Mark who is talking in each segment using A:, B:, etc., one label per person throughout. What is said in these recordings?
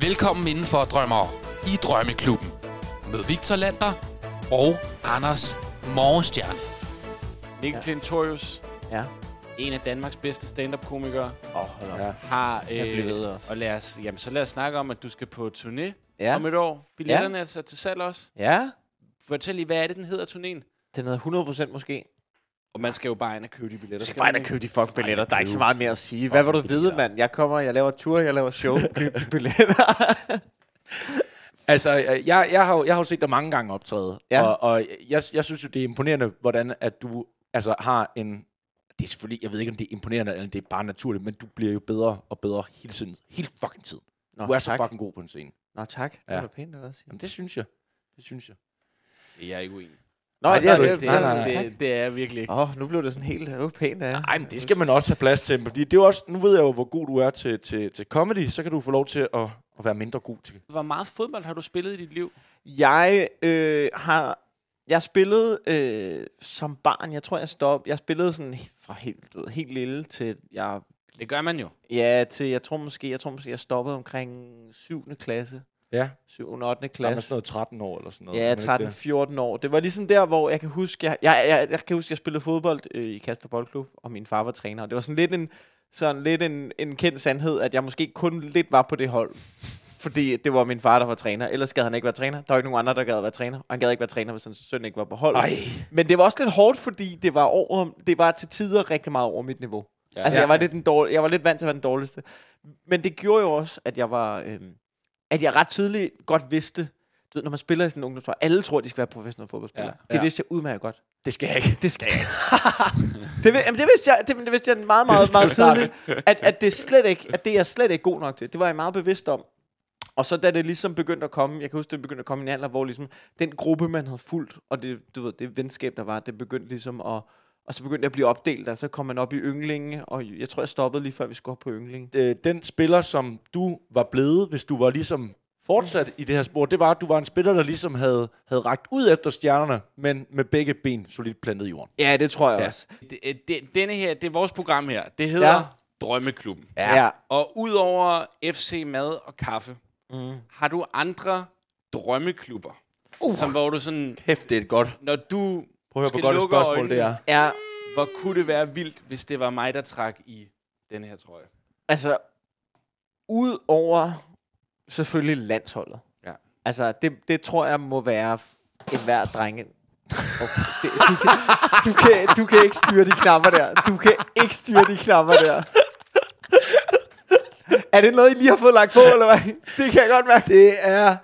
A: Velkommen indenfor, drømmere, i Drømmeklubben med Victor Lander og Anders Morgenstjerne.
B: Nick ja. Clintorius,
C: Ja.
B: en af Danmarks bedste stand-up-komikere,
C: Åh, oh, hold op. Ja.
B: ja. har... Øh,
C: bliver ved også.
B: Og lad os, jamen, så lad os snakke om, at du skal på turné
C: Ja.
B: ja. om et år. Billetterne ja. er så til salg også.
C: ja.
B: Fortæl lige, hvad er det, den hedder, turnéen?
C: Den hedder 100% måske.
B: Og man skal jo bare ind og købe de billetter.
C: Du skal bare ind og købe de fucking billetter. Der er ikke så meget mere at sige. Hvad vil du vide, mand? Jeg kommer, jeg laver tur, jeg laver show. Køb de billetter.
D: Altså, øh, jeg, jeg, har, jo- jeg har jo set dig mange gange optræde,
C: Ja.
D: ja. og, og jeg, jeg synes jo, det er imponerende, hvordan at du altså, har en... Det er selvfølgelig, jeg ved ikke, om det er imponerende, eller det er bare naturligt, men du bliver jo bedre og bedre hele tiden. Hele fucking tiden.
C: Nå,
D: du er så
C: tak.
D: fucking god på en scene.
C: Nå, tak. Det
D: Ja.
C: var pænt at sige.
D: Jamen, det synes jeg. Det synes jeg.
B: købe. Jeg er ikke uenig.
C: Nå,
D: Nej, det er du
C: det,
D: ikke.
C: det,
D: Nej, nej, nej.
C: det,
B: Det, det er jeg virkelig ikke.
C: Åh, oh, nu blev det sådan helt Ah, det var pænt af. jer.
D: Nej, men det skal man også have plads til, fordi det er jo også, nu ved jeg jo, hvor god du er til, til, til comedy, så kan du få lov til at, at være mindre god til.
B: Hvor meget fodbold har du spillet i dit liv?
C: Jeg øh, har... Jeg spillede øh, som barn, jeg tror, jeg stoppede. Jeg spillede sådan he- fra helt, du ved, helt lille til, jeg,
B: Det gør man jo.
C: ja, til, jeg tror måske, jeg tror måske, jeg stoppede omkring 7. klasse.
D: Ja,
C: 7. og 8.
D: der er man
C: klasse.
D: sådan noget 13 år eller sådan noget.
C: Ja,
D: Er man ikke det?
C: 13-14 år. Det var ligesom der, hvor jeg kan huske, jeg, jeg, jeg, jeg kan huske, jeg spillede fodbold øh, i Kaster Boldklub, og min far var træner. Og det var sådan lidt en, sådan lidt en, en kendt sandhed, at jeg måske kun lidt var på det hold. Fordi det var min far, der var træner. Ellers gad han ikke være træner. Der var ikke nogen andre, der gad være træner. Og han gad ikke være træner, hvis hans søn ikke var på hold.
D: Ej.
C: Men det var også lidt hårdt, fordi det var, over, det var til tider rigtig meget over mit niveau. Ja, altså, jeg var, lidt den dårl- jeg var lidt vant til at være den dårligste. Men det gjorde jo også, at jeg var... Øhm, at jeg ret tidligt godt vidste, du ved, når man spiller i sådan en ungdomshold, alle tror, de skal være professionelle fodboldspillere. Ja.
D: Ja.
C: Det
D: Ja.
C: vidste jeg udmærket godt.
D: Det skal jeg ikke.
C: Det skal jeg det, vi- jamen, det, vidste jeg, det, det vidste jeg meget, meget, meget tidligt, at, at, det er slet ikke, at det er jeg slet ikke god nok til. Det var jeg meget bevidst om. Og så da det ligesom begyndte at komme, jeg kan huske, det begyndte at komme i en alder, hvor ligesom den gruppe, man havde fulgt, og det, du ved, det venskab, der var, det begyndte ligesom at... Og så begyndte jeg at blive opdelt, og så kom man op i ynglinge, og jeg tror, jeg stoppede lige før, vi skulle op på ynglinge.
D: øh, den spiller, som du var blevet, hvis du var ligesom fortsat i det her spor, det var, at du var en spiller, der ligesom havde, havde ragt ud efter stjernerne, men med begge ben solidt plantet i jorden.
C: Ja, det tror jeg ja. også.
B: Det, øh, det, denne her, det er vores program her. Det hedder
C: Ja.
B: ja. Drømmeklubben.
C: Ja.
B: Og udover FC Mad og Kaffe, mm. har du andre drømmeklubber? Uh. Som hvor du sådan,
D: Hæft, det er et godt.
B: når du
D: Prøv at høre,
B: skal
D: hvor godt et
B: lukke
D: spørgsmål
B: øjnene,
D: det er.
C: ja.
B: Hvor kunne det være vildt, hvis det var mig, der trak i den her trøje?
C: Altså, ud over selvfølgelig landsholdet.
B: Ja.
C: Altså, det, det tror jeg må være f- en hver drenge. Okay, det, du, kan, du, kan, du kan ikke styre de knapper der. Du kan ikke styre de knapper der. Er det noget, I lige har fået lagt på, eller hvad? Det kan jeg godt mærke.
D: Det er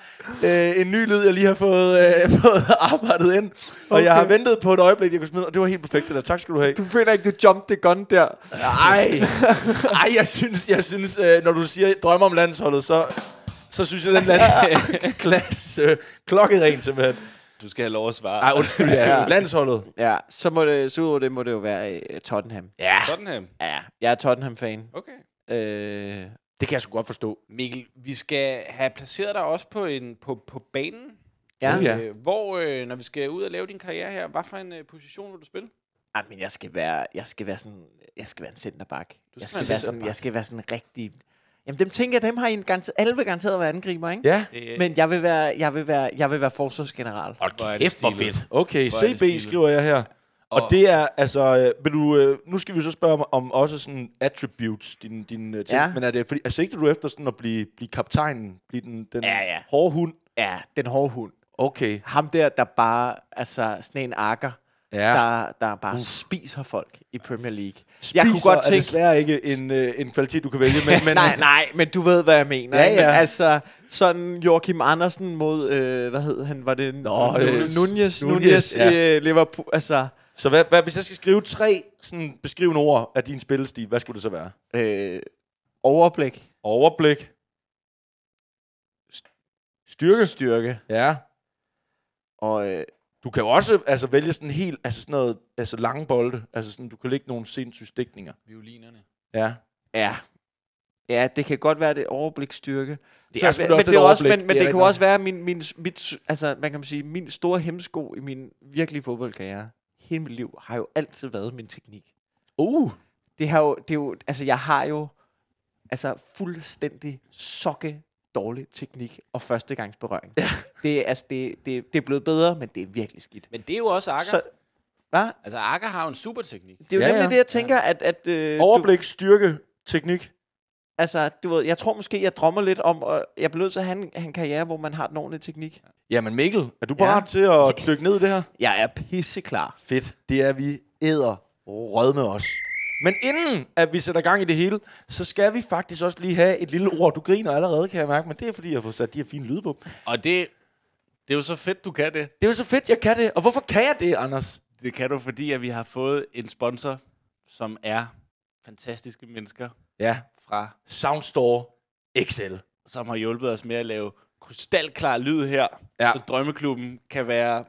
D: øh, en ny lyd, jeg lige har fået, øh, fået arbejdet ind. Og okay. jeg har ventet på et øjeblik, jeg kunne smide, og det var helt perfekt det der. Tak skal du have.
C: Du finder ikke, du jumped the gun der.
D: Ej, Ej jeg synes, jeg synes øh, når du siger drømmer om landsholdet, så, så synes jeg, den der klasse øh, klokkeren simpelthen.
B: Du skal have lov at svare.
D: Ej, undskyld, ja.
C: Ja.
D: Landsholdet.
C: Ja, så, må det, så ud over det må det jo være øh, Tottenham.
D: Ja.
B: Sådan her.
C: Ja, jeg er Tottenham-fan.
B: Okay.
C: Øh,
D: Det kan jeg sgu godt forstå.
B: Mikkel, vi skal have placeret dig også på, en, på, på banen.
C: ja.
D: Uh, ja.
B: Øh, hvor, øh, når vi skal ud og lave din karriere her, hvad for en øh, position vil du spille?
C: Ej, men jeg skal være, jeg skal være sådan, jeg skal være en centerback.
B: skal
C: Jeg skal,
B: være en
C: være sådan, jeg skal være sådan rigtig... Jamen dem tænker jeg, dem har I en garanteret, alle vil garanteret være angriber, ikke?
D: Ja.
B: Øh,
C: Men jeg vil være, jeg vil være, jeg vil være forsvarsgeneral.
B: hvor er
D: Kæft, hvor
B: stilet.
D: fedt. Okay,
B: Hvor er det stilet.
D: CB skriver jeg her. Og
B: Og-
D: det er, altså, øh, vil du, øh, nu skal vi så spørge om, om også sådan attributes, din, din øh, ting.
C: Ja.
D: Ja. Men er det, fordi, altså, sigter du efter sådan at blive, blive kaptajnen, blive den, den
C: Ja, ja.
D: hårde hund?
C: Ja, den hårde hund.
D: Okay.
C: Ham der, der bare, altså sådan en akker,
D: Ja. Uh.
C: der, der bare spiser folk i Premier League.
D: Spiser er desværre ikke en, øh, en kvalitet, du kan vælge, men, men
C: nej, nej, men du ved, hvad jeg mener.
D: Ja,
C: ikke?
D: ja.
C: Men altså, sådan Joachim Andersen mod, øh, hvad hed han, var det? Nå,
D: øh,
C: Nunez,
D: Nunez,
C: Nunez,
D: ja.
C: øh, Liverpool, altså...
D: så hvad, hvad, hvis jeg skal skrive tre sådan, beskrivende ord af din spillestil, hvad skulle det så være?
C: øh, overblik.
D: Overblik.
C: Styrke. Styrke.
D: Ja.
C: Og øh,
D: Du kan jo også altså, vælge sådan helt, altså sådan noget, altså lange bolde. Altså sådan, du kan lægge nogle sindssyge stikninger.
B: Violinerne.
D: Ja.
C: ja. Ja, det kan godt være det er overblik styrke.
D: Det er sgu da
C: men
D: også lidt
C: det, er også,
D: overblik,
C: men,
D: det
C: men
D: er
C: det, kan
D: rigtig
C: jo
D: nok.
C: også være min, min, mit, altså, man kan sige, min store hemsko i min virkelige fodboldkarriere. Hele mit liv har jo altid været min teknik.
D: Uh.
C: Det, har jo, det er jo, altså jeg har jo altså fuldstændig sokke dårlig teknik og førstegangsberøring. Ja. Det, er- altså, det, det, det er blevet bedre, men det er virkelig skidt.
B: Men det er jo også Akker.
C: Så, hvad?
B: Altså, Akker har jo en super teknik.
C: Det er jo
D: Ja,
C: ja, nemlig
D: ja.
C: ja. det, jeg tænker, at... at øh, du,
D: Overblik, styrke, teknik.
C: altså, du ved, jeg tror måske, jeg drømmer lidt om... Og jeg bliver nødt til at have en, have en karriere, hvor man har den ordentlige teknik.
D: Jamen Mikkel, er du parat til at dykke ned i det her?
C: Jeg er pisseklar.
D: Fedt. Det er vi æder rød med os. Men inden at vi sætter gang i det hele, så skal vi faktisk også lige have et lille ord. Du griner allerede, kan jeg mærke, men det er fordi, jeg har fået sat de her fine lyde på.
B: Og det, det er jo så fedt, du kan det.
D: Det er jo så fedt, jeg kan det. Og hvorfor kan jeg det, Anders?
B: Det kan du, fordi at vi har fået en sponsor, som er fantastiske mennesker
D: Ja,
B: fra,
D: Soundstore XL.
B: som har hjulpet os med at lave krystalklar lyd her.
D: Ja.
B: Ja. Så drømmeklubben kan være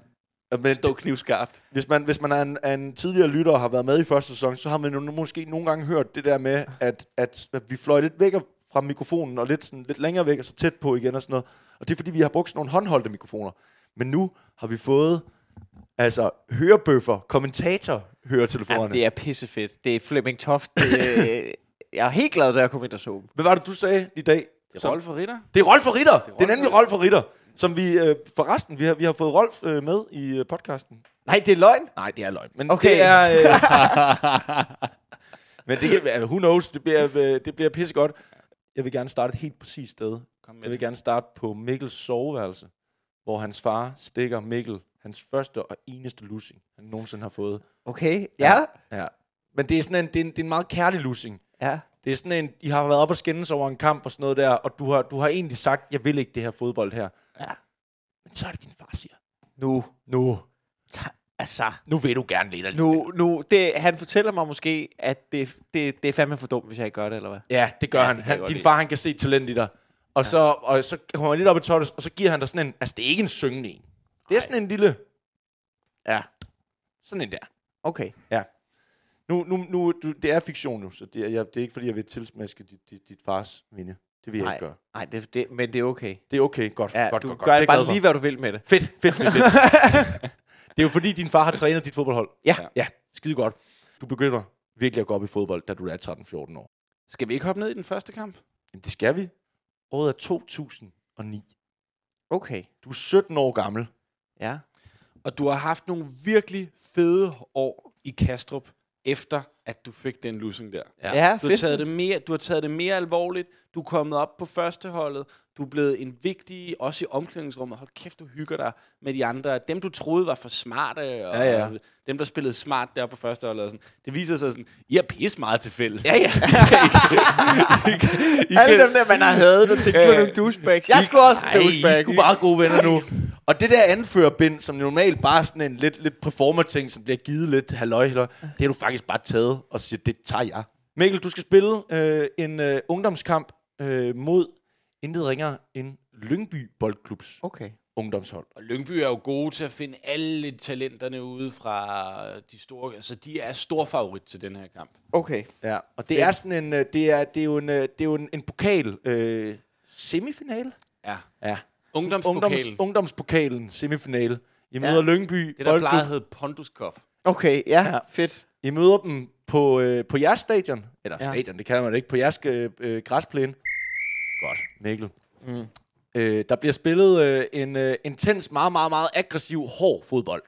D: Men
B: stå knivskarpt.
D: hvis man, hvis man er, en, er en tidligere lytter og har været med i første sæson, så har man jo måske nogle gange hørt det der med, at, at vi fløj lidt væk fra mikrofonen og lidt, sådan, lidt længere væk og så tæt på igen og sådan noget. Og det er fordi, vi har brugt sådan nogle håndholdte mikrofoner. Men nu har vi fået altså hørebøffer, kommentator-høretelefonerne.
C: Jamen,
D: Ja,
C: det er pissefedt. Det er Flemming Toft. Det, øh, jeg er helt glad, da jeg kom ind og så dem.
D: Hvad var det, du sagde i dag?
B: Det er
D: Som-
B: Rolf for Ritter.
D: Det er Rolf for Ritter. Det er,
B: Rolf
D: nemlig Rolf for Ritter, som vi øh, forresten, vi har, vi har fået Rolf øh, med i øh, podcasten.
C: Nej, det er løgn.
D: Nej, det er løgn. Men okay.
C: Okay.
D: det er... Øh, men det kan altså, who knows, det bliver, øh, det bliver pissegodt. Jeg vil gerne starte et helt præcist sted.
B: Kom med
D: Jeg vil
B: det.
D: gerne starte på Mikkels soveværelse, hvor hans far stikker Mikkel hans første og eneste lussing, han nogensinde har fået.
C: Okay, ja.
D: Ja. Men det er sådan en, det er en, det er en meget kærlig lussing.
C: Ja.
D: Det er sådan en, I har været op og skændes over en kamp og sådan noget der, og du har, du har egentlig sagt, jeg vil ikke det her fodbold her.
C: Ja.
D: Men så er det din far siger,
C: Nu.
D: nu,
C: Altså,
D: nu vil du gerne lidt alligevel.
C: nu, nu, det, han fortæller mig måske, at det, det, det er fandme for dumt, hvis jeg ikke gør det, eller hvad?
D: Ja, det gør ja,
B: Ja,
D: han.
B: det kan jeg
D: han
B: godt
D: din
B: lide.
D: far, han kan se talent i dig. Og, ja. så, og så kommer han lidt op i tøjet, og så giver han dig sådan en... Altså, det er ikke en syngende en. Det er sådan en lille...
C: Ja.
D: Sådan en der.
C: Okay.
D: Nu, nu, nu, du, det er fiktion nu, så det er, jeg, det er ikke, fordi jeg vil tilsmaske dit, dit, dit fars minde. Det vil jeg ikke gøre.
C: Nej, det, det, men det er okay.
D: Det er okay. Godt,
C: Ja,
D: godt,
C: du
D: godt,
C: gør
D: godt. Det er jeg glad
C: bare
D: for.
C: lige, hvad du vil med det.
D: Fedt, fedt, fedt, fedt. det er jo fordi, din far har trænet dit fodboldhold.
C: Ja.
D: Ja, skide godt. Du begynder virkelig at gå op i fodbold, da du er 13-14 år.
B: Skal vi ikke hoppe ned i den første kamp?
D: Jamen, det skal vi. Året er 2009.
C: Okay.
D: Du er 17 år gammel.
C: Ja.
B: Og du har haft nogle virkelig fede år i Kastrup, efter at du fik den lussing der.
C: Ja,
B: Du har,
C: fedt.
B: taget det mere, du har taget det mere alvorligt. Du er kommet op på førsteholdet. Du er blevet en vigtig, også i omklædningsrummet. Hold kæft, du hygger dig med de andre. Dem, du troede var for smarte, og
D: Ja, ja.
B: dem, der spillede smart der på førsteholdet. Og sådan. Det viser sig sådan, I er pisse meget til fælles.
D: Ja, ja.
C: Alle dem der, man har hadet, og tænkte, du er nogle douchebags. Jeg skulle også
D: Ej, I er sgu bare gode venner nu. Og det der anførerbind, som normalt bare er sådan en lidt, lidt performer-ting, som bliver givet lidt halløj, halløj, det har du faktisk bare taget og siger, det tager jeg. Mikkel, du skal spille øh, en øh, ungdomskamp øh, mod intet ringere end Lyngby Boldklubs
C: Okay.
D: ungdomshold.
B: Og Lyngby er jo gode til at finde alle talenterne ude fra de store. Altså, de er stor favorit til den her kamp.
C: Okay.
D: Ja, og det er sådan en, øh, det er, det er jo en, øh, det er jo en, en pokal øh, semifinale.
B: Ja.
D: Ja.
B: Ungdomspokalen.
D: Ungdoms, ungdomspokalen semifinale. I møder ja.
C: Ja.
D: Lyngby
B: det, der
D: Boldklub.
B: plejede hed Pondus Cup.
C: Okay, ja, fedt.
D: I møder dem på, øh, på jeres stadion. Eller ja.
C: Ja.
D: stadion, det kalder man det ikke. På jeres øh, øh, græsplæne. Godt, Mikkel. Mm. Øh, der bliver spillet øh, en øh, intens, meget, meget, meget aggressiv, hård fodbold.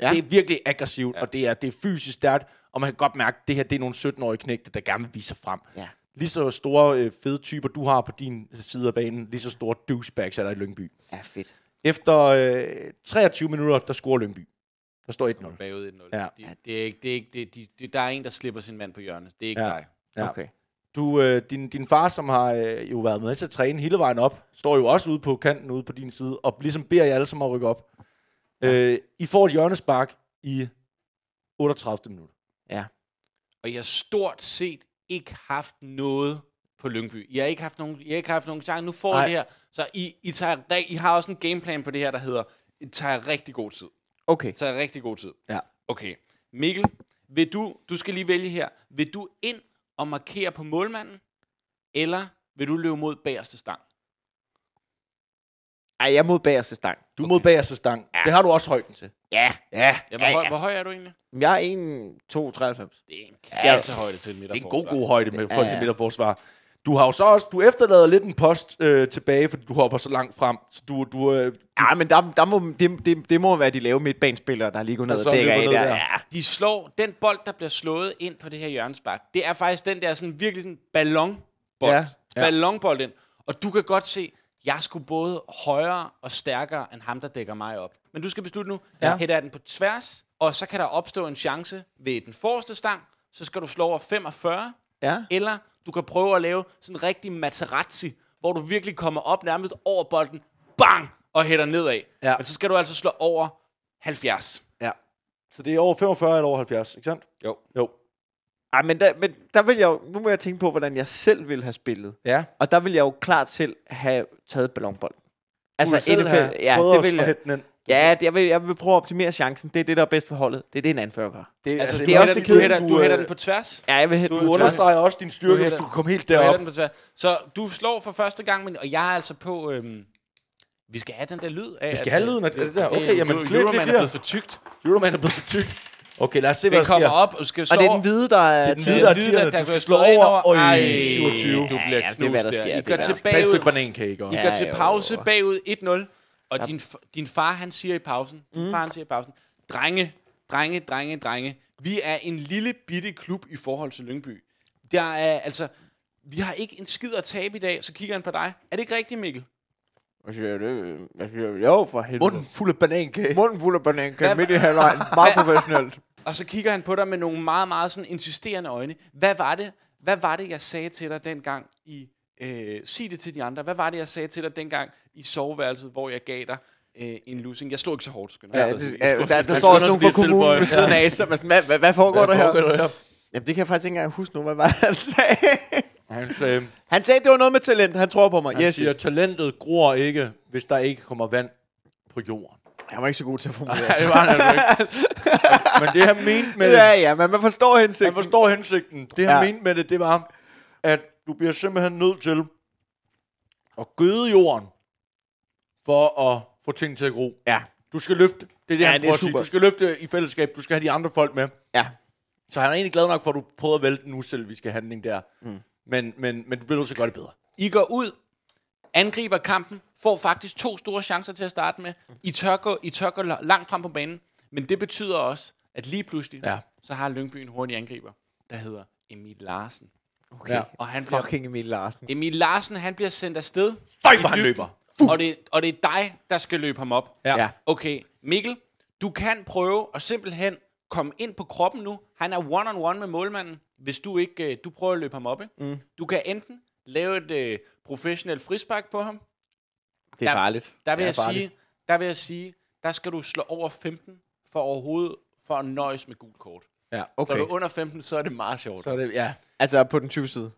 D: Ja.
C: Ja.
D: Det er virkelig aggressivt, ja. og det er, det er fysisk stærkt. Og man kan godt mærke, at det her det er nogle 17-årige knægte, der gerne vil vise sig frem.
C: Ja.
D: Lige så store øh, fede typer, du har på din side af banen, lige så store douchebags er der i Lyngby.
C: Ja, fedt.
D: Efter øh, 23 minutter, der scorer Lyngby. Der står 1-0.
B: bagud 1-0.
D: Mm. Ja.
B: Ja. Det, det er ikke, det er ikke, det, de, det, der er en, der slipper sin mand på hjørnet. Det er ikke
D: Ja.
B: ja. dig.
D: Ja.
C: Okay.
D: Du, øh, din, din far, som har øh, jo været med til at træne hele vejen op, står jo også ude på kanten ude på din side, og ligesom beder jer alle sammen at rykke op. Øh, I får et hjørnespark i 38. minut.
C: Ja.
B: Og jeg har stort set ikke haft noget på Lyngby. Jeg har ikke haft nogen, jeg har ikke haft nogen chance. Nu får
D: Nej.
B: I det her. Så I, I, tager, re- I har også en gameplan på det her, der hedder, I tager rigtig god tid.
C: Okay.
B: I tager rigtig god tid.
D: Ja.
B: Okay. Mikkel, vil du, du skal lige vælge her. Vil du ind og markere på målmanden, eller vil du løbe mod bagerste stang?
C: Ej, jeg er mod bagerste stang.
D: Du okay. mod bagerste stang. Ja. Det har du også højden til.
C: Ja.
D: Ja.
B: Ja, hvor, ja, ja. hvor høj er du egentlig?
C: Jeg er 1, 2, 93.
B: Det er en kasse højde til
D: Det er en god, god højde med folk til
C: Ja.
D: midterforsvar. Du har jo så også, du efterlader lidt en post øh, tilbage, fordi du hopper så langt frem. Så du, du, øh,
C: Ja, men der, der må, det, det, det må være de lave midtbanespillere, der lige går ned
D: så
C: og dækker
D: løber
C: af
D: ned
C: der.
D: der.
C: Ja,
B: De slår den bold, der bliver slået ind på det her hjørnespark. Det er faktisk den der sådan, virkelig sådan ballonbold.
C: Ja.
B: Ja. Ballonbold ind. Og du kan godt se, jeg skulle både højere og stærkere end ham, der dækker mig op. Men du skal beslutte nu, ja. jeg hætter den på tværs, og så kan der opstå en chance ved den forreste stang. Så skal du slå over 45,
C: Ja.
B: eller du kan prøve at lave sådan en rigtig materazzi, hvor du virkelig kommer op nærmest over bolden, bang, og hætter nedad.
D: Ja.
B: Men så skal du altså slå over 70.
D: ja. Så det er over 45 eller over 70, ikke sandt?
B: Jo.
D: Jo.
C: Ej, men der, men der vil jeg jo, nu må jeg tænke på, hvordan jeg selv ville have spillet.
D: Ja.
C: Og der vil jeg jo klart selv have taget ballonbold.
D: Altså,
C: Altså,
D: selv
C: NFL,
D: have
C: ja,
D: prøvet
C: det
D: at
C: vil
D: slå
C: jeg.
D: hætte den ind.
C: Ja, det, jeg, vil, jeg vil prøve at optimere chancen. Det er det, der er bedst for holdet. Det er det, en anfører gør.
D: Det,
B: Altså,
C: det er også
B: du,
C: så
B: hætter, du,
C: kedeligt,
B: hætter,
D: du,
B: du hætter
D: øh,
B: den på tværs.
C: Ja, jeg vil hætte
D: Du understreger også din styrke, hvis
B: hætter-
D: du kan komme helt
B: Du hætter
D: derop.
B: den på tværs. Så du slår for første gang, men, og jeg er altså på... Øhm, vi skal have den der lyd af... øh, Vi
D: skal have lyden af det der. Okay,
B: clear,
D: jamen, clear, clear,
B: er
D: clear.
B: blevet for tykt.
D: Euroman er blevet for tyk. Okay, lad os se, hvad
B: Den
D: der
B: kommer
D: sker.
B: op, og du skal slå...
C: Og det er den hvide, der er...
D: den hvide, der er tierne. Du skal slå over. Øj, 27.
B: Du bliver
C: Ja, ja,
B: knust
C: det er, hvad der sker.
B: I
C: Det
B: går
C: er, hvad der
B: til
C: sker.
D: Tag et stykke
B: bagud,
D: banan, kan I godt?
B: I
C: Ja,
B: går til
C: jo.
B: pause bagud 1-0, og din, f- din far, han siger i pausen,
C: Mm.
B: din far, han siger i pausen, drenge, drenge, drenge, drenge, vi er en lille bitte klub i forhold til Lyngby. Der er, altså, vi har ikke en skid at tabe i dag, så kigger han på dig. Er det ikke rigtigt, Mikkel?
C: Jeg siger, det, jeg siger, jo, for helvede.
D: Munden fuld af banankage.
C: Munden fuld af banankage midt i halvlejen. Meget professionelt.
B: Og så kigger han på dig med nogle meget, meget sådan insisterende øjne. Hvad var det, hvad var det jeg sagde til dig dengang i... Øh, sig det til de andre. Hvad var det, jeg sagde til dig dengang i soveværelset, hvor jeg gav dig øh, en lussing? Jeg slog ikke så hårdt, skal jeg
C: Ja,
B: altså
C: det,
B: sige. Jeg
C: ja,
B: slog-
C: der, der
B: jeg
C: står
B: slog
C: også nogen fra
B: lige tilføje.
C: kommunen ved siden af, som er sådan, hvad, hvad, hvad foregår der her?
D: Foregår det her?
C: Jamen, det kan jeg faktisk ikke engang huske nu, hvad var det, han sagde?
D: Han sagde,
C: Han sagde, det var noget med talent. Han tror på mig.
D: han
C: Yes.
D: siger, talentet gror ikke, hvis der ikke kommer vand på jorden.
C: Han var ikke så god til at formulere
D: Ja, det var han altså ikke. Men det han mente med
C: Ja,
D: det,
C: ja, men man forstår
D: han
C: hensigten.
D: forstår hensigten. Det han
C: Ja.
D: mente med det, det var, at du bliver simpelthen nødt til at gøde jorden for at få ting til at gro.
C: Ja,
D: Du skal løfte. Det er det,
C: Ja,
D: han
C: det er
D: prøver at sige.
C: super.
D: Du skal løfte i fællesskab. Du skal have de andre folk med.
C: ja.
D: Så han er egentlig glad nok for, at du prøvede at vælte den uselviske handling der. Mm. Men, men, men du bliver nødt til at gøre det bedre.
B: I går ud, angriber kampen, får faktisk to store chancer til at starte med. I tør gå, I tør gå la- langt frem på banen, men det betyder også, at lige pludselig,
D: Ja.
B: ja. så har Lyngby en hurtig angriber, der hedder Emil Larsen.
C: Okay.
D: Ja.
B: Og han bliver,
C: Fucking Emil Larsen.
B: Emil Larsen, han bliver sendt afsted.
D: Føj, hvor han løber.
B: Og det, og det er dig, der skal løbe ham op.
C: Ja.
B: Okay, Mikkel, du kan prøve at simpelthen komme ind på kroppen nu. Han er one-on-one med målmanden, hvis du ikke øh, du prøver at løbe ham op. Ikke? Mm. Du kan enten lave et øh, professionelt frispark på ham.
C: Det er
B: Ja.
C: farligt.
B: Der vil,
C: Det er
B: jeg
C: farligt.
B: sige, der vil jeg sige, der skal du slå over 15 for overhovedet for at nøjes med gult kort.
D: Ja,
B: Okay.
C: Okay.
B: Når du er under 15, så er det meget sjovt.
D: Så er det, ja,
C: Altså på den 20 side.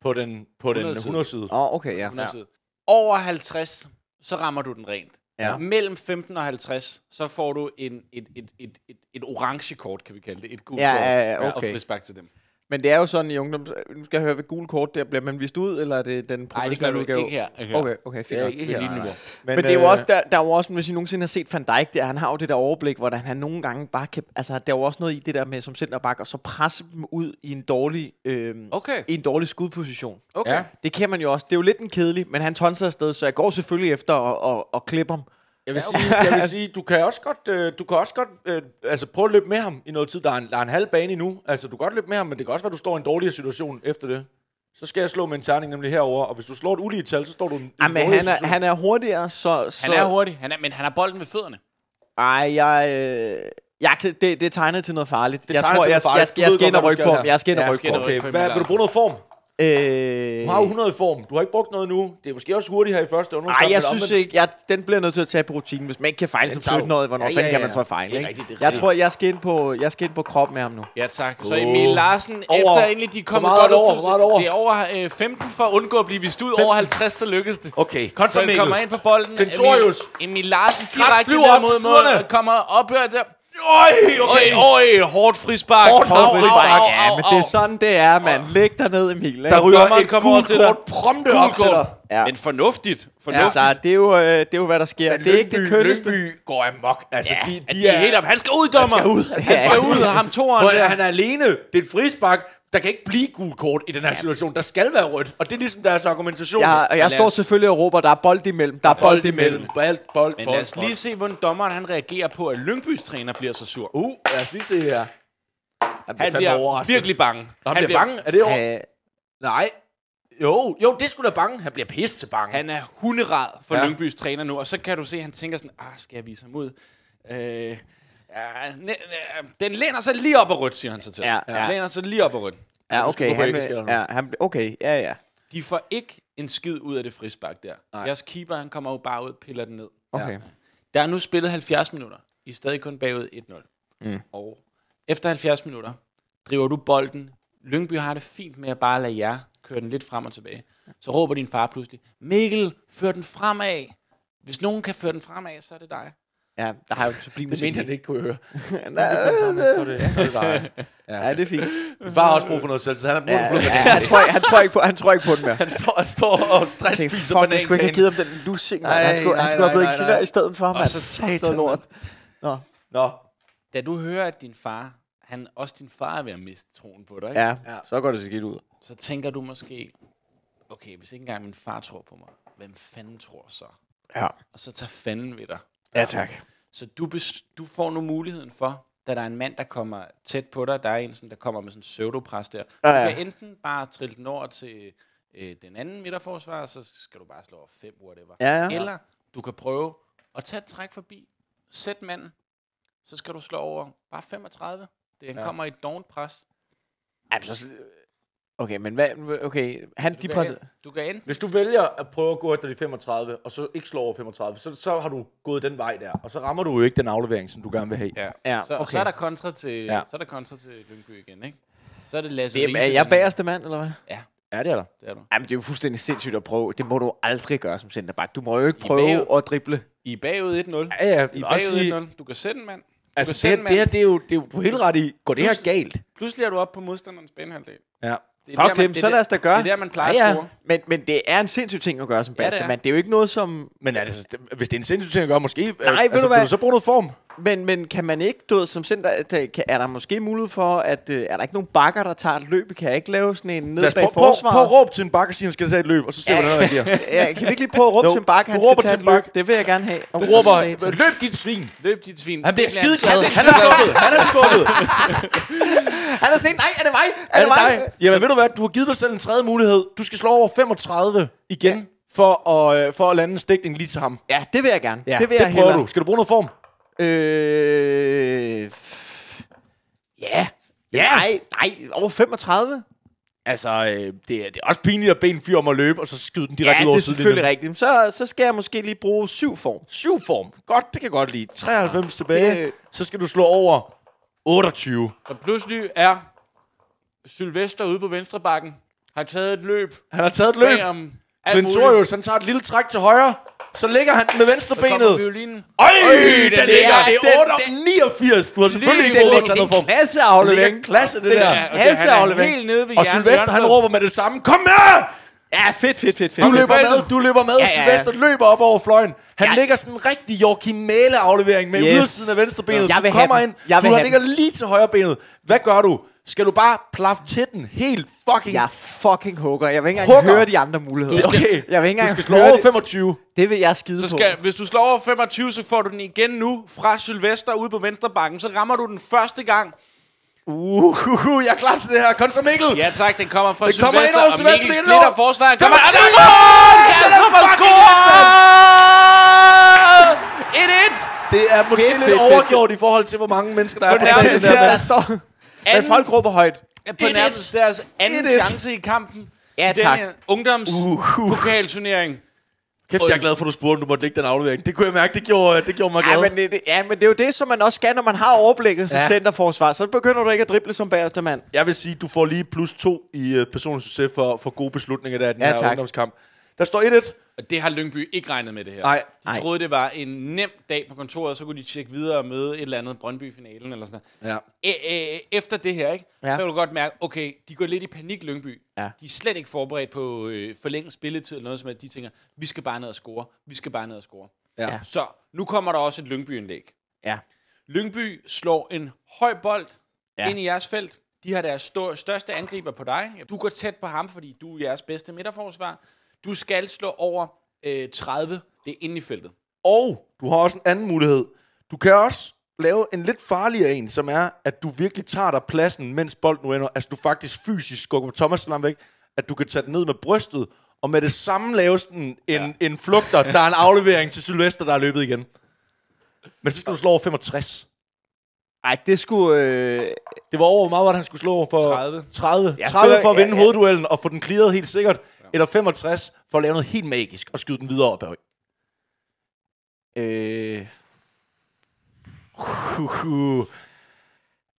D: på den, på den
B: 100-side.
D: 100-side.
C: Åh, oh, okay, ja.
B: Ja. Over 50, så rammer du den rent.
C: Ja.
B: Mellem 15 og 50, så får du en, et, et, et, et, et orange kort, kan vi kalde det. Et gult
C: Ja,
B: kort.
C: ja, ja,
B: Og
C: okay.
B: frisbak til dem.
C: Men det er jo sådan i ungdoms... Nu skal jeg høre, ved gule kort der, bliver man vist ud, eller er det den
B: Nej, det gør
C: professionelle
B: du
C: udgave?
B: ikke her. Ikke her.
C: Okay, okay, fint. nok.
B: Det er lige nu.
C: Men, øh, men det er
D: øh,
C: jo også, der, der er jo også, hvis I nogensinde har set Van Dijk, der, han har jo det der overblik, hvordan han nogle gange bare kan, altså der er jo også noget i det der med som centerback, og så presse dem ud i en dårlig, øh,
B: Okay.
C: i en dårlig skudposition.
B: Okay. Ja.
C: Det kan man jo også. Det er jo lidt en kedelig, men han tonser afsted, så jeg går selvfølgelig efter og, og, og klipper ham.
D: Jeg vil, sige, jeg vil sige, du kan også godt, øh, du kan også godt øh, altså prøve at løbe med ham i noget tid. Der er en, der er en halv bane endnu. Altså, du kan godt løbe med ham, men det kan også være, du står i en dårligere situation efter det. Så skal jeg slå med en terning nemlig herover, og hvis du slår et ulige tal, så står du i en,
C: Jamen,
D: en
C: han er,
D: situation.
C: han er hurtigere, så... så
B: Han er hurtig, han er, men han har bolden ved fødderne.
C: Ej, jeg... Øh, jeg kan, det, det er tegnet til noget farligt. Det jeg
D: tegner
C: tror,
D: til
C: jeg,
D: noget farligt.
C: jeg,
D: Du
C: skal, jeg
D: ved
C: skal
D: godt,
C: ind og
D: hvad du
C: rykke
D: skal
C: på
D: her.
C: ham. Jeg skal ind og
B: Ja,
C: rykke
B: skal
C: på
B: ind
C: ham.
B: rykke
D: Okay,
B: på en
D: hvad,
B: eller
D: vil du bruge noget form?
C: Øh,
D: Du har jo 100 i form. Du har ikke brugt noget nu. Det er måske også hurtigt her i første
C: Nej,
D: underskamp.
C: jeg synes ikke, jeg, den bliver nødt til at tage på rutinen. Hvis man ikke kan fejle som
D: tager du.
C: 17-årig, hvornår
D: Ja, ja,
C: fanden kan
D: ja.
C: man så fejle?
B: Det er
C: Ikke?
B: rigtigt, det er
C: jeg
B: rigtigt.
C: tror, jeg skal, ind på, jeg skal ind på krop med ham nu.
B: Ja, tak. Så
D: Åh.
B: Emil Larsen, over. efter endelig de er kommet
D: meget er
B: godt
D: det over?
B: ud.
D: Hvor meget er det over?
B: Det er over øh, 15 for at undgå at blive vist ud. Over 50, så lykkes det.
D: Okay, kom så,
B: Så han
D: Mikkel.
B: kommer ind på bolden.
D: Centurius.
B: Emil, Emil Larsen direkte
D: flyver
B: ned
D: op
B: mod
D: til
B: målet.
D: siderne.
B: og Kommer ophørt der.
D: Øj, okay.
B: Øj, øj, hårdt frispark.
D: Hårdt
B: Au, au,
D: frispark.
B: au, au,
C: Ja, men det er sådan, det er, mand. Læg dig ned, Emil. ikke?
D: Der ryger
B: Dommeren
D: et
B: kommer over
D: gult
B: til dig.
D: kort prompte op til dig.
C: Ja.
B: Ja. Men fornuftigt.
C: Ja,
B: fornuftigt.
C: altså, det er, jo, øh, det er jo, hvad der sker. det er ikke det kønneste.
D: Lyngby går amok. Altså, ja, de, de,
B: De er helt op. Han skal ud, dommer. Han skal ud. Han
C: Ja.
B: skal ud. og Ham toeren.
D: Prøv at,
B: der.
D: han er alene. Det er et frispark. Der kan ikke blive gul kort i den her situation. Der skal være rødt. Og det er ligesom deres argumentation.
C: Jeg, og
B: lad
C: jeg
B: os-
C: står selvfølgelig og råber, der er bold imellem. Der er bold imellem.
D: Bold, bold,
B: Men
D: bold,
B: lad os lige se, hvordan dommeren han reagerer på, at Lyngbys træner bliver så sur.
D: Uh, lad os lige se her. Han bliver
B: Han
D: fandme
B: bliver
D: overrasket.
B: virkelig bange.
D: Nå, han, han bliver bange. Er det over?
C: Øh,
D: Nej. Jo, jo, det skulle da bange. Han bliver pisse til bange.
B: Han er hunderad for
D: Ja.
B: ja. Lyngbys træner nu, og så kan du se, at han tænker sådan, ah, skal jeg vise ham ud? Øh, ja, ne, ne, den læner sig lige op og rødt, siger han så til.
C: Ja, ja.
B: Den læner sig lige op og rødt.
C: ja,
D: Nu skal
C: okay.
D: du på
C: Han,
D: engelsk eller
C: vil-
D: noget.
C: ja, han, okay, ja, ja.
B: De får ikke en skid ud af det frispark der. Nej. Jeres keeper, han kommer jo bare ud og piller den ned.
C: Okay.
B: Der er nu spillet 70 minutter. I er stadig kun bagud 1-0. Mm. Og efter 70 minutter driver du bolden. Lyngby har det fint med at bare lade jer køre den lidt frem og tilbage. Så råber din far pludselig, Mikkel, før den fremad. Hvis nogen kan føre den fremad, så er det dig.
C: Ja, der har jo sublime
D: det mente han ikke kunne høre. altså.
C: Ja, det er fint.
D: Min far har også brug for noget selvtid. Han har brug
C: Ja,
D: for noget.
C: ja, han, tror ikke, han, tror ikke på, han tror ikke på den mere.
D: Han står, han står og
C: tænkte,
D: stressspiser
C: fuck, jeg skulle ikke have
D: banankagen.
C: givet ham den lussing, mand.
D: Ej,
C: Han skulle,
D: nej,
C: han skulle have
D: nej,
C: blevet
D: nej,
C: ingeniør
D: nej.
C: i stedet for, mand.
D: så
C: Fuck, noget
D: satan,
C: lort. Nå.
D: Nå,
B: Da du hører, at din far, han, også din far er ved at miste troen på dig, ikke?
C: Ja, så går det skidt ud.
B: så tænker du måske, okay, hvis ikke engang min far tror på mig, hvem fanden tror så?
C: Ja.
B: Og så tager fanden ved dig.
C: Ja, tak.
B: Så du, bes- du får nu muligheden for, da der er en mand, der kommer tæt på dig, der er en, sådan, der kommer med sådan en pseudopres der. Du
C: Ja, ja.
B: kan enten bare trille den over til øh, den anden midterforsvar, så skal du bare slå fem, whatever.
C: Ja, ja.
B: Eller du kan prøve at tage et træk forbi, sæt manden, så skal du slå over bare 35. Det han ja. kommer i et dovent pres.
C: Altså, okay, men hvad, okay, han, de
B: Du,
C: presser.
B: kan, du kan enten
D: hvis du vælger at prøve at gå efter de 35, og så ikke slå over 35, så, så har du gået den vej der. Og så rammer du jo ikke den aflevering, som du gerne vil have.
B: Ja.
C: Ja,
B: så, okay.
C: okay.
B: så er der kontra til
D: Ja.
B: ja. så er der kontra til Lyngby igen, ikke? Så er det Lasse
C: Hvem er
B: Riise,
C: jeg
B: den-
C: bagerste mand, eller hvad?
B: Ja,
D: Ja, det er der.
B: det er du.
C: Jamen, det er jo fuldstændig sindssygt at prøve. Det må du aldrig gøre som centerback. Du må jo ikke
B: bager
C: prøve at drible.
B: I er bagud 1-0.
D: Ja, ja.
B: I er
D: også sige-
B: bagud 1-0. Du kan sætte en mand. Du
D: Altså,
B: kan
D: det,
B: sætte en
D: det, her,
B: mand.
D: det er jo, det er jo du er helt ret i. Går det her galt?
B: Pludselig er du oppe på modstanderens banehalvdel.
D: Ja.
B: Det er
C: Fuck
B: man-
C: dem,
B: det er
C: så lad os da gøre.
B: Det er der, man plejer
C: ja,
B: at
C: ja.
B: score.
C: Men, men det er en sindssyg ting at gøre som
B: Ja, det
C: bagerste
B: er.
C: mand. Det er jo ikke noget som...
D: Men altså, det- hvis det er en sindssyg ting at gøre, måske... øh, Nej,
C: ved du hvad?
D: så bruge noget form?
C: Men, men kan man ikke, du ved, som center, der- kan- er der måske mulighed for, at øh, er der ikke nogen bakker, der tager et løb? Kan jeg ikke lave sådan en ned
D: Lad os
C: bag
D: prøve, prøv,
C: forsvaret?
D: prøv at råbe til en bakke og sige, at han skal tage et løb, og så ser vi, hvordan han reagerer.
C: Ja, kan vi ikke lige prøve at råbe
D: Jo,
C: til en bakke?
D: du
C: Han skal
D: råber
C: tage
D: til
C: et
D: en
C: løb.
D: bakke.
C: Det vil jeg gerne have.
D: Du råber,
C: Satan.
D: løb dit svin!
B: Løb dit svin.
D: Han bliver
B: Det
D: skide glad.
B: så-
D: Han er skuffet. Han er skuffet.
C: Han er sådan en, nej, er det mig? Er,
D: Er
C: det,
D: det
C: mig?
D: dig? Jamen ved du hvad, du har givet dig selv en tredje mulighed. Du skal slå over 35 igen ja. for, at, øh, for at lande en stikning lige til ham.
C: Ja, det vil jeg gerne. det vil
D: det
C: jeg
D: prøver
C: hellere.
D: du. Skal du bruge noget form?
C: Øh... f- Ja.
D: Ja.
C: Nej, nej, over 35?
D: Altså, øh, det, er, det er også pinligt at bede en fyr om at løbe, og så skyde den
C: Ja,
D: direkte ud
C: det
D: over
C: er
D: sidelinjen.
C: selvfølgelig rigtigt. Så, så skal jeg måske lige bruge syv form.
D: Syv form. Godt, det kan jeg godt lide. 93 tilbage.
C: Det-
D: Så skal du slå over 28.
B: Så pludselig er Sylvester ude på venstre bakken. Har taget et løb.
D: Han har taget et løb.
B: Bag om alt muligt.
D: Glentorius, han tager et lille træk til højre. Så ligger han den med venstre
B: Så kommer
D: benet.
B: violinen.
D: Øj,
B: den
D: den ligger.
B: ligger-
D: Det
B: den-
D: er 89. Du har selvfølgelig ikke råd at tage noget form. Det ligger
C: klasseaflevering.
D: klasse, det
C: er-
D: der.
B: Ja, og det, han er
C: Hasseaflevering.
B: helt nede ved
D: Og
B: hjernen.
D: Sylvester, han råber med det samme. Kom med!
C: Ja, fedt, fedt, fedt, fedt.
D: Du løber
B: Sylvester.
D: med, du løber med, ja,
C: Ja,
D: ja.
C: ja.
D: Sylvester løber op over fløjen. Han
C: Ja.
D: ligger sådan en rigtig Joachim Mæle aflevering med yes.
C: Yes.
D: ydersiden af venstre benet.
C: Jeg
D: Du
C: vil have
D: kommer
C: den.
D: ind,
C: Jeg
D: du
C: vil have
D: ligger lige til højre benet. Hvad gør du? Skal du bare plaffe til den helt fucking...
C: Jeg er fucking hugger. Jeg vil ikke engang
D: Hugger?
C: høre de andre muligheder.
D: Okay,
C: Jeg vil ikke
D: du
C: engang
D: skal slå
C: høre
D: over
C: det.
D: 25.
C: Det vil jeg skide
B: Så
C: på.
B: skal, hvis du slår over 25, så får du den igen nu fra Sylvester ude på venstre bakken. Så rammer du den første gang.
D: Uh, jeg er klar til det her. Kom så, Mikkel. Ja.
B: Ja tak, den kommer fra
D: Den
B: Sylvester.
D: kommer ind over
B: og
D: Sylvester,
B: Mikkel
D: det er ind
B: splitter
D: over.
B: forsvaret.
D: Kom,
B: Kommer,
D: er
B: er
D: der
B: der
D: Et, Det er måske
C: Fedt,
D: lidt
C: fedt, fedt,
D: overgjort i forhold til, hvor mange mennesker der er på
C: Ja,
D: stadion
C: det
D: der,
C: der,
D: mand.
C: der står. Men folk råber højt.
B: Ja, på nærmest deres anden
D: 1-1.
B: chance i kampen.
C: Ja,
B: I den øh,
C: tak.
B: her
D: Uhuh.
B: ungdomspokalturnering.
D: Kæft, jeg er glad for, at du spurgte, om du måtte lægge den aflevering. Det kunne jeg mærke, det gjorde, det gjorde mig glad.
C: Ja, men det, det- ja, men det er jo det, som man også skal, når man har overblikket som
D: Ja.
C: ja. centerforsvar. Så begynder du ikke at drible som bagerste mand.
D: Jeg vil sige, du får lige plus to i øh, personlig succes for, for gode beslutninger der i den
C: Ja,
D: her
C: tak.
D: ungdomskamp. Der står 1-1.
B: Og det har Lyngby ikke regnet med det her.
D: Nej.
B: De troede, det var en nem dag på kontoret, så kunne de tjekke videre og møde et eller andet Brøndby-finalen eller sådan noget.
D: Ja.
B: Æ, æ, efter det her, ikke?
C: Ja.
B: så kan du godt mærke, okay, de går lidt i panik, Lyngby.
C: Ja.
B: De er slet ikke forberedt på øh, forlænget spilletid eller noget som helst. De tænker, vi skal bare ned og score. Vi skal bare ned og score.
D: Ja.
B: Så nu kommer der også et Lyngby-indlæg.
C: Ja.
B: Lyngby slår en høj bold
C: Ja.
B: ja. ind i jeres felt. De har deres stå- største angriber på dig. Du går tæt på ham, fordi du er jeres bedste midterforsvar. Du skal slå over øh, 30. Det er inde i feltet.
D: Og du har også en anden mulighed. Du kan også lave en lidt farligere en, som er, at du virkelig tager dig pladsen, mens bolden nu ender. Altså, du faktisk fysisk skubber Thomas Lam væk, at du kan tage den ned med brystet, og med det samme laves den en, ja. en flugter. Der er en aflevering til Sylvester, der er løbet igen. Men så skal du slå over 65.
C: Ej, det skulle... Øh,
D: Det var over, hvor meget var det, han skulle slå over for?
B: 30.
D: 30,
C: Ja,
D: 30 for at
C: ja,
D: vinde
C: ja.
D: hovedduellen og få den clearet helt sikkert. Eller 65 for at lave noget helt magisk og skyde den videre op.
C: øh,
D: Uh,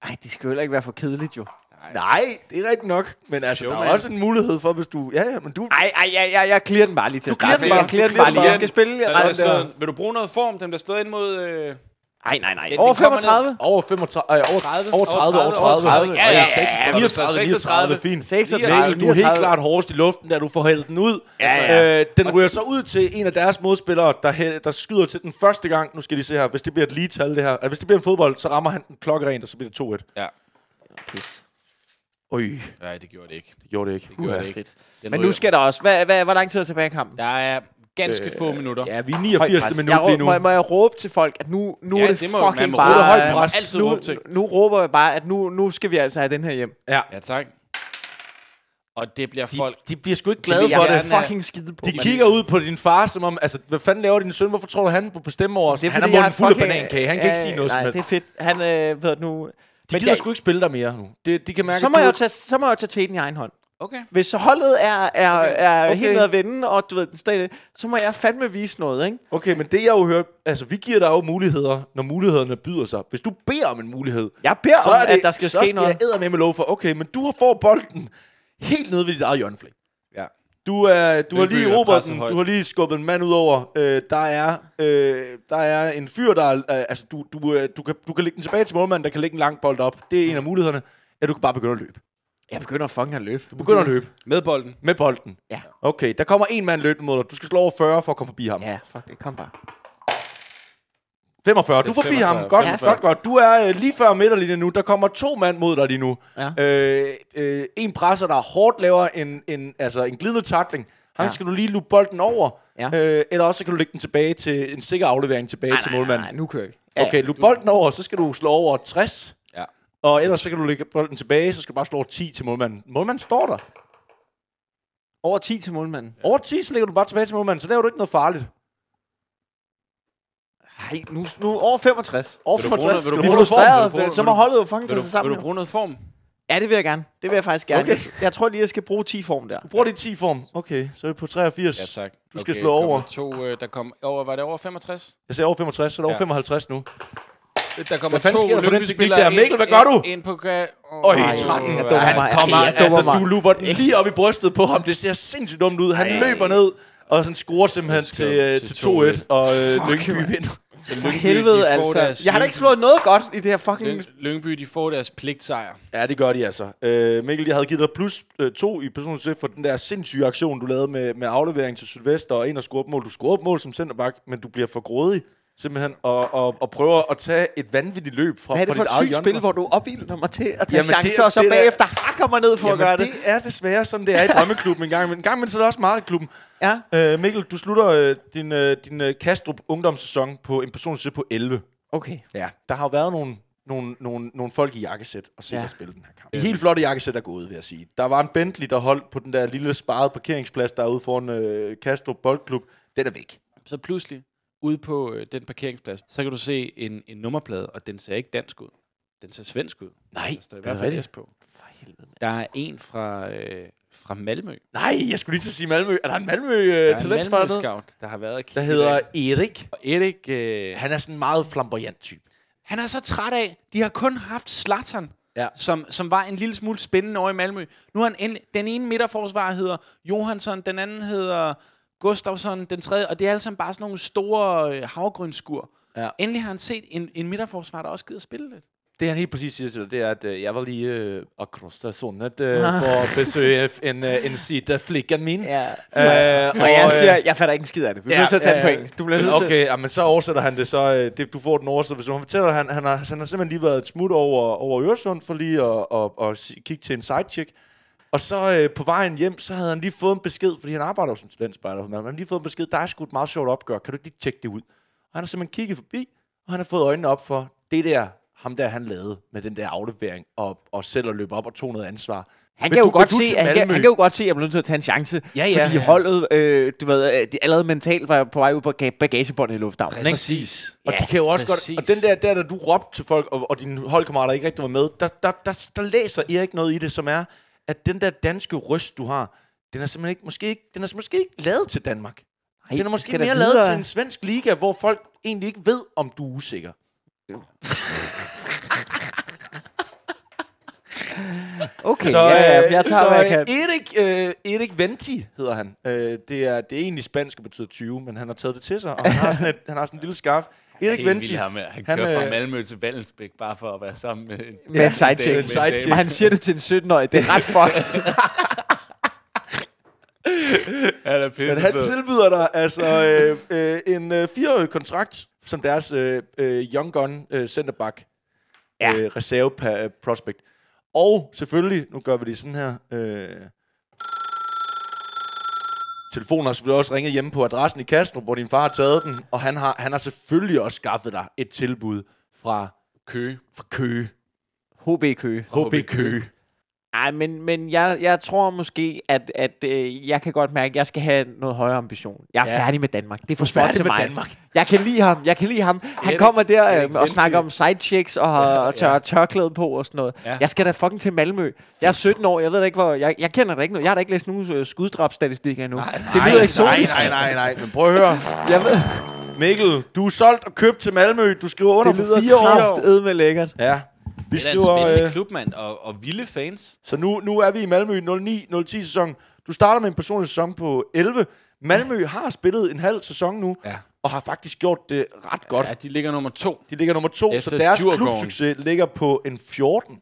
C: ej, det skal jo heller ikke være for kedeligt, jo.
D: Nej, det er rigtigt nok. Men altså, der er også en mulighed for, hvis du... Ja, ja, men du...
C: Ej, ej, jeg, jeg, jeg clear den bare lige til at
D: clearer
C: starte
D: den
C: med.
D: bare.
C: Jeg clear
D: Du
C: den bare
D: clearer den
C: lige.
D: bare.
C: Jeg skal spille... Jeg,
B: Der er
C: altså,
B: slået, vil du bruge noget form? Dem der stod ind mod... Øh,
C: ej, nej, nej.
B: Den
C: Over
B: kommer
C: 35?
D: Over 35, øh, over 30, over 30, over 30,
B: Ja, ja, ja,
D: 36, 39, 39, fint.
C: 36,
D: Mikkel, du er helt
C: 39.
D: klart hårdest i luften, da du får hældt den ud.
C: Ja, ja.
D: Øh, den ryger så ud til en af deres modspillere, der, hæ- der skyder til den første gang. Nu skal de se her, hvis det bliver et lige tal, det her. Altså, hvis det bliver en fodbold, så rammer han den klokkerent, og så bliver det 2-1.
B: ja.
C: Pis.
D: Øj,
B: Nej, det gjorde det ikke.
D: det gjorde det ikke.
B: gjorde
D: Uha.
B: det ikke.
C: Fedt.
B: Den
C: Men
B: ryger.
C: nu skal der også... Hvad, hvad, hvor lang tid er tilbage i kampen?
B: Der er ganske øh, få minutter.
D: Ja, vi er
C: Højt
D: 89.
C: pres.
D: minut
C: jeg, rå-
D: lige nu.
C: Må, jeg- må jeg råbe til folk, at nu, nu
B: Ja,
C: er
B: det
C: det, det
B: må- man
C: fucking
B: må
C: bare...
B: råbe.
D: Det er højt pres.
B: Altid
C: nu,
B: råbe ting.
C: nu råber jeg bare, at nu, nu skal vi altså have den her hjem.
D: Ja.
B: Ja, tak. Og det bliver de, folk...
D: De bliver sgu ikke
C: Det
D: glade
C: vil
D: for
C: jeg
D: det.
B: gerne have.
C: fucking skide på.
D: De kigger ud på din far, som om, altså, hvad fanden laver din søn? Hvorfor tror du, han på bestemme over os?
C: Det er,
D: Han er
C: fordi, jeg
D: munden fuld af
C: fucking-
D: banankage. Han kan ikke sige noget som
C: Nej,
D: helst.
C: det er fedt. Han, øh, ved du nu...
D: De gider sgu ikke spille dig mere nu. Det, de kan mærke,
C: så
D: at
C: må,
D: du-
C: jeg jo tage, så må jeg jo tage teten i egen hånd.
B: Okay.
C: Hvis så holdet er, er, er
D: Okay.
C: okay. helt ved at vinde, og du ved, den stadig, så må jeg fandme vise noget, ikke?
D: Okay, men det jeg jo hører... Altså, vi giver dig jo muligheder, når mulighederne byder sig. Hvis du beder om en mulighed,
C: Jeg beder
D: så
C: om,
D: er det,
C: at der skal
D: så
C: ske
D: skal
C: noget.
D: jeg eddermame lov for, okay, men du har får bolden helt nede ved dit eget hjørneflæk.
B: Ja.
D: Du, er, du har
B: Lyngby
D: lige
B: er
D: Robert,
B: presset højt.
D: du har lige skubbet en mand ud over. Øh, der, er, øh, der er en fyr, der er, øh, altså, du, du, øh, du, kan, du kan lægge den tilbage til målmanden, der kan lægge en lang bold op. Det er en af mulighederne. Ja, du kan bare begynde at løbe.
C: Jeg begynder fucking at løbe.
D: Du begynder at løbe
B: Med bolden.
D: med bolden.
C: Ja.
D: Okay, der kommer en mand løbende mod dig. Du skal slå over 40 for at komme forbi ham.
C: Ja, fuck det. Kom bare.
D: 45.
B: Det
D: Du
B: er
D: får forbi
B: 45.
D: ham. Godt,
B: Ja.
D: godt, godt. Du er øh, lige før midterlinjen nu. Der kommer to mand mod dig lige nu.
C: Ja.
D: Øh, øh, en presser, der hårdt laver en, en, altså en glidende takling. Han
C: Ja.
D: skal du lige lupe bolden over.
C: Ja.
D: Øh, eller også så kan du lægge den tilbage til en sikker aflevering tilbage til målmanden.
C: Nej, nu kører vi.
D: Okay, lup bolden over, så skal du slå over 60.
B: Ja.
D: Og ellers så kan du lægge bolden tilbage, så skal du bare slå over 10 til målmanden. Målmanden står der.
C: Over 10 til målmanden.
D: Over 10, så lægger du bare tilbage til målmanden, så laver du ikke noget farligt.
C: Ej, nu, nu over 65.
D: Over
B: Vil du bruge
D: 65
B: noget?
D: skal
B: Vil
D: du
B: du
C: Vi er
D: bruge noget form.
B: Vil du
C: frustreret,
B: bruge-
C: for- så
B: vil
C: må
B: du-
C: holdet jo fucking
B: Vil
C: tage
B: du,
C: sig
B: vil
C: sammen.
B: du
C: jo.
B: bruge noget form?
C: Ja, det vil jeg gerne. Det vil jeg faktisk gerne.
D: Okay.
C: Jeg tror lige, jeg skal bruge 10 form der.
D: Bruger de 10 form. Okay, så er vi på 83.
B: Ja, tak.
D: Du skal
B: Okay,
D: slå
B: kommer
D: over.
B: To, øh, der kom over, var det over 65?
D: Jeg sagde over 65, så er det over 55 nu.
B: Der kommer
D: fanden
B: to
D: sker der for den
B: olympiske
D: teknik
B: spillere
D: der? Mikkel, hvad gør du?
B: Ind, ind på... Oh,
D: Øj,
C: Ej,
D: 13.
C: jeg
D: Han
C: dummer mig.
D: kommer,
C: Ej, jeg
D: altså,
C: dummer
D: du
C: mig.
D: luber den lige op i brystet på ham. Det ser sindssygt dumt ud. Han løber ned, og han scorer simpelthen
B: skal
D: til, øh,
B: til
D: til 2-1, og øh,
C: Fuck,
D: Lyngby
C: mand.
D: vinder.
C: For helvede altså. Jeg har da ikke slået noget godt i det her fucking...
B: Lyngby, de får deres pligtsejr.
D: Ja, det gør de altså. Øh, Mikkel, jeg havde givet dig plus 2 i personlig chef for den der sindssyge aktion, du lavede med, med aflevering til Sylvester og en og score mål. Du scorer op mål som centerback, men du bliver for grådig simpelthen, og, og, og prøver at tage et vanvittigt løb fra,
C: Hvad er det
D: fra
C: for
D: dit
C: et
D: eget
C: sygt
D: hjørne.
C: spil, hvor du opildner mig til at tage
D: Jamen, det er-
C: chancer, og så
D: det er da-
C: bagefter hakker mig ned for at gøre
D: Jamen,
C: det?
D: det er desværre sådan, det er i drømmeklubben en gang imellem. En gang imellem, så er det også meget i klubben.
C: Ja.
D: Øh, Mikkel, du slutter øh, din, øh, din øh, Kastrup ungdomssæson på en personlig side på 11.
C: Okay.
D: Ja. Der har jo været nogle, nogle, nogle, nogle folk i jakkesæt og se ja.
C: Ja.
D: at spille den her kamp. De helt flotte jakkesæt er gået, vil jeg sige. Der var en Bentley, der holdt på den der lille sparede parkeringsplads derude foran øh, Kastrup Boldklub. Den er væk.
B: Så pludselig, ude på øh, den parkeringsplads, så kan du se en, en nummerplade, og den ser ikke dansk ud. Den ser svensk ud. Altså,
D: Nej,
B: Der står i
D: er
B: hvert
D: det
B: fald
D: rigtigt?
B: S på. Der er en fra, øh, fra Malmø.
D: Nej, jeg skulle lige til at sige Malmø. Er der en Malmø øh,
B: Der er en
D: talent der,
B: Malmø-scout, der har været og
D: der
B: kigge
D: hedder
B: derinde.
D: Erik?
B: Og Erik, øh,
D: Han er sådan en meget flamboyant type.
B: han er så træt af, de har kun haft Zlatan,
D: Ja.
B: som, som var en lille smule spændende over i Malmø. Nu har han en, den ene midterforsvarer hedder Johansson, den anden hedder Gustafsson, den tredje, og det er alle sammen bare sådan nogle store øh, havgrønskur.
D: Ja.
B: Endelig har han set en, en midterforsvar, der også gider spille lidt.
D: det han helt præcis siger til dig, det er, at øh, jeg var lige øh, across the sundet øh, for at besøge en, øh, en side af flikken min.
C: Ja.
D: Øh,
C: Og jeg
D: øh,
C: siger, jeg fatter ikke en skid af det. Vi bliver
D: Ja,
C: nødt til at tage
D: ja,
C: den på
D: ja.
C: engelsk. Du bliver nødt til
D: Okay, ja, men så oversætter han det så. øh, Det, du får den oversættelse. Han fortæller, at han, han, har, han har simpelthen lige været et smut over, over Øresund for lige at, at, at, si- kigge til en sidechick. Og så øh, på vejen hjem, så havde han lige fået en besked, fordi han arbejder jo som talentspejder. men Han havde lige fået en besked, der er sgu et meget sjovt opgør. Kan du ikke lige tjekke det ud? Og han har simpelthen kigget forbi, og han har fået øjnene op for det der, ham der han lavede med den der aflevering og, og selv at løbe op og tog noget ansvar.
C: Han
D: Vil
C: kan, jo
D: du-
C: godt
D: vil du
C: se,
D: til
C: at han, kan,
D: Malmø?
C: han kan jo godt se, at jeg bliver nødt til at tage en chance.
D: Ja, ja,
C: fordi
D: ja.
C: holdet, øh, du ved, øh, de allerede mentalt var på vej ud på ga- bagagebåndet i lufthavnen. ikke?
D: Præcis. Og ja,
C: Ja,
D: de kan jo også præcis.
B: præcis.
D: godt... Og den der, der, der du råbte til folk, og, og dine holdkammerater ikke rigtig var med, der, der, der, der læser Erik noget i det, som er, at den der danske røst, du har, den er simpelthen ikke, måske ikke, den er måske ikke lavet til Danmark.
C: Ej,
D: den er måske
C: skal der
D: mere lavet
C: videre?
D: til en svensk liga, hvor folk egentlig ikke ved, om du er usikker.
C: Okay, så, ja, ja, jeg tager,
D: så,
C: hvad jeg kan.
D: øh, Erik, øh, Erik Venti hedder han. Øh, det, er, det er egentlig spansk og betyder 20, men han har taget det til sig, og han har sådan, et, han har sådan en lille skarf. Erik
B: Helt
D: Venti,
B: vildt ham her. Han,
D: Han,
B: han kører fra
D: øh,
B: Malmø til Vallensbæk, bare for at være sammen med en,
C: Med en sidechick.
B: dame-
C: En
D: sidechick.
B: dame.
C: Og han siger det til en 17-årig. Det er ret fucked.
B: Han er pisse
D: Men han tilbyder dig altså øh, øh, en øh, fireårig kontrakt som deres øh, øh, young gun øh, centerback ja.
C: Ja.
D: øh, reserve pa- prospect. Og selvfølgelig, nu gør vi det sådan her. Øh, telefonen har selvfølgelig også ringet hjemme på adressen i Kastrup, hvor din far har taget den, og han har, han har selvfølgelig også skaffet dig et tilbud fra,
B: Køge.
D: fra Køge.
C: HB Køge.
D: HB Køge.
C: Ej, men, men jeg, jeg tror måske, at, at øh, jeg kan godt mærke, at jeg skal have noget højere ambition. Jeg er
D: Ja.
C: ja. færdig med Danmark. Det er for
D: færdig
C: svært til
D: med
C: mig.
D: Danmark.
C: Jeg kan lide ham. Jeg kan lide ham. Han
B: Erik-
C: kommer der
B: Erik
C: øh, og
B: Ventil.
C: snakker om sidechicks og, ja, og tør, tørklæde på og sådan noget.
B: Ja.
C: Ja. Jeg skal da fucking til Malmø. Jeg er 17 år. Jeg ved da ikke, hvor... Jeg, jeg kender da ikke noget. Jeg har da ikke læst nogen øh, skuddrabstatistik endnu. Nej, det lyder eksotisk.
D: Nej, nej, nej, nej. Men prøv at høre.
C: Jeg ved,
D: Mikkel, du er solgt og købt til Malmø. Du skriver under
C: det
D: for
C: lyder
D: fire år.
C: kraftedme lækkert.
D: Ja. Vi
B: Det er da en spændende
D: skriver,
B: øh...
D: øh,
B: klub, mand, og, og vilde fans.
D: så nu, nu er vi i Malmø 09-10 sæson. Du starter med en personlig sæson på 11. Malmø har spillet en halv sæson nu,
B: Ja.
D: og har faktisk gjort det ret godt.
B: Ja, de ligger nummer to.
D: De ligger nummer to,
B: Efter
D: så deres
B: Djurgården.
D: klubsucces ligger på en 14.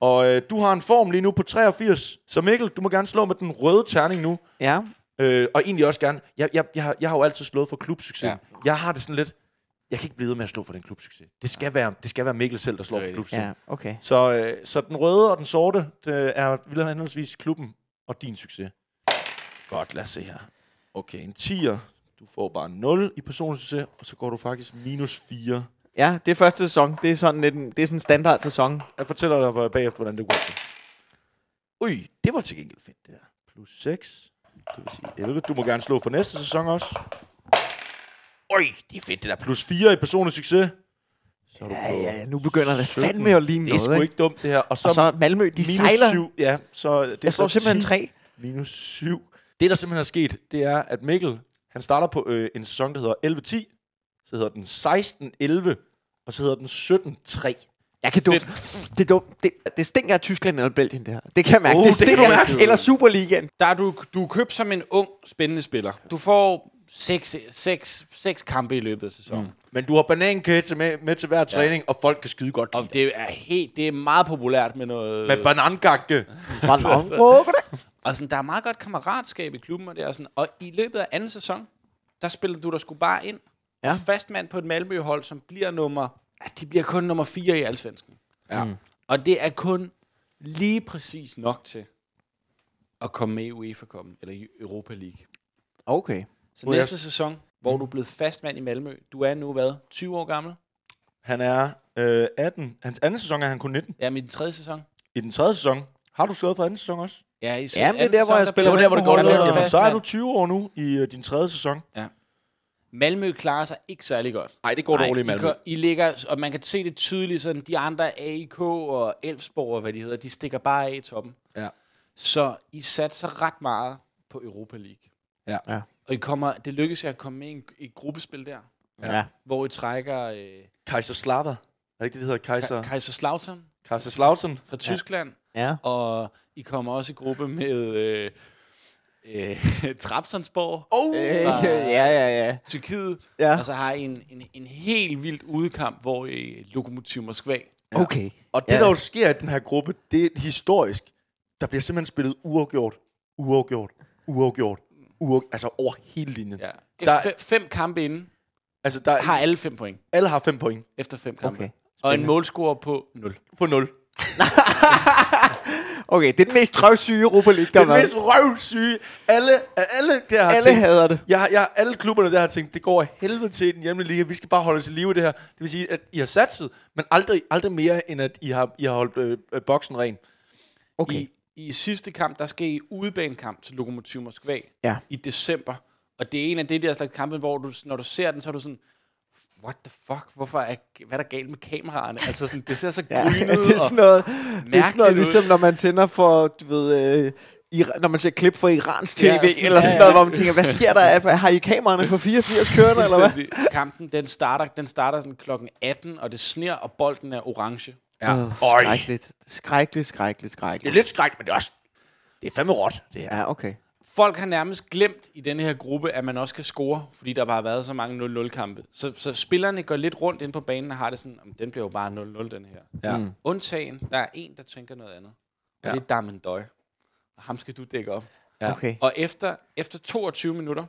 D: Og øh, du har en form lige nu på 83. Så Mikkel, du må gerne slå med den røde terning nu.
C: Ja.
D: Øh, og egentlig også gerne... Jeg, jeg, jeg, har, jeg har jo altid slået for klubsucces. Ja.
B: Ja.
D: Jeg har det sådan lidt... Jeg kan ikke blive ved med at slå for den klubsucces. Det skal være, det skal være Mikkel selv, der slår for
B: Rigtigt.
D: klubsucces.
C: Ja, okay.
D: Så, øh, så den røde og den sorte det er vil henholdsvis klubben og din succes. Godt, lad os se her. Okay, en 10'er. Du får bare 0 i personlig succes, og så går du faktisk minus 4.
C: Ja, det er første sæson. Det er sådan en, det er sådan en standard sæson.
D: Jeg fortæller dig hvor- bagefter, hvordan det går. Ui, det var til gengæld fedt, det der. Plus 6. Det vil sige 11. Du må gerne slå for næste sæson også. Ui, det er fedt, det der. Plus 4 i personlig succes. Så er du på.
C: Ja, nu begynder det
D: 17.
C: fandme at ligne
D: Det er
C: noget,
D: sgu
C: ikke?
D: ikke dumt, det her. Og så,
C: Og så Malmø, de
D: minus
C: sejler.
D: 7. Ja, så det er
C: Jeg slår
D: så
C: simpelthen
D: 10.
C: tre.
D: Minus 7. Det, der simpelthen er sket, det er, at Mikkel, han starter på øh, en sæson, der hedder 11-10, så hedder den 16-11, og så hedder den 17-3.
C: Jeg kan dufte. Det, er dumt. det, det stinker af Tyskland eller Belgien, det her. Det kan jeg mærke.
D: Uh,
C: det
D: det kan
C: stinker.
D: du mærke.
C: Eller Superligaen.
B: Der er du, du er købt som en ung, spændende spiller. Du får seks, seks, seks kampe i løbet af sæsonen. Mm.
D: Men du har banankage med, med til hver træning, og folk kan skide godt.
B: Og det er, helt, det er meget populært med noget...
D: med banangakke.
B: Og sådan, der er meget godt kammeratskab i klubben, og, det er sådan, og i løbet af anden sæson, der spiller du dig sgu bare ind. Ja.
C: Ja.
B: Og fast mand på et Malmø-hold, som bliver nummer... ah, De bliver kun nummer 4 i Allsvensken.
D: Ja.
B: Mm. Og det er kun lige præcis nok til at komme med i UEFA-koppen, eller i Europa League.
C: Okay.
B: Så
D: Må jeg-
B: næste sæson, hvor du er blevet fast mand i Malmø, du er nu hvad, 20 år gammel?
D: Han er øh, 18. Hans anden sæson er han kun 19.
B: Ja, min tredje sæson.
D: I den tredje sæson har du slået for anden sægon også.
B: Ja, i
C: Jamen, det er der, hvor jeg spiller
D: Det var der, hvor det går lidt.
C: Holdet
B: lidt.
C: er
D: Jamen,
B: Fast
D: så er
B: mand.
D: du 20 år nu i øh, din tredje sæson.
B: Malmø klarer sig ikke særlig godt.
D: Nej, det går dårligt i
B: I,
D: Malmø.
B: gør- I ligger, og man kan se det tydeligt, sådan de andre AIK og Elfsborg og hvad de hedder, de stikker bare af i toppen.
D: Ja.
B: Så I satser ret meget på Europa League.
D: Ja.
C: Ja.
B: Og I kommer, det lykkes jer at komme med i en- i et gruppespil der,
C: Ja.
B: hvor I trækker øh,
D: Kaiser Slater. Er det ikke det, det hedder? Kaiser,
B: Kaiserslautern
D: Kaiser Slautern.
B: fra Tyskland,
C: Ja.
B: og I kommer også i gruppe med øh, øh, Trabzonsborg,
D: Oh!
C: Øh, ja, ja, ja.
B: Tyrkiet,
C: Ja.
B: og så har I en, en, en helt vildt udekamp, hvor I Lokomotiv Moskva
C: Okay.
D: Og det, ja. der jo sker i den her gruppe, det er historisk. Der bliver simpelthen spillet uafgjort, uafgjort, uafgjort, uafgjort altså over hele linjen. Ja.
B: Ja.
D: Der-
B: Efter fe- fem kampe inden
D: Altså, der,
B: har alle fem point.
D: alle har fem point
B: Efter fem kampe.
C: Okay.
B: Okay. Og en målscore på 0.
D: på nul.
C: Okay, det er den mest røvsyge Europa League, der
D: Det
C: har
D: er
C: været.
D: mest røvsyge. Alle, alle der har
C: Alle
D: tænkt,
C: hader det.
D: Jeg, har- jeg, har- alle klubberne der har tænkt, det går af helvede til i den hjemlige liga. Vi skal bare holde os i live i det her. Det vil sige, at I har satset, men aldrig, aldrig mere, end at I har, I har holdt øh, øh, boksen ren.
C: Okay.
B: I, I sidste kamp, der skal I udebanekamp til Lokomotiv Moskva
C: Ja.
B: i december. Og det er en af det der slags kampe, hvor du, når du ser den, så er du sådan, what the fuck, hvorfor er, hvad er der galt med kameraerne? Altså sådan, det ser så
C: Ja,
B: grynet
C: det er
B: og-
C: sådan noget, det er sådan
B: mærkeligt
C: noget
B: ud.
C: ligesom, når man tænder for, du ved, øh, Ira- når man ser klip fra Irans tv,
B: Ja,
C: ja, eller sådan
B: ja,
C: noget,
B: ja.
C: hvor man tænker, hvad sker der? Er- Har I kameraerne fra 84 kørende, eller hvad?
B: Fuldstændig. Kampen, den starter, den starter sådan klokken 18, og det sner, og bolden er orange.
D: Ja.
C: Åh,
D: Øj.
C: skrækkeligt, skrækkeligt, skrækkeligt,
D: Det er
C: skrækkeligt.
D: lidt skrækt, men det er også... Det er fandme råt, det her.
C: Ja, okay.
B: Folk har nærmest glemt i den her gruppe, at man også kan score, fordi der bare har været så mange 0-0-kampe. Så, så spillerne går lidt rundt ind på banen og har det sådan, "Om, den bliver jo bare 0-0, den her.
D: Ja.
C: Mm.
B: Undtagen, der er en, der tænker noget andet. Og
D: Ja.
B: ja. det er Damien Døj. Og ham skal du dække op.
D: Ja.
C: Okay.
B: Og efter, efter 22 minutter,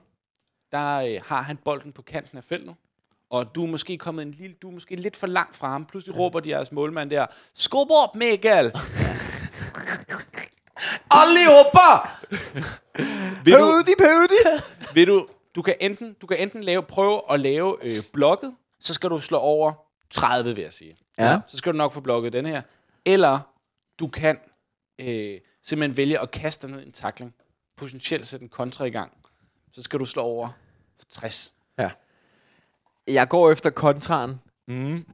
B: der øh, har han bolden på kanten af feltet. Og du er måske kommet en lille, du er måske lidt for langt fra ham. Pludselig råber de jeres målmand der, skub op, Mikkel!
D: Alle hopper!
B: Vil du,
C: Pøvdi, pøvdi!
B: vil du, du kan enten, du kan enten lave, prøve at lave øh, blokket, så skal du slå over 30, vil jeg sige.
C: Ja.
B: Så skal du nok få blokket den her. Eller du kan øh, simpelthen vælge at kaste dig ned i en takling. Potentielt sætte en kontra i gang. Så skal du slå over 60.
C: Jeg går efter kontraren,
D: Mm.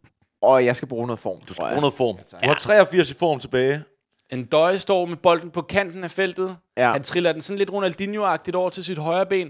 C: og jeg Altså, Øh. skal bruge noget form, du
D: Du har noget form. Du har
B: Ja.
D: 83 i form tilbage.
B: En døje står med bolden på kanten af feltet.
C: Ja.
B: Ja. Han triller den sådan lidt Ronaldinho-agtigt over til sit højre ben.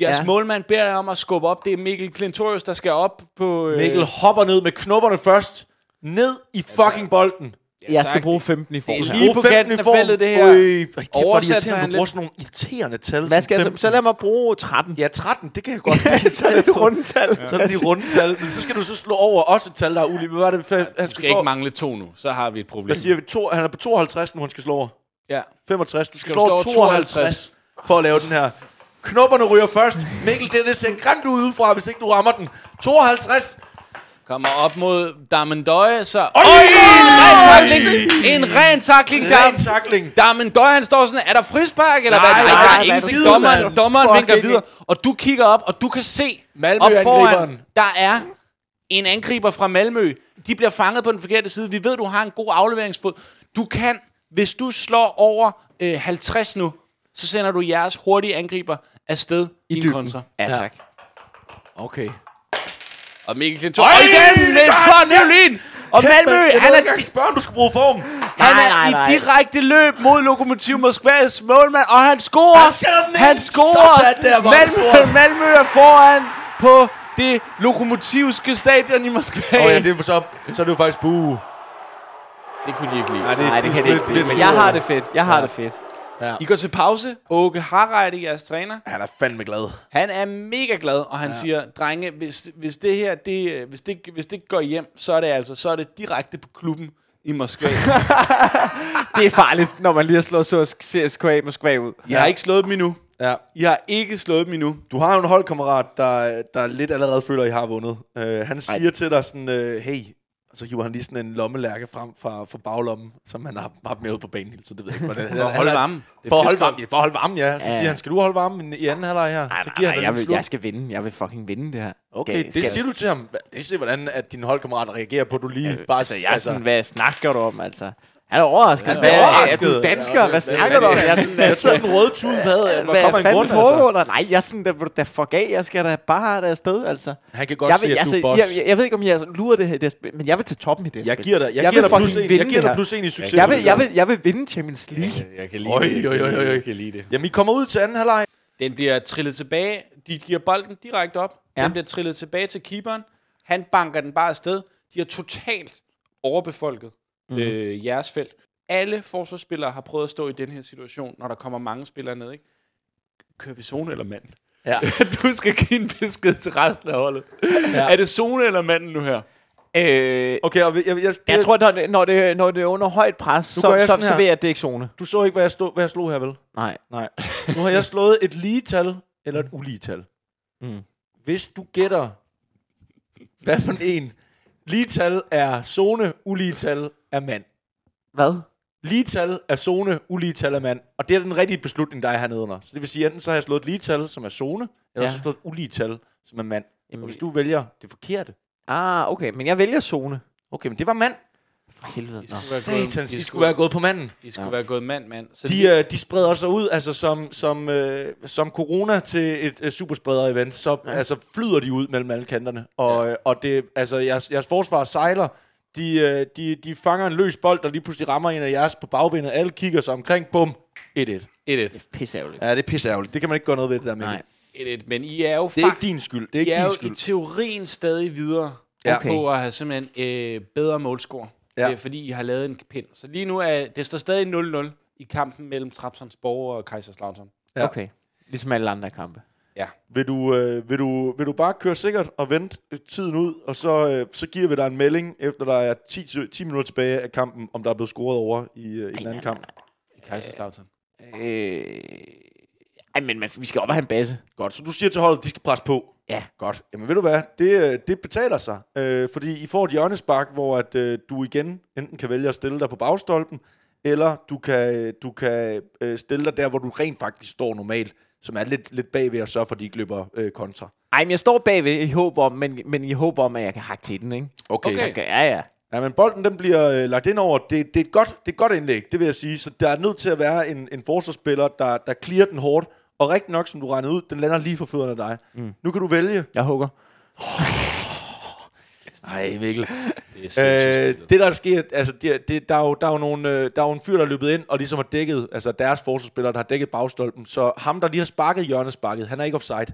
B: Jeres
C: Ja.
B: ja. målmand beder jer om at skubbe op. Det er Mikkel Klintorius, der skal op på... Øh,
D: Mikkel hopper ned med knopperne først. Ned i
C: Altså,
D: fucking bolden.
C: Jeg skal
B: tak.
C: bruge 15 i form.
B: Det er
C: her.
B: lige på kanten af feltet, det her. Oversat
D: Oversat
B: sig
D: sig
B: han
D: Du bruger
B: lidt.
D: sådan nogle irriterende tal.
C: Hvad
D: som
C: skal jeg så?
D: fem-
C: Så lad mig bruge 13.
D: Ja, 13, det kan jeg godt lide.
C: så er det et rundtal.
D: Så er det de runde tal. Men så skal du så slå over også et tal, der er ulige. Hvad var det? Fa- Han
B: Du
D: skal
B: skal
D: slå...
B: ikke mangle to nu, så har vi et problem.
D: Hvad siger vi? To, han er på 52 nu, han skal slå over.
B: Ja.
D: 65. Du skal,
B: Skal
D: slå
B: du slå
D: over
B: over
D: 52 for at lave den her. Knopperne ryger først. Mikkel, det, det ser grimt ud udefra, hvis ikke du rammer den. 52.
B: Kommer op mod Damendøje, så... Øj!
D: Øj!
B: En ren takling! En ren takling!
D: Ren
B: Der,
D: takling.
B: Damendøje, han står sådan, er der frispark, eller hvad?
D: Nej,
B: Nej, der
D: nej,
B: er
D: nej,
B: ingenting.
D: skide, mand.
B: Dommeren, dommeren
C: Fuck
B: vinker
C: ikke.
B: videre, og du kigger op, og du kan se...
D: Malmø
B: op foran,
D: angriberen.
B: der er en angriber fra Malmø. De bliver fanget på den forkerte side. Vi ved, du har en god afleveringsfod. Du kan, hvis du slår over øh, 50 nu, så sender du jeres hurtige angriber afsted i, en kontra.
C: Ja, tak.
D: Okay.
B: Og Mikkel Klintor. Og igen! Det er
D: Ej,
B: flot violin! Og Malmø,
D: jeg
B: han
D: ved
B: er,
D: ikke engang spørge, om du skal bruge form.
B: han er
C: Nej, nej, nej.
B: i direkte løb mod Lokomotiv Moskvas målmand, og han scorer!
D: Han sætter den ind!
B: han
D: Sådan
B: scorer!
D: der, hvor han scorer.
B: Malmø, Malmø er foran på det lokomotivske stadion i Moskva.
D: Åh oh, ja, det er så, så er det jo faktisk bue.
B: det kunne de ikke lide.
D: det,
C: Nej, det kan det
D: lidt-
C: ikke. blive,
D: lidt
C: Men jeg
D: sur.
C: har det fedt. Jeg har det fedt.
B: I går til pause. Åke Harreide, jeres træner,
D: Han er fandme glad.
B: han er mega glad, og han ja. siger, drenge, hvis, hvis det her, det, øh, hvis, det, hvis det går hjem, så er det altså, så er det direkte på klubben i Moskva.
C: Det er farligt, når man lige har slået så CSKA Moskva ud.
B: Jeg har ikke slået dem endnu.
D: Ja.
B: I har ikke slået dem endnu.
D: Du har jo en holdkammerat, der, der lidt allerede føler, I har vundet. Uh, han siger til dig sådan, uh, hey, og så hiver han lige sådan en lommelærke frem fra, fra baglommen, som han har haft med ud på banen hele tiden. Det ved jeg ikke, hvordan.
B: For at holde varmen.
D: Det er for at holde varmen, ja, for at holde varmen, ja. Så siger han, skal du holde varmen i i anden halvleg her? så giver han dig
C: jeg,
D: lidt
C: vil,
D: sluk.
C: jeg skal vinde. Jeg vil fucking vinde det her.
D: Okay, det siger du til ham. Det siger, hvordan at dine holdkammerater reagerer på, at du lige bare...
C: Altså, jeg er sådan, hvad snakker du om, altså? Han er overrasket. Han er, hvad,
D: overrasket.
C: er du dansker?
D: Ja,
C: hvad snakker du om? Jeg er sådan,
D: Jeg
C: altså,
D: tror, den røde tude havde, at der
C: hvad
D: kommer en
C: fanden
D: grund, altså.
C: foregår der? Nej, jeg er sådan, der, vil du da fuck af, jeg skal da bare have det afsted, altså.
D: Han kan godt
C: jeg
D: se, at du er boss.
C: jeg, jeg, jeg, ved ikke, om jeg lurer det her, i det her spil, men jeg vil til toppen i det her
D: Jeg
C: spil.
D: giver dig, jeg
C: Jeg
D: giver
C: vil
D: dig plus
C: fucking
D: en,
C: vinde
D: jeg giver
C: det
D: dig
C: her.
D: plus en i succes.
C: jeg vil, jeg, vil, jeg vil vinde Champions League.
B: Øh, Jeg kan
D: Oj, oj, oj, oj.
B: lide det.
D: Jamen, I kommer ud til anden halvleg.
B: Den bliver trillet tilbage. De giver bolden direkte op.
C: Ja.
B: Ja. Den bliver trillet tilbage til keeperen. Han banker den bare afsted. De har totalt overbefolket
D: Mhm.
B: mm. øh, jeres felt. Alle forsvarsspillere har prøvet at stå i den her situation, når der kommer mange spillere ned. Ikke? Kører vi zone eller mand?
D: Ja.
B: du skal give en besked til resten af holdet. Ja. Er det zone eller manden nu her?
C: Øh,
D: Okay, og jeg, jeg, jeg,
C: jeg tror, når det, når, det, når det er under højt pres, så,
D: gør jeg
C: så,
D: sådan
C: så
D: her.
C: vil jeg, at det ikke zone.
D: du så ikke, hvad jeg, stod, hvad jeg slog her, vel?
C: Nej.
D: Nej. Nu har jeg slået et lige tal eller et ulige tal.
C: Mm.
D: Hvis du gætter, hvad for en lige tal er zone, ulige tal er mand.
C: Hvad?
D: Lige tal er zone, ulige tal er mand. Og det er den rigtige beslutning, der er hernede under. Så det vil sige, enten så har jeg slået et lige tal, som er zone, eller
C: Ja.
D: ja. så har jeg slået et ulige tal, som er mand.
C: Jamen,
D: og hvis du vælger det forkerte,
C: Ah, okay. Men jeg vælger zone.
D: okay, men det var mand.
C: For helvede. Nå.
B: skulle være gået-
D: Satans,
B: I
D: de skulle
B: skulle-
D: være gået på manden.
B: I skulle være gået mand, mand. Så
D: De, øh, de spreder sig ud, altså som, som, øh, som corona til et øh, superspreder-event, så ja. altså, flyder de ud mellem alle kanterne. Og, ja. og det, altså, jeres, jeres forsvar sejler, de, øh, de, de fanger en løs bold, der lige pludselig rammer en af jeres på bagbenet. Alle kigger sig omkring, bum, 1-1. Ja, det
B: 1-1.
C: Pisseærgerligt.
D: er pisseærgerligt. Det kan man ikke gøre noget ved, det der med.
C: Nej.
B: 1-1. Men I er jo
D: Det er
B: fakt-
D: ikke din skyld. Det er ikke
B: I er
D: din
B: jo i
D: skyld.
B: teorien stadig videre
D: Ja.
B: okay. på at have simpelthen øh, bedre målscore.
D: Ja.
B: Ja. Det er fordi, I har lavet en pind. Så lige nu er det står stadig 0-0 i kampen mellem Trabzonsborg og Kaiserslautern.
D: Ja.
C: Okay. Ligesom alle andre kampe.
D: Vil du, øh, vil, du, vil du bare køre sikkert og vente øh, tiden ud, og så, øh, så giver vi dig en melding, efter der er 10, til- 10 minutter tilbage af kampen, om der er blevet scoret over i, øh, i den anden kamp?
B: I Kaiserslautern.
C: Øh, ej, men man, skal- vi skal op og have en base.
D: Godt, så du siger til holdet, at de skal presse på.
C: Ja.
D: Godt. Jamen ved du hvad, det, øh, det betaler sig, øh, fordi I får et hjørnespark, hvor at, øh, du igen enten kan vælge at stille dig på bagstolpen, eller du kan, øh, du kan øh, stille dig der, hvor du rent faktisk står normalt, som er lidt, lidt bagved og sørge for, at de ikke løber øh, kontra.
C: Ej, men jeg står bagved i håb om, men, men i håb om, at jeg kan hakke til den, ikke?
B: Okay.
C: Okay, ja, ja.
D: Ja, men bolden den bliver øh, lagt ind over. Det, det, er et godt, det er et godt indlæg, det vil jeg sige. Så der er nødt til at være en, en forsvarsspiller, der, der clear den hårdt. Og rigtig nok, som du regnede ud, den lander lige for fødderne af dig. Mm. Nu kan du vælge.
C: Jeg hugger.
D: Nej, Mikkel.
B: Det er
D: Øh,
B: sindssygt. Øh,
D: det der sker, altså det, det, der, er jo, der er jo nogle, øh, der er jo en fyr, der er løbet ind og ligesom har dækket, altså deres forsvarsspiller, der har dækket bagstolpen, så ham, der lige har sparket hjørnesparket, han er ikke offside. Du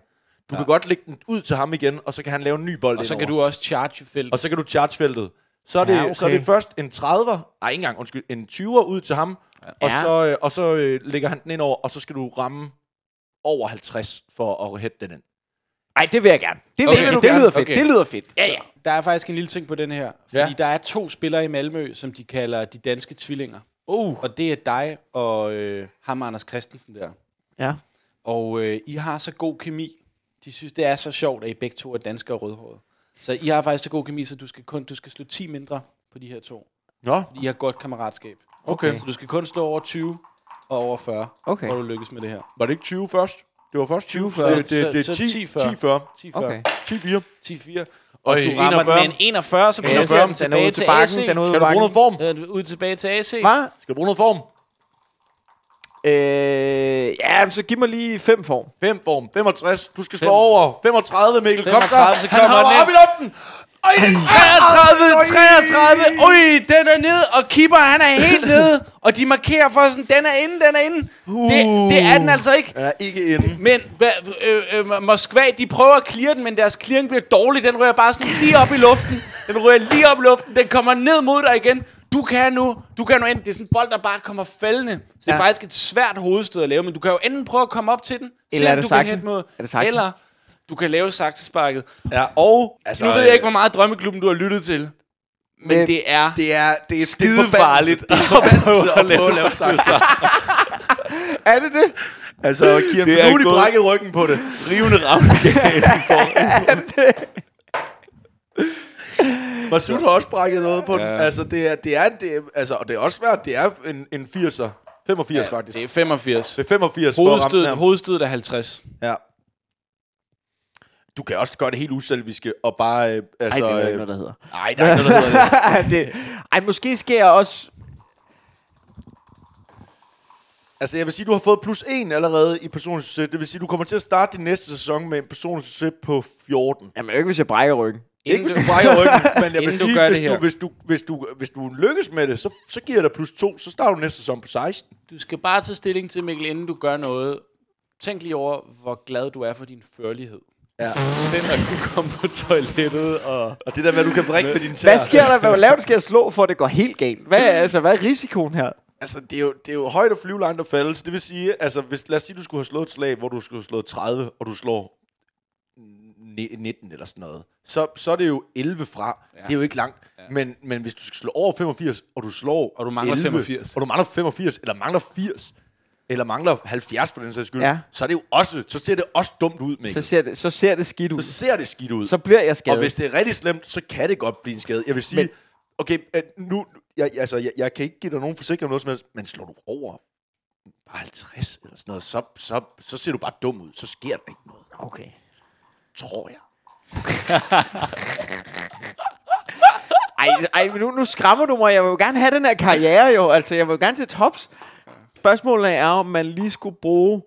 D: ja. kan godt lægge den ud til ham igen, og så kan han lave en ny bold
B: og så
D: indover.
B: kan du også charge feltet.
D: og så kan du charge feltet. Så er, det,
C: Ja,
D: ja, okay. så er
C: okay.
D: det først en 30'er, nej ikke engang, undskyld, en 20'er ud til ham, ja. og
C: Ja.
D: så, øh, og så øh, lægger han den ind over, og så skal du ramme over 50 for at hætte den ind.
C: Ej, det vil jeg gerne. Det, vil
B: Okay.
C: jeg,
B: Det vil
C: det,
B: du gerne.
C: lyder fedt.
B: Okay.
C: Det lyder fedt. Ja, ja.
B: Der er faktisk en lille ting på den her. Fordi
D: Ja.
B: ja. der er to spillere i Malmø, som de kalder de danske tvillinger. Uh. Og det er dig og øh, ham Anders Christensen der.
C: Ja.
B: Og øh, I har så god kemi. De synes, det er så sjovt, at I begge to er danskere og rødhårede. Så I har faktisk så god kemi, så du skal, kun, du skal slå 10 mindre på de her to.
D: Nå,
B: I har godt kammeratskab.
D: okay.
B: Så du skal kun stå over 20 og over 40,
C: Okay.
B: for at du lykkes med det her.
D: Var det ikke 20 først? Det var først 20, 20
B: fyrre.
D: Det, det, det,
B: Så- så
D: er 10, 10,
B: 10
D: 10 fyrre.
B: 10 40.
C: Okay.
D: 10 4.
B: 10 4. Og
D: Øj,
B: du rammer
D: 41.
B: 41. den med en 41, så kan du
C: 41,
B: den
C: den er
B: tilbage
C: ude til
B: til
C: bakken,
B: AC.
C: den er ude
D: Skal du bruge noget form?
B: Øh, Ud tilbage til AC.
C: Hvad?
D: Skal du bruge noget form?
C: Øh, ja, så giv mig lige fem form.
D: 5 form. 65. Du skal slå over. 35, Mikkel. 35, kom så.
B: 35, så
D: Han
B: kommer
D: hopper
B: den ind.
D: op i luften. Øj, det er
B: 33, 33. Ui, den er nede, og keeper, han er helt nede. Og de markerer for sådan, den er inde, den er inde. Det, det er den altså ikke.
D: Ja, ikke inde.
B: Men hva- øh, øh, Moskva, de prøver at clear den, men deres clearing bliver dårlig. Den rører bare sådan lige op i luften. Den rører lige op i luften. Den kommer ned mod dig igen. Du kan nu, du kan nu enten, det er sådan en bold, der bare kommer faldende. Så det er
C: Ja.
B: faktisk et svært hovedstød at lave, men du kan jo enten prøve at komme op til den,
C: Eller er det
B: du kan
C: saksen?
B: hætte mod,
C: Er det saksen?
B: eller du kan lave saksesparket.
D: Ja, og... Altså,
B: Altså, nu ved jeg ikke, hvor meget drømmeklubben du har lyttet til, men,
C: Men
B: men det er
D: Det er, det er
B: Skide farligt
D: Det er forbandelse
B: at
D: at prøve at lave
B: lave
D: sakser.
C: Er det det?
D: Altså, Kian,
B: Det
D: det
B: er
D: nu er de
B: gået-
D: brækket ryggen på det.
B: rivende ramme.
D: Masud har også brækket noget på ja. den.
B: Ja.
D: Altså, det er, det er, det er, altså, og det er også svært. Det er en, en 80'er. 85 ja, faktisk.
B: Det er 85.
D: Det er 85 for at ramme den
B: Hovedstød,
D: her.
B: hovedstødet er 50.
D: Ja. Du kan også gøre det helt uselviske og bare... Øh,
C: Ej,
D: altså,
C: det er jo
D: øh,
C: ikke noget, der hedder.
D: Nej, der er ikke noget, der hedder det.
C: det, ej, måske skal jeg også...
D: Altså, jeg vil sige, du har fået plus 1 allerede i personlig succes. Det vil sige, du kommer til at starte din næste sæson med en personlig succes på 14.
C: Jamen, ikke hvis jeg brækker ryggen.
D: Ikke hvis du brækker ryggen, men jeg
B: Inden
D: vil
B: du
D: sige,
B: gør
D: hvis
B: det
D: du,
B: her.
D: hvis, du, hvis, du, hvis du lykkes med det, så, så giver jeg dig plus 2, så starter du næste sæson på 16.
B: Du skal bare tage stilling til, Mikkel, inden du gør noget. Tænk lige over, hvor glad du er for din førlighed.
D: Ja.
B: Selv at du kom på toilettet og...
D: Og det der med, at du kan drikke med dine tæer.
C: Hvad sker der? Hvad lavt skal jeg slå, for at det går helt galt? Hvad, altså, hvad er risikoen her?
D: Altså, det er jo, det er jo højt og flyveline, der faldes. Det vil sige, altså, hvis, lad os sige, du skulle have slået et slag, hvor du skulle have slået 30, og du slår mm, ni- 19 eller sådan noget, så, så er det jo 11 fra. Ja. Det er jo ikke langt. Ja. Men, men hvis du skal slå over 85, og du slår
B: Og du mangler 85.
D: og du mangler 85, eller mangler 80, eller mangler 70 for den sags skyld,
C: Ja.
D: ja. så, er det jo også, så ser det også dumt ud, Mikkel.
C: Så ser, det, så ser det skidt ud.
D: så ser det skidt ud.
C: Så bliver jeg skadet.
D: Og hvis det er rigtig slemt, så kan det godt blive en skade. Jeg vil sige,
C: Men-
D: men, okay, øh, nu, jeg, altså, jeg, jeg kan ikke give dig nogen forsikring om noget som helst, men slår du over bare 50 eller sådan noget, så, så, så ser du bare dum ud. Så sker der ikke noget,
C: Okay.
D: tror jeg.
C: Ej, ej men nu, nu skræmmer du mig. Jeg vil jo gerne have den her karriere, jo. Altså, jeg vil jo gerne til tops. Spørgsmålet er, om man lige skulle bruge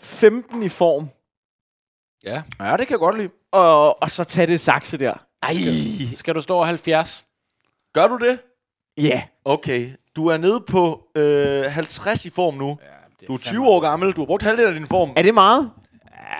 C: 15 i form,
B: Ja.
D: Ja, det kan jeg godt lide.
C: og, og så tage det sakse der.
D: Ej,
B: Skal du stå over 70?
D: gør du det?
C: Ja. Yeah.
D: Okay, du er nede på øh, 50 i form nu. Ja, du er 20 år gammel, du har brugt halvdelen af din form.
C: Er det meget?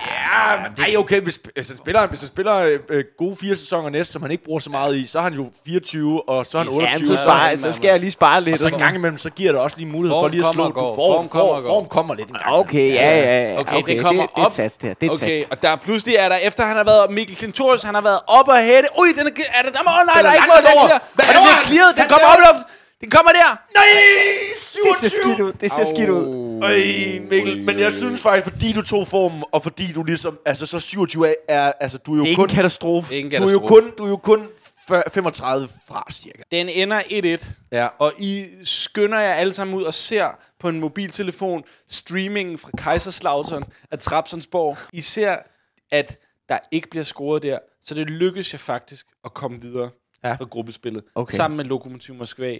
D: Ja, men, ej, okay, hvis, hvis han spiller, hvis han spiller øh, øh, gode fire sæsoner næste, som han ikke bruger så meget i, så er han jo 24, og så er han
B: Ja, men
D: 28.
C: Ja, men så,
D: og-
C: sparer, så skal jeg lige spare lidt.
D: Og så en gang imellem, så giver det også lige mulighed for
B: Form
D: lige
B: kommer
D: at slå
B: og går,
D: den. Form,
B: form kommer
D: form,
B: og går.
D: form kommer lidt en gang.
C: Ah, Okay, ja, ja, ja.
B: Okay, det kommer
C: det, det er
B: op.
C: et sats, det her. Det er et
B: Okay,
C: sats.
B: og der pludselig er der, efter han har været Mikkel Klintorius, han har været op og hætte. Ui, den er, er der, der må, oh, nej,
D: Den er
B: der er ikke
D: langt
B: noget, der
D: over.
B: clear.
D: Hvad
B: Den
D: laver
B: bliver
D: han?
B: clearet, den
D: Han
B: kommer op i
D: laver-
B: luften. Den kommer der.
D: Nej,
C: Det ser skidt
D: 27!
C: ud. Det ser skidt ud.
D: Øj, Mikkel, men jeg synes faktisk, fordi du tog formen, og fordi du ligesom, altså så 27 er, er altså du er jo
C: Det er ikke
D: kun,
C: en katastrofe.
B: Ingen
D: du er jo kun, du er jo kun fyr- 35 fra cirka.
B: Den ender 1-1,
D: Ja.
B: og I skynder jer alle sammen ud og ser på en mobiltelefon streamingen fra Kaiserslautern af Trapsonsborg. I ser, at der ikke bliver scoret der, så det lykkes jer faktisk at komme videre ja. fra gruppespillet.
C: Okay.
B: Sammen med Lokomotiv Moskva.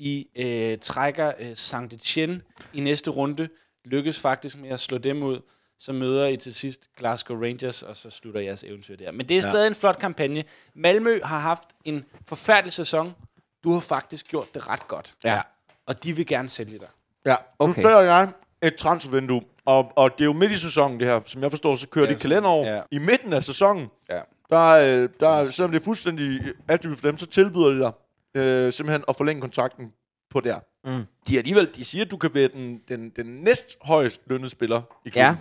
B: I øh, trækker øh, Sankt Etienne i næste runde, lykkes faktisk med at slå dem ud, så møder I til sidst Glasgow Rangers, og så slutter jeres eventyr der. Men det er stadig en flot kampagne. Malmø har haft en forfærdelig sæson. Du har faktisk gjort det ret godt.
C: Ja.
B: Og de vil gerne sælge dig.
D: Ja,
C: Okay.
D: okay. nu stiller jeg et transfervindue, og, og det er jo midt i sæsonen det her. Som jeg forstår, så kører ja, det
B: sådan-
D: kalenderår.
B: ja.
D: Ja. I midten af sæsonen,
B: Ja.
D: der, øh, der, selvom det er fuldstændig attraktivt for dem, så tilbyder de dig øh, simpelthen at forlænge kontrakten på der. Mm. De, er alligevel, de siger, at du kan være den, den, den næst højst lønnede spiller i klubben.
C: Ja.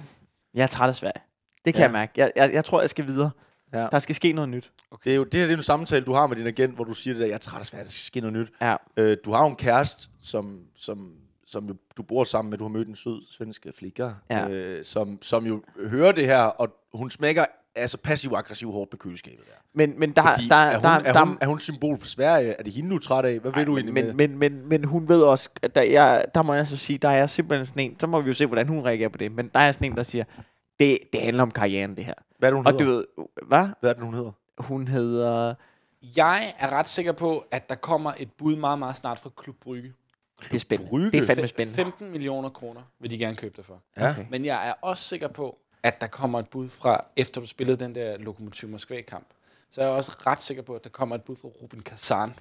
C: Jeg er træt af Sverige. Det kan ja. jeg mærke. Jeg, jeg, jeg tror, jeg skal videre. Ja. Der skal ske noget nyt.
D: Okay. Det er jo det her det er en samtale, du har med din agent, hvor du siger det der, jeg er træt af svært, der skal ske noget nyt.
C: Ja.
D: Øh, du har jo en kæreste, som, som, som jo- du bor sammen med, du har mødt en sød svenske flikker,
C: Ja.
D: øh, som, som jo hører det her, og hun smækker altså passiv-aggressiv hårdt på køleskabet. Der.
C: Men, men der,
D: Fordi
C: Ah, der,
D: er, hun,
C: der,
D: er,
C: der,
D: hun, er hun symbol for Sverige? Er det hende, du er træt af? Hvad vil du egentlig med?
C: men, men, men, men hun ved også, at der, jeg, der må jeg så sige, der er jeg simpelthen sådan en, så må vi jo se, hvordan hun reagerer på det, men der er sådan en, der siger, det, det handler om karrieren, det her.
D: Hvad er det, hun
C: Og
D: hedder?
C: du ved, hvad?
D: Hvad er det, hun hedder?
C: Hun hedder...
B: Jeg er ret sikker på, at der kommer et bud meget, meget snart fra Klub Brygge.
C: Det er spændende.
D: Brygge.
C: Det er fandme
B: Fe-
C: spændende.
B: 15 millioner kroner vil de gerne købe dig for.
D: Ja.
C: Okay.
B: Men jeg er også sikker på, at der kommer et bud fra, efter du spillede den der Lokomotiv Moskva-kamp, så er jeg også ret sikker på, at der kommer et bud fra Ruben Kazan. Det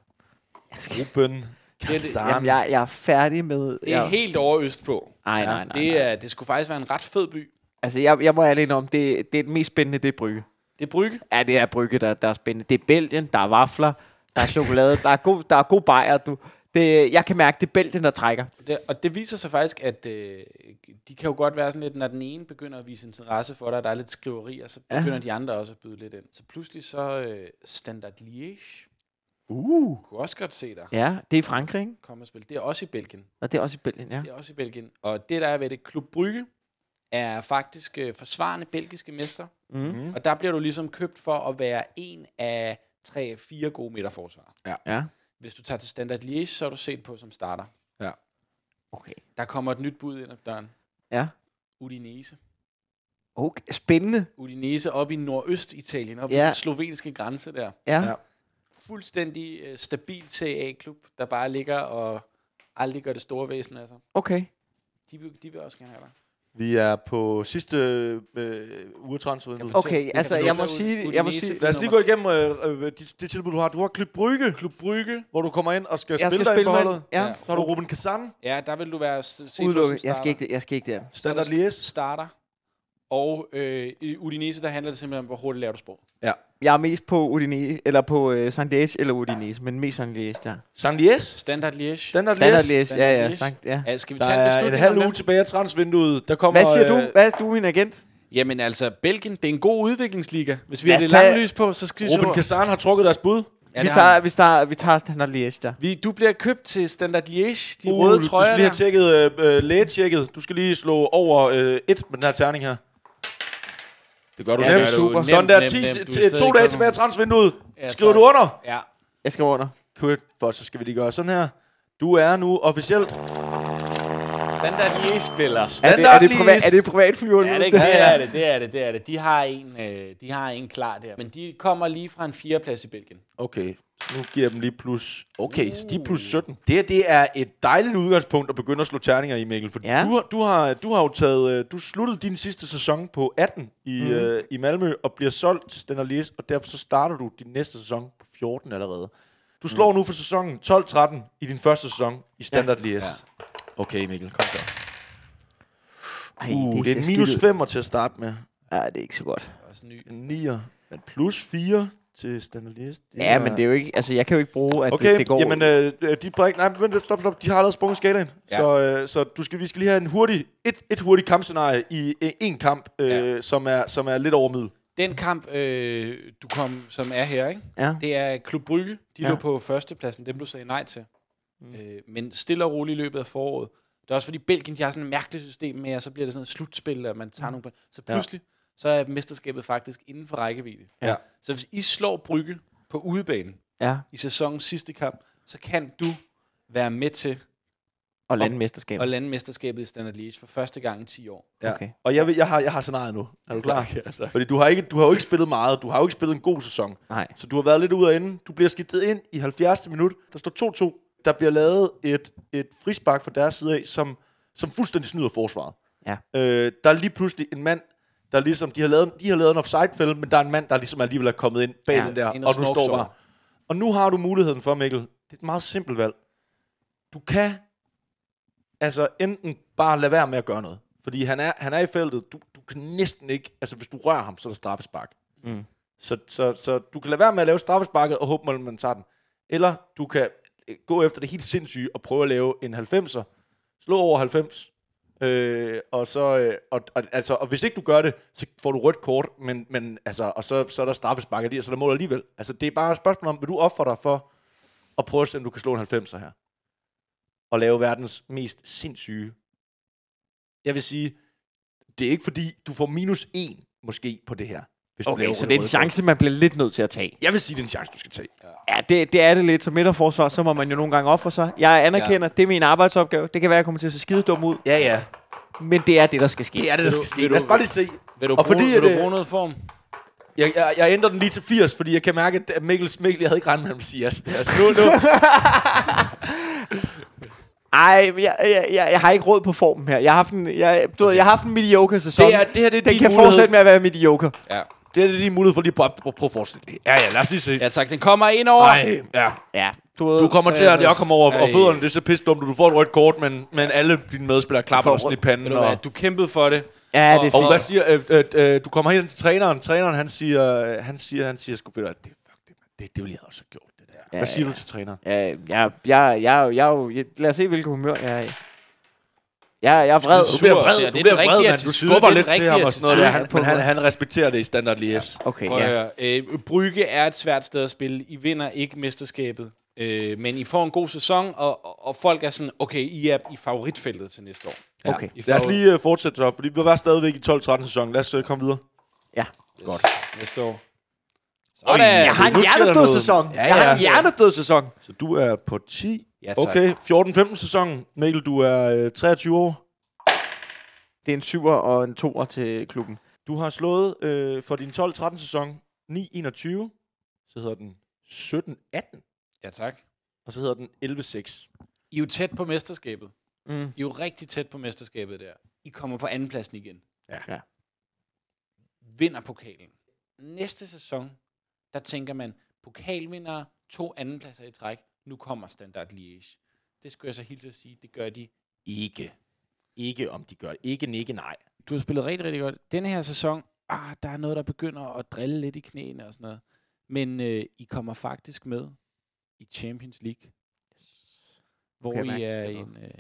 D: Ruben.
B: er, det,
D: Kazan.
C: Jamen, jeg, jeg er færdig med...
B: det er
C: jeg,
B: helt over øst på.
C: Ej, nej, nej,
B: det,
C: nej.
B: er, det skulle faktisk være en ret fed by.
C: Altså, jeg, jeg må ærligt indrømme, det, det er det mest spændende, det er Brygge.
B: Det er Brygge.
C: Ja, det er Brygge, der, der er spændende. Det er Belgien, der er vafler, der er chokolade, der er god, der er god bajer, du. Det, jeg kan mærke, det er Belgien, der trækker.
B: Det, og det viser sig faktisk, at øh, de kan jo godt være sådan lidt, når den ene begynder at vise interesse for dig, og der er lidt skriverier, så begynder ja. de andre også at byde lidt ind. Så pludselig så øh, Standard Liège
C: Uh.
B: kunne også godt se dig
C: Ja, det er i Frankrig, ikke?
B: komme og spille. Det er også i Belgien.
C: Og det er også i Belgien, ja.
B: Det er også i Belgien. Og det, der er ved det, Klub Brygge er faktisk øh, forsvarende belgiske mester. Mm. Og der bliver du ligesom købt for at være en af tre, fire gode midterforsvar.
C: Ja.
B: Hvis du tager til Standard Liège, så er du set på som starter.
C: Okay.
B: Der kommer et nyt bud ind ad døren.
C: Ja.
B: Udinese.
C: Okay, spændende.
B: Udinese op i nordøstitalien, op ja. ved
C: Ja.
B: den slovenske grænse der.
C: Ja.
D: Ja.
B: Fuldstændig øh, stabil CA-klub, der bare ligger og aldrig gør det store væsen af sig.
C: Okay.
B: De vil, de vil også gerne have dig.
D: Vi er på sidste øh, ugetransfer.
C: Okay, altså, jeg må sige- jeg må sige-
D: Lad os lige gå igennem øh, øh, det, det tilbud, du har. Du har Klub Brygge, Klub Brygge, hvor du kommer ind og skal
C: Jeg
D: spille
C: skal
D: dig
C: spille
D: ind på
C: med
D: holdet.
C: ja.
B: Ja.
D: Så har du Ruben Kazan,
B: Ja, der vil du være s- set på som
C: Udelukket. Jeg skal
B: starter.
C: ikke, jeg skal ikke der.
D: Standard Lies.
B: starter. Og øh, i Udinese, der handler det simpelthen om, hvor hurtigt lærer du sprog.
D: Ja.
C: Jeg er mest på Udinese, eller på uh, Sandiage eller Udinese, men mest Sandiage der.
D: San Lies.
B: Standard Liège.
D: Standard
C: Standard
D: Lies.
C: Lies, ja, ja,
B: Liège.
C: sankt, ja.
B: Ja, skal vi
D: Der
B: tage en
D: er en
B: beslutning
D: halv
B: om
D: uge
B: det?
D: tilbage af transvinduet. Der kommer,
C: Hvad siger du?
D: øh,
C: Hvad er du, min agent?
B: Jamen altså, Belgien, det er en god udviklingsliga. Hvis vi
C: Lad
B: har
C: os
B: det
C: tage-
B: lange lys på, så skal vi se,
D: Ruben
B: hvor-
D: Kazan har trukket deres bud.
B: Ja,
C: vi,
B: det har
C: tager,
B: han.
C: vi, tager, vi tager Standard Liège der.
B: vi, du bliver købt til Standard Liège, de
D: Uh,
B: røde
D: du
B: trøjer
D: skal lige
B: der.
D: have tjekket, øh, øh, lægetjekket. Du skal lige slå over øh, et med den her terning her. Det gør du
B: Ja,
D: nemt.
B: det gør du.
D: Super.
B: Nemt,
D: Sådan der,
B: nemt,
D: 10,
B: nemt. Du er
D: til- to
B: stadig
D: dage
B: kommet.
D: tilbage af transvinduet.
B: Ja,
D: Skriver
B: tak.
D: du under?
B: Ja.
C: Jeg skriver under.
D: Kørt, for så skal vi lige gøre sådan her. Du er nu officielt
B: Standard Liège spiller.
C: Er det, er det,
D: standardlist.
C: privat, er det privatflyveren?
B: Ja, det,
C: nu?
B: det er det, det er det, det er det. De har en, øh, de har en klar der. Men de kommer lige fra en fjerdeplads i Belgien.
D: Okay, så nu giver jeg dem lige plus... Okay, så de er plus 17. Det her, det er et dejligt udgangspunkt at begynde at slå terninger i, Mikkel. For
C: Ja.
D: ja. du, har- du, har, du har jo taget... øh, Du sluttede din sidste sæson på 18 i, mm. øh, i Malmø og bliver solgt til Standard Liège, og derfor så starter du din næste sæson på 14 allerede. Du slår mm. nu for sæsonen 12-13 i din første sæson i Standard ja. Liège. Ja. Okay, Mikkel, kom så.
C: Ej,
D: Uh, det er
C: ser
D: en
C: skidt
D: minus
C: ud.
D: 5 til at starte med.
C: Ja, det er ikke så godt.
B: Også ny.
D: En 9'er, men plus 4 til Standard Liège.
C: Ja, men det er jo ikke... Altså, jeg kan jo ikke bruge, at
D: Okay,
C: det, det går...
D: jamen øh, øh, de bræk, nej, vent, stop, stop, de har allerede sprunget skalaen. Ja.
B: Ja.
D: Så, øh, så du skal, vi skal lige have en hurtig, et, et hurtigt kampscenarie i øh, en kamp, øh, ja. som, er, som er lidt over middel.
B: Den kamp, øh, du kom, som er her, ikke?
C: Ja.
B: det er Klub Brygge. De
C: Ja.
B: ja. lå på førstepladsen, dem du sagde nej til. Mm. Øh, men stille og roligt i løbet af foråret. Det er også fordi Belgien, de har sådan et mærkeligt system med, og så bliver det sådan et slutspil, og man
D: Mm.
B: tager nogle point. Så pludselig, så er mesterskabet faktisk inden for rækkevidde.
C: Ja.
B: Så hvis I slår Brygge på udebane
C: ja,
B: i sæsonens sidste kamp, så kan du være med til
C: og lande mesterskab.
B: at lande mesterskabet i Standard Liège for første gang i 10 år.
D: Ja.
C: Okay.
D: Og jeg, ved, jeg, har, jeg har scenariet nu. Er du klar? Altså.
B: Tak, ja, tak.
D: Fordi du har, ikke, du har jo ikke spillet meget. Du har jo ikke spillet en god sæson.
C: Nej.
D: Så du har været lidt ude af enden. Du bliver skiftet ind i 70. minut. Der står 2-2. Der bliver lavet et, et frispark fra deres side af, som, som fuldstændig snyder forsvaret.
C: Ja.
D: Øh, der er lige pludselig en mand, der ligesom, de har lavet, de har lavet en offside-fælde, men der er en mand, der ligesom alligevel er kommet ind bag
C: Ja,
D: ja, den der, og
B: ind
D: nu
B: og snorksover.
D: står bare. Og nu har du muligheden for, Mikkel, det er et meget simpelt valg. Du kan altså enten bare lade være med at gøre noget, fordi han er, han er i feltet, du, du kan næsten ikke, altså hvis du rører ham, så er der straffespark.
C: Mm.
D: Så, så, så du kan lade være med at lave straffesparket og håbe, at man tager den. Eller du kan øh, gå efter det helt sindssyge og prøve at lave en 90'er, slå over 90, Øh, og så øh, og, og, altså, og hvis ikke du gør det, så får du rødt kort, men, men altså, og så, så er der straffespark lige, og så er der mål alligevel. Altså, det er bare et spørgsmål om, vil du ofre dig for at prøve at se, om du kan slå en 90'er her? Og lave verdens mest sindssyge. Jeg vil sige, det er ikke fordi, du får minus 1 måske på det her. Hvis du
C: Okay,
D: laver
C: så det er en
D: røde
C: chance, man bliver lidt nødt til at tage.
D: kort. Jeg vil sige, det er en chance, du skal tage. Ja.
C: Ja, det, det er det lidt. Som midterforsvar, så må man jo nogle gange ofre sig. Jeg anerkender, ja. det er min arbejdsopgave. Det kan være, jeg kommer til at se skide dum ud,
D: ja, ja.
C: men det er det, der skal ske.
D: Det er det, der
B: Vil
D: skal
B: du-
D: ske.
B: vil du-
D: Lad os bare lige se.
B: Vil du,
D: og
B: bruge,
D: fordi,
B: vil
D: at,
B: du
D: øh,
B: bruge noget form?
D: Jeg, jeg, jeg ændrer den lige til 80, fordi jeg kan mærke, at Mikkel, Mikkel jeg havde ikke regnet med, at han ville sige yes. Altså, nu, nu,
C: Ej, men jeg, jeg, jeg, jeg, har ikke råd på formen her. Jeg har haft en, jeg, du ved, jeg har haft en mediocre sæson.
D: Det er- det her, det er
C: Den
D: din
C: kan
D: mulighed.
C: fortsætte med at være mediocre.
B: Ja.
D: det her det er din mulighed for lige at prøve, prøve, prøve at forestille det. Ja, ja, lad os lige se.
B: ja, tak. Den kommer ind over.
D: Nej, ja.
C: Ja, du, ved,
D: Du kommer til, at jeg kommer over og
B: Ej.
D: fødderne, det er så pisse dumt, du får et rødt kort, men, men alle dine medspillere klapper
C: Får
D: dig sådan i
C: rødt.
D: panden.
B: Ved du, hvad,
D: Og,
B: du kæmpede for det.
C: Ja, det er
B: Og-
D: og
C: fint.
D: hvad siger, øh, øh, øh, du kommer hen til træneren, træneren han siger, han siger, han siger, sgu ved du hvad, det er fuck det, mand. det, det ville jeg også have gjort, det der. Ja, hvad siger ja. du til træneren?
C: Ja, jeg, jeg, jeg, jeg, jeg, jeg, lad os se, hvilken humør jeg er i. Jeg, jeg er vred.
D: Du bliver
B: sur.
D: vred,
B: Det er
D: du
B: den
D: bliver
B: rigtige
D: vred, mand. Du
B: attitude,
D: skubber
B: det er
D: lidt
B: den
D: til ham
B: rigtige
D: og sådan noget. der. Han,
C: attitude.
D: men han, han respekterer det i standard Lies.
C: Okay,
B: Prøv at
C: ja.
B: høre. Øh, Brygge er et svært sted at spille. I vinder ikke mesterskabet. Øh, men I får en god sæson, og, og, og folk er sådan, okay, I er i favoritfeltet til næste år.
C: Okay.
B: I
D: Lad os
B: får-
D: lige øh, fortsætte så, fordi vi var stadigvæk i 12-13 sæsonen. Lad os øh, komme videre.
C: ja.
B: Godt. Næste år.
D: Oj,
B: Sådan. Jeg
C: Jeg har en
D: nu sker der
C: hjernedød
D: noget.
C: sæson.
D: Ja,
C: Jeg har en
D: ja.
C: hjernedød sæson.
D: Så du er på 10.
B: Ja, tak.
D: okay, 14-15 sæsonen. Mikkel, du er øh, 23 år.
C: Det er en syver og en toer til klubben.
D: Du har slået øh, for din 12-13 sæson 9-21. Så hedder den 17-18.
B: Ja, tak.
D: Og så hedder den 11-6.
B: I er jo tæt på mesterskabet.
C: Mm.
B: Mm. I er jo rigtig tæt på mesterskabet der. I kommer på andenpladsen igen.
D: Ja.
C: Ja.
B: Vinder pokalen. Næste sæson, der tænker man, pokalvindere, to andenpladser i træk, nu kommer Standard Liège. Det skulle jeg så helt til at sige, det gør de.
D: Ikke. Ikke om de gør det. Ikke, ikke, nej.
B: Du har spillet rigtig, rigtig godt. Denne her sæson, ah, der er noget, der begynder at drille lidt i knæene og sådan noget. Men øh, I kommer faktisk med i Champions League. Hvor
C: Okay, jeg
B: I
C: mærker,
B: er
C: der sker
B: en... Øh,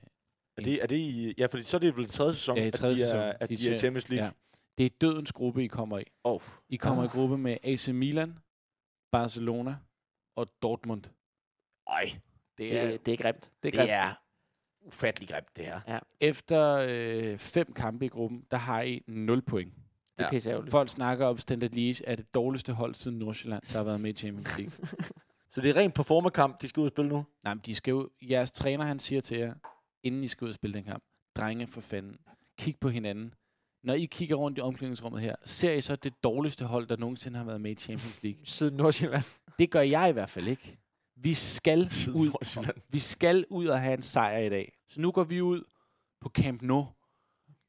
D: Er det, er det i, ja, fordi så er det vel i tredje sæson,
B: Ja, i tredje
D: at de
B: sæson.
D: er, at
B: De
D: de er i
B: tje-
D: Champions League.
B: ja. Det er dødens gruppe, I kommer i.
C: Oh.
B: I kommer
D: Ah.
B: i gruppe med AC Milan, Barcelona og Dortmund.
C: Øj,
B: Det
C: det,
B: er,
C: er, det er grimt.
B: det er grimt.
C: Det er ufattelig grimt, det her.
B: Efter øh, fem kampe i gruppen, der har I 0 point.
C: Det er
B: Ja.
C: ja. pisse ærgerligt.
B: Folk snakker om Standard Liège er det dårligste hold siden Nordsjælland, der har været med i Champions League.
D: Så det er rent performerkamp, de skal ud og spille nu.
B: Nej, men de skal jo, jeres træner han siger til jer, inden I skal ud og spille den kamp, drenge for fanden, kig på hinanden. Når I kigger rundt i omklædningsrummet her, ser I så det dårligste hold, der nogensinde har været med i Champions League?
C: Siden Nordsjælland.
B: Det gør jeg i hvert fald ikke. Vi skal ud, vi skal ud og have en sejr i dag. Så nu går vi ud på Camp Nou,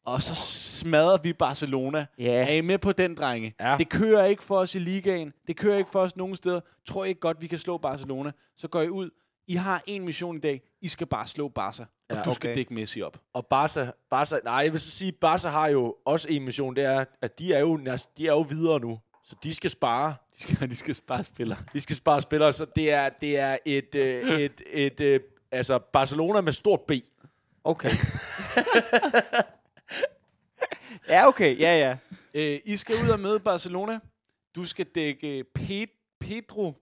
B: og så smadrer vi Barcelona.
C: Ja.
B: Er I med på den, drenge?
D: Ja.
B: Det kører ikke for os i ligaen. Det kører ikke for os nogen steder. Tror I ikke godt, vi kan slå Barcelona? Så går I ud. I har en mission i dag. I skal bare slå Barca. Og ja,
D: Ja,
B: du skal
D: okay.
B: dække Messi op.
D: Og Barca, Barca, nej, jeg vil så sige, Barca har jo også en mission, det er, at de er jo, næst- de er jo videre nu. Så de skal spare.
B: De skal, de skal bare spille.
D: De skal spare spillere, så det er, det er et, øh, et, et, øh, altså Barcelona med stort B.
C: Okay. ja, okay. Ja, ja.
B: Øh, I skal ud og møde Barcelona. Du skal dække øh, Pet- Pedro.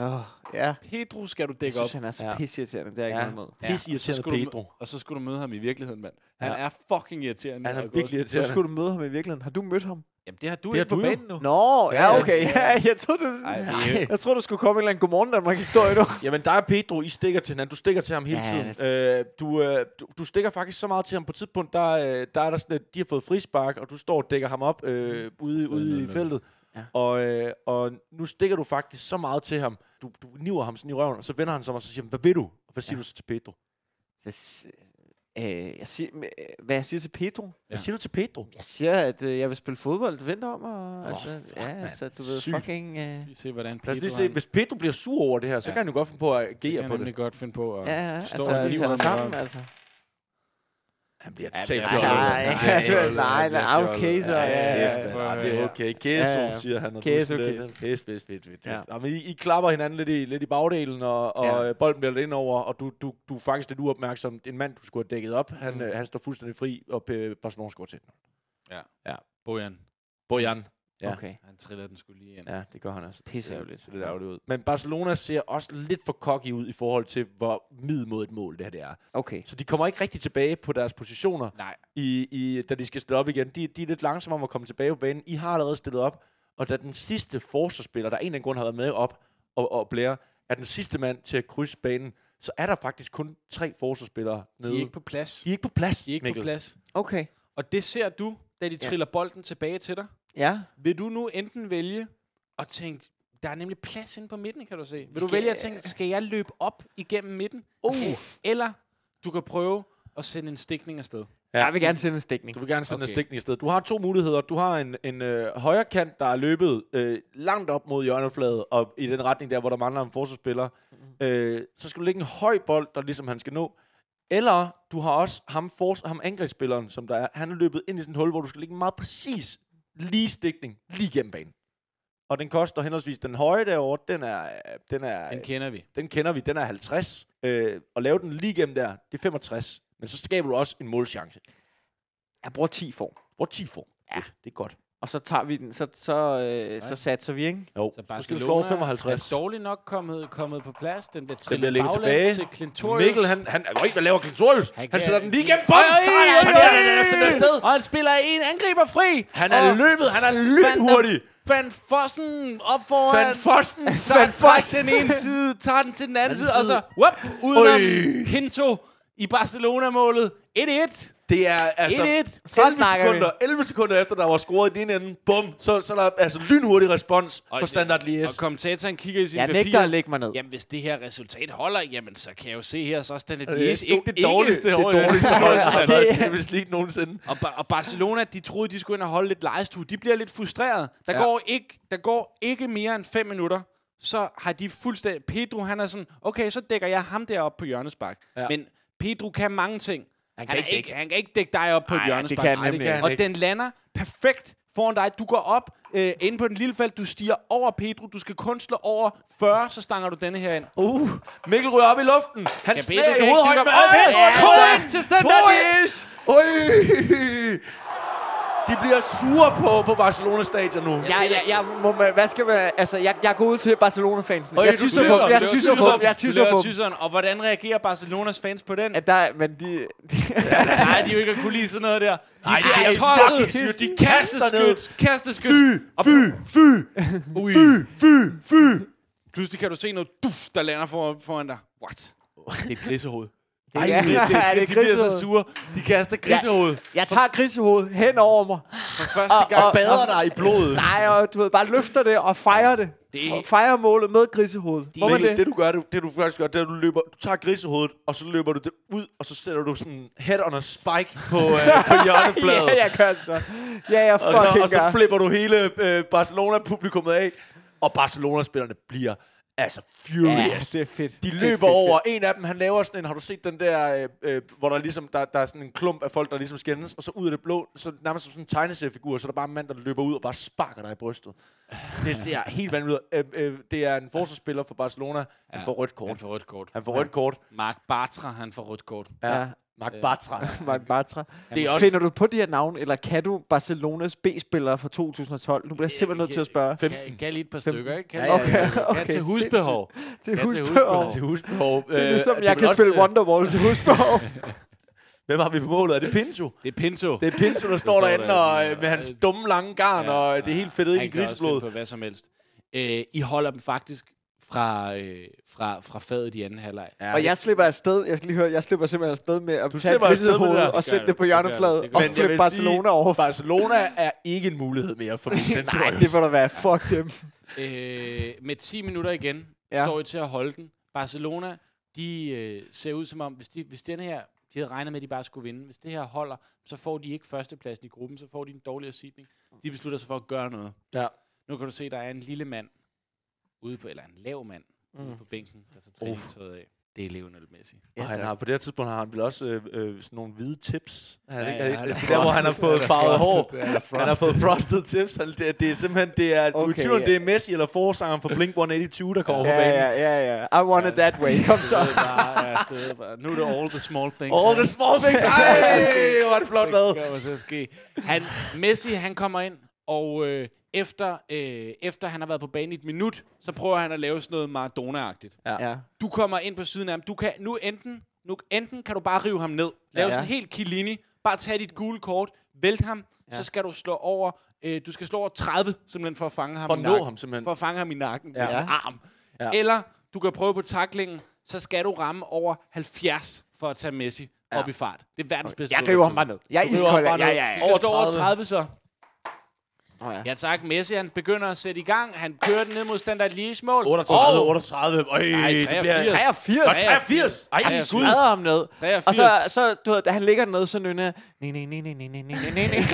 C: Oh, ja.
B: Pedro skal du dække
C: Jeg
B: op.
C: synes, han er så
B: Ja.
C: ja. pisseirriterende. Det er ikke
D: Ja.
C: ja. noget mod.
D: Pisse
B: og så
D: irriterende
B: skulle du mø-
D: Pedro.
B: Og så skulle du møde ham i virkeligheden, mand. Han
D: Ja.
B: er fucking irriterende.
D: Han er
B: og godt.
D: virkelig
C: Så
D: irriterende.
C: skulle du møde ham i virkeligheden. Har du mødt ham?
B: Jamen, det har du
D: Det
B: det
D: har
B: ikke på
D: du jo.
B: banen nu.
C: Nå,
D: Ja,
C: ja, okay. Ja, jeg troede, du
B: Ej,
C: sådan...
B: det er-
C: Jeg tror du skulle komme en eller anden Godmorgen Danmark-historie nu.
D: Jamen, der er Pedro, I stikker til hinanden. Du stikker til ham hele
C: Ja,
D: tiden. Øh, du, øh, du, du stikker faktisk så meget til ham på et tidspunkt, der, øh, der er der sådan, at de har fået frispark, og du står og dækker ham op øh, ude, ude i feltet. Ja.
C: Ja.
D: Og, øh, og nu stikker du faktisk så meget til ham. Du, du niver ham sådan i røven, og så vender han sig om, og så siger han, hvad vil du? Og hvad siger ja. du så til Pedro?
C: Så, s- øh, jeg siger, men, øh, hvad jeg siger til Pedro?
D: Hvad siger du til Pedro?
C: Jeg siger, at øh, jeg vil spille fodbold. Vent om, og... Oh, altså,
D: fuck,
C: ja,
D: mand.
C: altså, du ved,
D: Sygt.
C: fucking... Øh,
B: Vi se, hvordan
D: Lad os lige
B: Pedro
D: se,
B: han-
D: hvis Pedro bliver sur over det her,
B: Ja.
D: så ja. kan han jo godt finde på at
B: Det kan
D: agere
B: jeg
D: på det.
B: nemlig godt finde på at
C: ja, ja, altså,
B: stå og
C: vi
B: hive
C: tager
B: ham i
C: sammen,
B: røven.
C: altså.
D: Han bliver totalt
B: Ja, altså,
D: fjollet.
C: nej,
D: Ja,
C: nej,
D: fjollet.
C: nej, nej,
D: Han bliver
C: okay,
D: fjollet.
C: så, ja, ja,
D: kæft,
B: ja.
D: mand. Ej, Ah, Det er okay. Keso,
C: Ja, ja.
D: siger han. og du
C: Keso,
D: sådan lidt,
C: keso.
D: Pis, pis, pis, pis.
C: Ja.
D: Nå, Ah, men I, I klapper hinanden lidt i, lidt i bagdelen, og, og
C: Ja.
D: ja. bolden bliver lidt ind over, og du, du, du er faktisk lidt uopmærksom. En mand, du skulle have dækket op, han, mm. han står fuldstændig fri, og P- Barcelona scorer til.
B: Bojan,
D: Bojan. Ja.
C: Okay.
B: han triller den skulle lige ind.
D: Ja, det gør han også.
C: Pisse
D: Det er-
C: ærgerligt.
D: Det er lidt ærgerligt ud. Men Barcelona ser også lidt for cocky ud i forhold til, hvor midt mod et mål det her det er.
C: Okay.
D: Så de kommer ikke rigtig tilbage på deres positioner,
B: Nej.
D: I, i, da de skal stille op igen. De, de er lidt langsomme om at komme tilbage på banen. I har allerede stillet op, og da den sidste forsvarsspiller, der af en eller anden grund har været med op og, og blære, er den sidste mand til at krydse banen, så er der faktisk kun tre forsvarsspillere nede.
B: De er ikke på plads.
D: de er ikke på plads,
B: De er ikke
D: Mikkel.
B: på plads.
C: Okay.
B: Og det ser du, da de
C: Ja.
B: triller bolden tilbage til dig.
C: Ja.
B: Vil du nu enten vælge at tænke, der er nemlig plads inde på midten, kan du se. Vil du
C: Skal-
B: vælge at tænke, skal jeg løbe op igennem midten? Uh. Eller du kan prøve at sende en stikning afsted.
D: Ja.
C: Jeg vil gerne sende en stikning.
D: Du vil gerne sende okay.
B: Okay.
D: en stikning i stedet. Du har to muligheder. Du har en, en øh, højre kant, der er løbet øh, langt op mod hjørnefladet, og i den retning der, hvor der mangler en forsvarsspiller.
B: Mhm.
D: Øh, så skal du lægge en høj bold, der ligesom han skal nå. Eller du har også ham, fors- ham angrebsspilleren, som der er. Han er løbet ind i sådan et hul, hvor du skal lægge en meget præcis lige stikning lige gennem banen. Og den koster henholdsvis den høje derovre, den er, øh, den er
B: Den kender vi.
D: den kender vi, den er 50. Øh, og lave den lige gennem der, det er 65. Men så skaber du også en målchance.
C: Jeg bruger 10 form.
D: Hvor 10 får. Ja. Det er godt.
C: Og så tager vi den, så, så, øh, så satser vi, ikke?
D: Jo,
B: Så
D: så skal
B: Barcelona
D: du slå over 55.
B: er dårligt nok kommet, kommet på plads. Den bliver
D: Den bliver
B: trillet
D: lægget tilbage.
B: baglæns til Klintorius.
D: Mikkel, han, han, øj, hvad laver Klintorius? Han, han
B: kan-
D: sætter den lige igennem bolden.
B: Øj,
D: Så
B: øj,
D: er han-
B: øj,
D: han er sendt afsted.
B: Og han spiller en angriber fri.
D: Han er
B: og
D: løbet, han er lynhurtig.
B: Van Fossen op
D: Van
B: foran.
D: Fosten.
B: så han trækker den ene side, tager den til den anden side, og så whoop, udenom Hinto i Barcelona-målet. 1-1.
D: Det er altså
B: 1-1.
D: 11
C: snakker vi.
D: sekunder, 11 sekunder efter, der var scoret i den ene ende. Bum. Så, så er der altså lynhurtig respons for Standard
B: Og
D: Liège.
B: kommentatoren kigger i sin
C: Jeg
B: papir.
C: nægter at lægge mig ned.
B: Jamen, hvis det her resultat holder, jamen, så kan jeg jo se her, så er Standard
D: Øh, Det
B: Liège
D: er
B: ikke det
D: ikke
B: dårligste
D: det
B: hold.
D: dårligste hold, som har
C: Det-
D: været i Champions League nogensinde.
B: Og, Ba- og Barcelona, de troede, de skulle ind og holde lidt lejestue. De bliver lidt frustreret. Der,
D: Ja.
B: ja. går ikke, der går ikke mere end fem minutter, så har de fuldstændig... Pedro, han er sådan, okay, så dækker jeg ham deroppe på hjørnespark.
D: Ja.
B: Ja. Men Pedro kan mange ting. Han
D: kan
B: er
D: ikke dække.
B: han kan ikke dække dig op på et
C: Ej,
B: hjørnespark.
C: det kan han
B: Ej,
C: nemlig
D: ikke.
B: Og den lander perfekt foran dig. Du går op øh, inde på den lille felt. Du stiger over Pedro. Du skal kun slå over 40, så stanger du denne her ind.
D: Uh, Mikkel ryger op i luften. Han
B: Kan Pedro
D: smager
B: kan
D: i
B: ikke
D: hovedhøjden
B: dykke
D: med
B: op.
D: øjeblik.
B: Ja,
D: Og 2-1
B: til Standard Liège.
D: Øj! De bliver sure på, på Barcelona stadion nu.
C: Ja, ja, jeg, må man, hvad skal man, altså, jeg, jeg går ud til Barcelona-fansen. Jeg
B: Du
C: tisser på dem, jeg
B: du
C: tisser på dem, jeg
B: du
C: tisser
B: laver
C: på dem.
B: tisseren. Og hvordan reagerer Barcelonas fans på den?
C: At der, er- men de, de
B: Nej, de er jo ikke at kunne lide sådan noget der. De Ej,
D: det er fucking sygt. De kaster
B: kasteskyt, kasteskyt. Fy, fy, fy, fy, fy, fy. Pludselig kan du se noget duf, der lander for, foran dig. What? Det er et grisehoved. Ej,
C: ja,
B: det, det,
C: det er
B: det, de bliver så
C: grisehoved.
B: sure. De kaster grisehoved.
C: jeg tager grisehovedet hen over mig.
B: For første gang.
C: og bader
B: dig i blodet.
C: Nej, og du ved, bare løfter det og fejrer det.
B: Det-
C: Og Fejrer målet med grisehovedet. Må man
D: Men
C: det?
D: det? det, du gør, det, det du faktisk gør, det er, at du, løber, du tager grisehovedet, og så løber du det ud, og så sætter du sådan head on a spike på, øh, på hjørnefladet.
C: ja, jeg gør det så. Ja, jeg
D: og, så, og
C: fucking
D: så
C: gør.
D: flipper du hele øh, Barcelona-publikummet af, og Barcelona-spillerne bliver altså
C: Ja,
D: furious.
C: det er fedt.
D: De
C: Fedt,
D: løber
C: fedt, fedt.
D: over. En af dem, han laver sådan en, har du set den der, øh, øh, hvor der ligesom, der, der er sådan en klump af folk, der ligesom skændes, og så ud af det blå, så nærmest som sådan en tegneseriefigur, så er der bare en mand, der løber ud og bare sparker dig i brystet. Det ser helt vanvittigt ud. Øh, øh, det er en forsvarsspiller for Barcelona. Han får rødt
B: Han
D: kort.
B: får rødt kort.
D: Han får rødt kort.
B: Mark Bartra, han får rødt kort.
C: Ja.
D: Mark Bartra.
C: Mark Bartra.
D: Det er også-
C: Finder du på de her navne, eller kan du Barcelonas B-spillere fra 2012? Nu bliver jeg simpelthen nødt til at spørge.
B: Kan, kan lige et par stykker, ikke? Kan,
D: Ja, ja, ja.
B: Kan til husbehov.
C: Til
B: Ja, til
C: husbehov.
B: husbehov.
D: Til husbehov.
C: Det er ligesom,
D: Øh,
C: jeg
D: vil
C: kan
D: også,
C: spille
D: øh,
C: Wonderwall til husbehov.
D: Hvem har vi på målet? Er det Pinto?
B: Det er Pinto.
D: Det er Pinto, der står
B: står
D: derinde
B: der.
D: og, øh, med hans dumme lange garn,
B: Ja,
D: og det er helt fedtet ind i
B: Han kan også finde
D: griseblod.
B: på hvad som helst. Øh, I holder dem faktisk fra, øh, fra, fra fadet i anden halvleg. Ja.
C: Og jeg slipper afsted, jeg skal lige høre, jeg slipper simpelthen afsted med at tage
D: slipper afsted med det
C: grisehovedet
D: der.
C: og
B: Det gør du.
C: sætte det på
B: Det gør du.
C: hjørnefladet
B: Det gør
C: og
B: du. Men jeg
C: flippe
D: vil
C: Barcelona over.
D: Barcelona er ikke en mulighed mere for Vincenzo.
C: Nej, det vil da være. Fuck dem.
B: Øh, med 10 minutter igen
C: Ja.
B: ja. står I til at holde den. Barcelona, de øh, ser ud som om, hvis, de, hvis den her, de havde regnet med, at de bare skulle vinde. Hvis det her holder, så får de ikke førstepladsen i gruppen, så får de en dårligere sidning. De beslutter sig for at gøre noget.
D: Ja.
B: Nu kan du se, der er en lille mand ude på, eller en lav mand mm. ude på bænken, der tager træningstøjet af. Det er Lionel Messi.
D: Og han har, på det her tidspunkt har han vel også øh, øh, sådan nogle hvide tips. Han, ja,
B: Ja, ja,
D: ikke, ja,
B: han er
D: der, hvor han har fået farvet hår.
A: frosted, han er
D: Han har fået frosted tips. Han, det, det er simpelthen, det er, okay, du er i
C: Okay,
D: tvivl, om
C: ja.
D: det er Messi eller forsangeren for Blink-182, der kommer på
C: Ja,
D: banen.
C: ja, ja, ja. I want it that way. Kom så.
B: Det er bare, ja, det er bare, nu er det all the small things.
D: All the small things. Ej, hvor er det flot lavet.
B: Det kommer til at ske. Han, Messi, han kommer ind, og øh, efter, øh, efter han har været på banen i et minut, så prøver han at lave sådan noget Maradona-agtigt.
C: Ja.
B: Du kommer ind på siden af ham. Du kan nu enten, nu, enten kan du bare rive ham ned. Lave
C: ja.
B: sådan en helt Chiellini. Bare tage dit gule kort. Vælte ham. Så skal du slå over... Øh, du skal slå over 30, simpelthen, for at fange ham
D: For
B: i
D: at nå
B: nakken.
D: ham, simpelthen.
B: For at fange ham i nakken. Ja.
D: Ja.
B: Med en arm.
D: Ja.
B: Ja. Eller du kan prøve på taklingen. Så skal du ramme over 70 for at tage Messi ja. op i fart. Det er verdens bedste
C: Jeg
B: udgangspunkt.
C: river ham bare ned. Jeg er
D: Du river ham
C: iskold. Ja,
D: bare
C: ja,
D: ned.
C: ja.
B: Vi
D: Over
B: skal stå over
D: 30.
B: 30 så.
C: Nå ja.
B: Ja tak, Messi han begynder at sætte i gang. Han kører den ned mod standard lige mål.
D: 38, 38. Øj, det bliver...
B: 83.
C: 83.
D: 83! Ej,
C: Jeg
D: gud.
C: smadrer ham ned.
B: 83.
C: Og så, så du ved, da han ligger ned, så nynner jeg, nej, nej, nej, nej, nej, nej, nej, nej,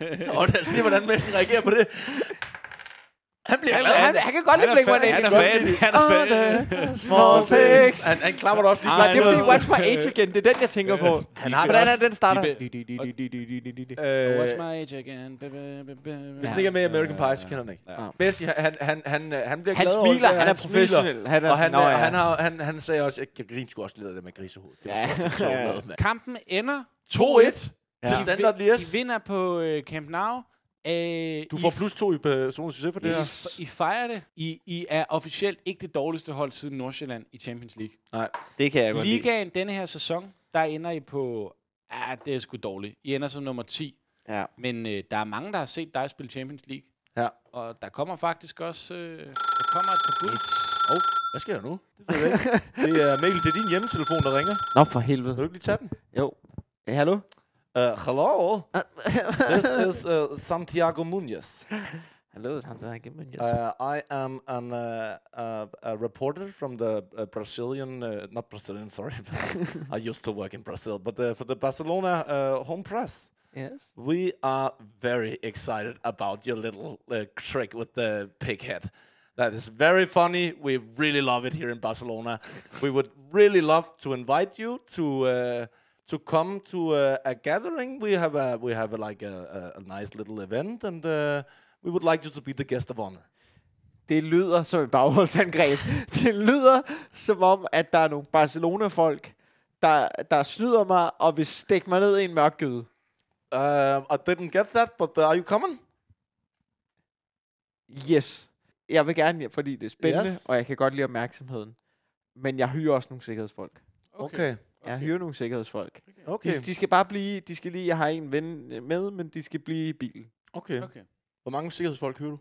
C: nej.
D: Og lad os se, hvordan Messi reagerer på det. Han bliver glad.
C: Han, han kan godt lide Blink-182.
B: Han er fattig. Han er fattig.
C: Small things.
D: Han, han klapper da også lige.
B: Ej,
C: Nej, det er
B: han
C: fordi
B: er-
C: Watch My Age Again, det er den, jeg tænker på. Han
D: har
C: Hvordan
D: det
C: er den starter?
B: de
D: Øh,
B: Watch my age again. Ba- ba- ba- ba-
D: Hvis
B: ba-
D: den ikke er med i American Pie, så kender den ikke. Ja. Messi, han, han, han, øh, han bliver
C: Han
D: glad over
C: smiler,
D: det, og
C: han er professionel.
D: smiler.
C: Han er
D: og han,
C: sådan,
D: øh,
C: "Nå ja."
D: han, har, han, han sagde også, at jeg griner sgu også lidt af det med grisehoved. Det var
C: Ja.
D: sgu også sjovt mand.
B: Kampen ender.
D: 2-1 til
C: Ja.
D: Standard
B: I
D: Liège.
B: vinder på øh, Camp Nou. Øh,
D: Du
B: I
D: får plus 2 i personlig succes for det her.
B: I, I fejrer det. I, I er officielt ikke det dårligste hold siden Nordsjælland i Champions League.
D: Nej.
C: Det kan jeg
B: Ligaen denne her sæson, der ender I på... Ah, det er sgu dårligt. I ender som nummer 10.
C: Ja.
B: Men øh, der er mange, der har set dig spille Champions League.
D: Ja.
B: Og der kommer faktisk også... Øh, der kommer et par bud. Yes.
D: Oh, hvad sker der nu? Det ved jeg ikke. Det er Mikkel, det er din hjemmetelefon, der ringer.
C: Nå, for
D: Vil du
C: helvede.
D: ikke lige tage den?
C: Jo. Ja, hallo?
D: Uh, hello. This is uh, Santiago Munoz.
C: Hallo, han der ikke men jeg.
D: Uh, I am an, uh, uh, a reporter from the uh, Brazilian, uh, not Brazilian, sorry. I used to work in Brazil, but uh, for the Barcelona uh, home press.
C: Yes.
D: We are very excited about your little uh, trick with the pig head. That is very funny. We really love it here in Barcelona. we would really love to invite you to uh, to come to uh, a, a gathering. We have a we have a, like a, a, a nice little event, and uh, we would like you to be the guest of honor.
C: Det lyder som et bagholdsangreb. Det lyder som om, at der er nogle Barcelona-folk, der, der snyder mig og vil stikke mig ned i en mørk gyde.
D: Uh, I didn't get that, but uh, are you coming?
C: Yes. Jeg vil gerne hjem, fordi det er spændende,
D: Yes.
C: yes. og jeg kan godt lide opmærksomheden. Men jeg hyrer også nogle sikkerhedsfolk.
D: Okay.
C: Jeg hyrer nogle sikkerhedsfolk.
D: Okay.
C: De, de, skal bare blive, de skal lige, jeg har en ven øh, med, men de skal blive i bilen.
D: okay. okay.
B: Okay.
D: Hvor mange sikkerhedsfolk hører du?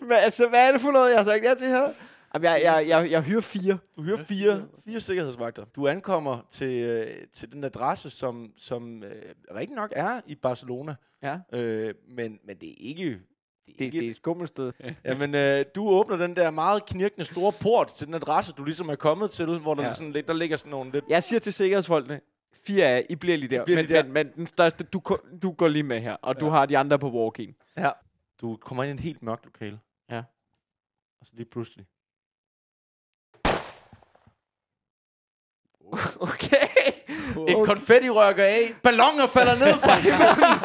C: Men altså, hvad er det for noget, jeg har sagt ja til her? Jamen, jeg, jeg, jeg, jeg hyrer fire.
D: Du hører fire, fire sikkerhedsvagter. Du ankommer til, øh, til den adresse, som, som øh, rigtig nok er i Barcelona.
C: Ja.
D: Øh, men, men det er ikke... Det,
C: Det, det er et skummelt sted.
D: Jamen, øh, du åbner den der meget knirkende store port til den adresse, du ligesom er kommet til, hvor der, ja.
C: Ja.
D: sådan, lidt- der ligger sådan nogle lidt...
C: Jeg siger til sikkerhedsfolkene, fire af jer, I bliver lige der.
D: bliver
C: men,
D: lige der.
C: Men, men den største, du, ko- du går lige med her, og ja. du har de andre på walking.
D: Ja. Du kommer ind i et helt mørkt lokale.
C: Ja.
D: Og så lige pludselig.
C: Okay.
D: En konfetti rykker af, ballonger falder ned fra himlen.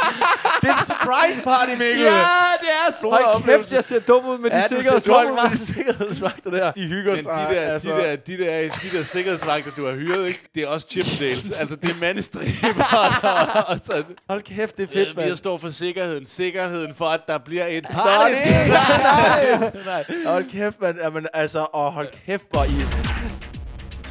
D: det er en surprise party, Mikkel.
C: ja, det er så.
D: Store
C: Hold kæft,
D: oplevelse.
C: jeg ser dum ud med de
D: Ja, du ser
C: sikkerhedsfolk.
D: dum ud med de sikkerhedsvagter der. De hygger
B: Men de
D: sig.
B: der, altså. de, der, de, der, de der sikkerhedsvagter, du har hyret, ikke? det er også Chippendales. altså, det er mandestriber. og- og så,
D: Hold kæft, det er fedt,
B: fedt,
D: mand.
B: vi står for sikkerheden. Sikkerheden for, at der bliver et
D: Nej,
B: party.
D: nej. Hold kæft, mand. Jamen, altså, og hold kæft, hvor I...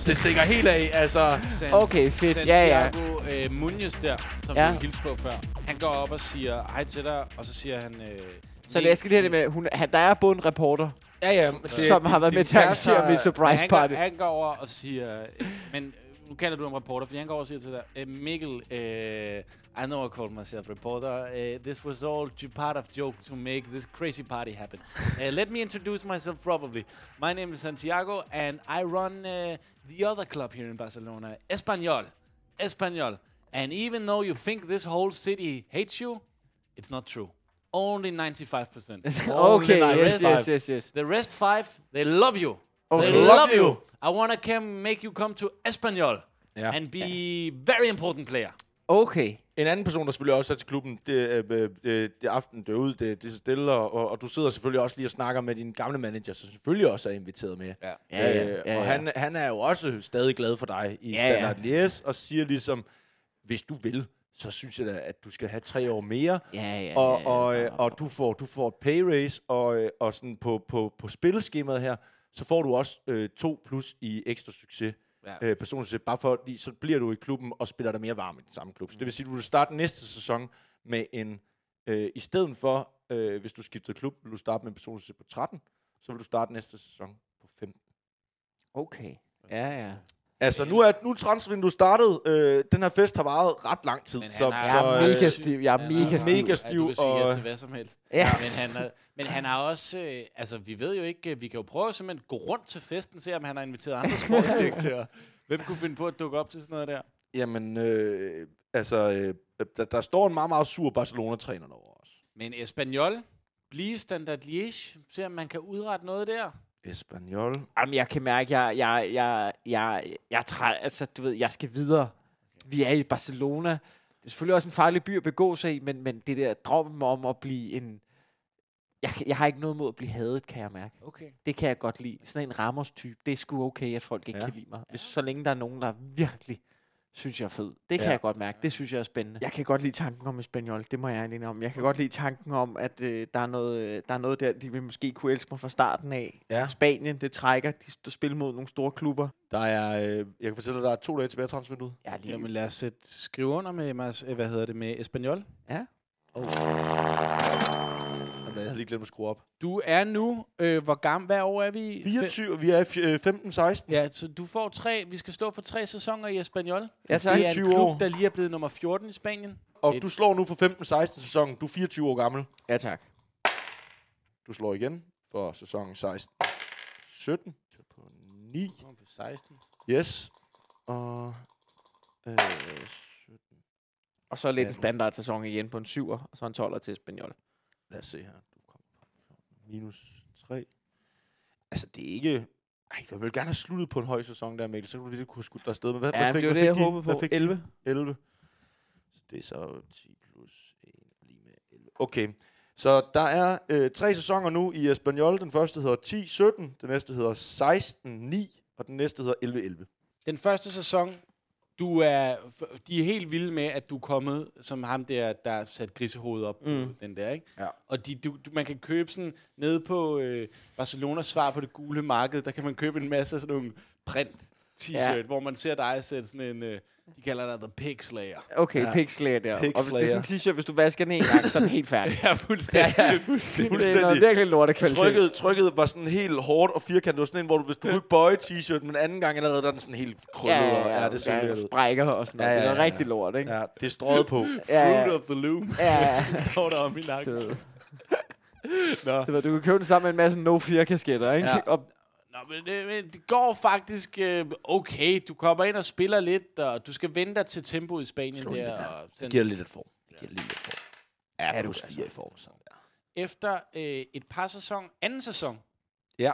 D: Det stikker helt af, altså.
B: San-
C: Okay, fedt. Ja, ja.
B: Santiago ja, ja. Øh, Munoz der, som ja.
C: Ja.
B: du hilste på før, han går op og siger hej til dig, og så siger han... Øh,
C: Så
B: "Nej."
C: jeg skal lige have det med, hun, han, der er både en reporter,
D: Ja, ja.
C: det, som har været med til at arrangere mit
B: Men
C: surprise
B: han,
C: party.
B: går, han går over og siger... øh, Men øh, nu kalder du ham reporter, fordi han går over og siger til dig, "Øh, Mikkel, uh, I know I called myself reporter. Uh, this was all ju- part of joke to make this crazy party happen. Uh, let me introduce myself probably. My name is Santiago, and I run uh, the other club here in Barcelona, Espanyol. Espanyol. And even though you think this whole city hates you, it's not true. Only 95%.
C: Okay,
D: Only
C: yes,
D: nine.
C: yes, yes, yes.
B: The rest five, they love you.
C: Okay.
B: They love,
D: Love
B: you.
D: you.
B: I want to come, make you come to Espanol
D: Ja.
B: and be very important player.
C: Okay.
D: En anden person, der selvfølgelig også er til klubben, det, øh, øh, øh, det er aften døde, det, det er stille, og, og du sidder selvfølgelig også lige og snakker med din gamle manager, som selvfølgelig også er inviteret med. Ja.
C: ja,
D: Øh,
C: ja,
D: og
C: ja.
D: han, han er jo også stadig glad for dig i ja,
C: Ja,
D: Standard Liège, og siger ligesom, hvis du vil, så synes jeg da, at du skal have tre år mere,
C: Ja, ja,
D: og,
C: ja, ja.
D: og, øh, og du får du får et pay raise, og, øh, og sådan på, på, på spilleskemaet her, så får du også øh, to plus i ekstra succes. Ja.
B: Ja.
D: Øh, personlig succes, bare for, lige- så bliver du i klubben og spiller dig mere varm i den samme klub. Så det vil sige, at du vil starte næste sæson med en, øh, i stedet for, øh, hvis du skiftede klub, vil du starte med en personlig succes på 13, så vil du starte næste sæson på 15.
C: Okay. Ja, ja.
D: Altså, nu er, nu er transfervinduet startet. Øh, den her fest har varet ret lang tid.
B: Men han
D: Så,
B: har-
D: så,
C: Jeg er
B: øh,
C: mega stiv. Jeg er
B: Han
C: mega
D: stiv.
C: stiv.
D: mega
B: Ja, du kan sige ja
D: og-
B: til hvad som helst.
C: Ja.
B: Men, han er, men han har også... Øh, altså, vi ved jo ikke... øh, Vi kan jo prøve at simpelthen gå rundt til festen, se om han har inviteret andre sportsdirektører. Hvem kunne finde på at dukke op til sådan noget der?
D: Jamen, øh, altså, øh, der, der står en meget, meget sur Barcelona-træner derovre også.
B: Men Espanol, blive Standard Liège, se om man kan udrette noget der.
D: Espanyol.
C: Jamen, jeg kan mærke, jeg, jeg, jeg, jeg, jeg er træt. Altså, du ved, jeg skal videre. Vi er i Barcelona. Det er selvfølgelig også en farlig by at begå sig i, men, men det der drøm om at blive en... Jeg, kan- jeg har ikke noget mod at blive hadet, kan jeg mærke.
B: Okay.
C: Det kan jeg godt lide. Sådan en Ramos-type, det er sgu okay, at folk ikke
D: Ja.
C: ja. kan lide mig. Hvis, så længe der er nogen, der virkelig synes, jeg er fed. Det kan
D: Ja.
C: ja. jeg godt mærke. Det synes jeg er spændende. Jeg kan godt lide tanken om Espanol. Det må jeg alene om. Jeg kan godt lide tanken om, at øh, der, er noget, øh, der er noget der, de vil måske kunne elske mig fra starten af.
D: Ja.
C: Spanien, det trækker. De st- spiller mod nogle store klubber.
D: Der er, øh, jeg kan fortælle dig, der er to dage tilbage af transfervinduet.
C: Jeg er lige...
B: Jamen lad os sætte, skrive under med, Mas- øh, hvad hedder det, med Espanol.
C: Ja.
D: Oh. Jamen, Jeg havde lige glemt at skrue op.
B: Du er nu, øh, hvor gammel, hvad år er vi? i?
D: 24, vi er i, øh, 15-16.
B: Ja, så du får tre, vi skal stå for tre sæsoner i Espanyol.
C: Ja, tak.
B: Det er en
D: 20
B: klub,
D: år.
B: der lige er blevet nummer 14 i Spanien.
D: Og du slår nu for 15-16 sæsonen. Du er 24 år gammel.
C: Ja, tak.
D: Du slår igen for sæsonen 16. 17. Så på 9.
B: Nu er vi på 16.
D: Yes. Og... Øh,
C: Og så lidt en standardsæson igen på en 7'er, og så en 12'er til Espanol.
D: lad os se her. Du kommer på en 14. minus 3. Altså, det er ikke... Ej, jeg ville gerne have sluttet på en høj sæson der, Mikkel. Så kunne du virkelig kunne have skudt dig afsted. Men hvad,
C: Ja,
D: hvad
C: men
D: fik,
C: det var
D: hvad
C: det,
D: fik
C: jeg
D: de?
C: håbede på.
D: Hvad fik 11.
C: 11.
D: 11. Så det er så 10 plus 1 lige med 11. Okay. Så der er øh, tre sæsoner nu i Espanyol. Den første hedder 10-17, den næste hedder 16-9, og den næste hedder 11-11.
B: Den første sæson Du er, f- de er helt vilde med, at du er kommet som ham der, der satte grisehovedet op mm. på den der, ikke?
D: Ja.
B: Og de, du, du, man kan købe sådan, nede på øh, Barcelonas svar på det gule marked, der kan man købe en masse af sådan nogle print t-shirt,
C: Ja.
B: ja. hvor man ser dig sætte sådan en, øh, de kalder dig The Pig Slayer.
C: Okay, ja. pixelager der.
D: Pig
C: Og det er
D: slayer.
C: sådan en t-shirt, hvis du vasker den en gang, så er den helt færdig.
B: Ja, fuldstændig. Ja, ja.
C: Det er noget virkelig lortekvalitet.
D: Trykket, trykket var sådan helt hårdt og firkantet. Det var sådan en, hvor du, hvis du ikke bøje t-shirt, men anden gang allerede, der er den sådan helt krøllet.
C: Ja, ja,
D: og-
C: ja,
D: ja, det så
C: ja,
D: ja,
C: ja, brækker og sådan noget. Ja, ja, ja, Det er noget
D: ja,
C: rigtig lort, ikke? Ja.
D: ja, det er strøget på.
C: ja.
B: Fruit of the Loom,
C: ja.
B: står der om i nakken.
C: Du, ved, du kan købe den sammen med en masse no 4 kasketter ikke? Ja.
D: Ja.
C: Og,
B: Nå, men det, men det går faktisk øh, okay. Du kommer ind og spiller lidt, og du skal vente dig til tempoet i Spanien
D: lige
B: der.
D: den
B: Og sådan.
D: Giver lidt lidt form. Giver lidt lidt form. Ja, plus
B: altså.
D: fire i form. Sådan der.
B: Efter øh, et par sæson, anden sæson,
D: Ja.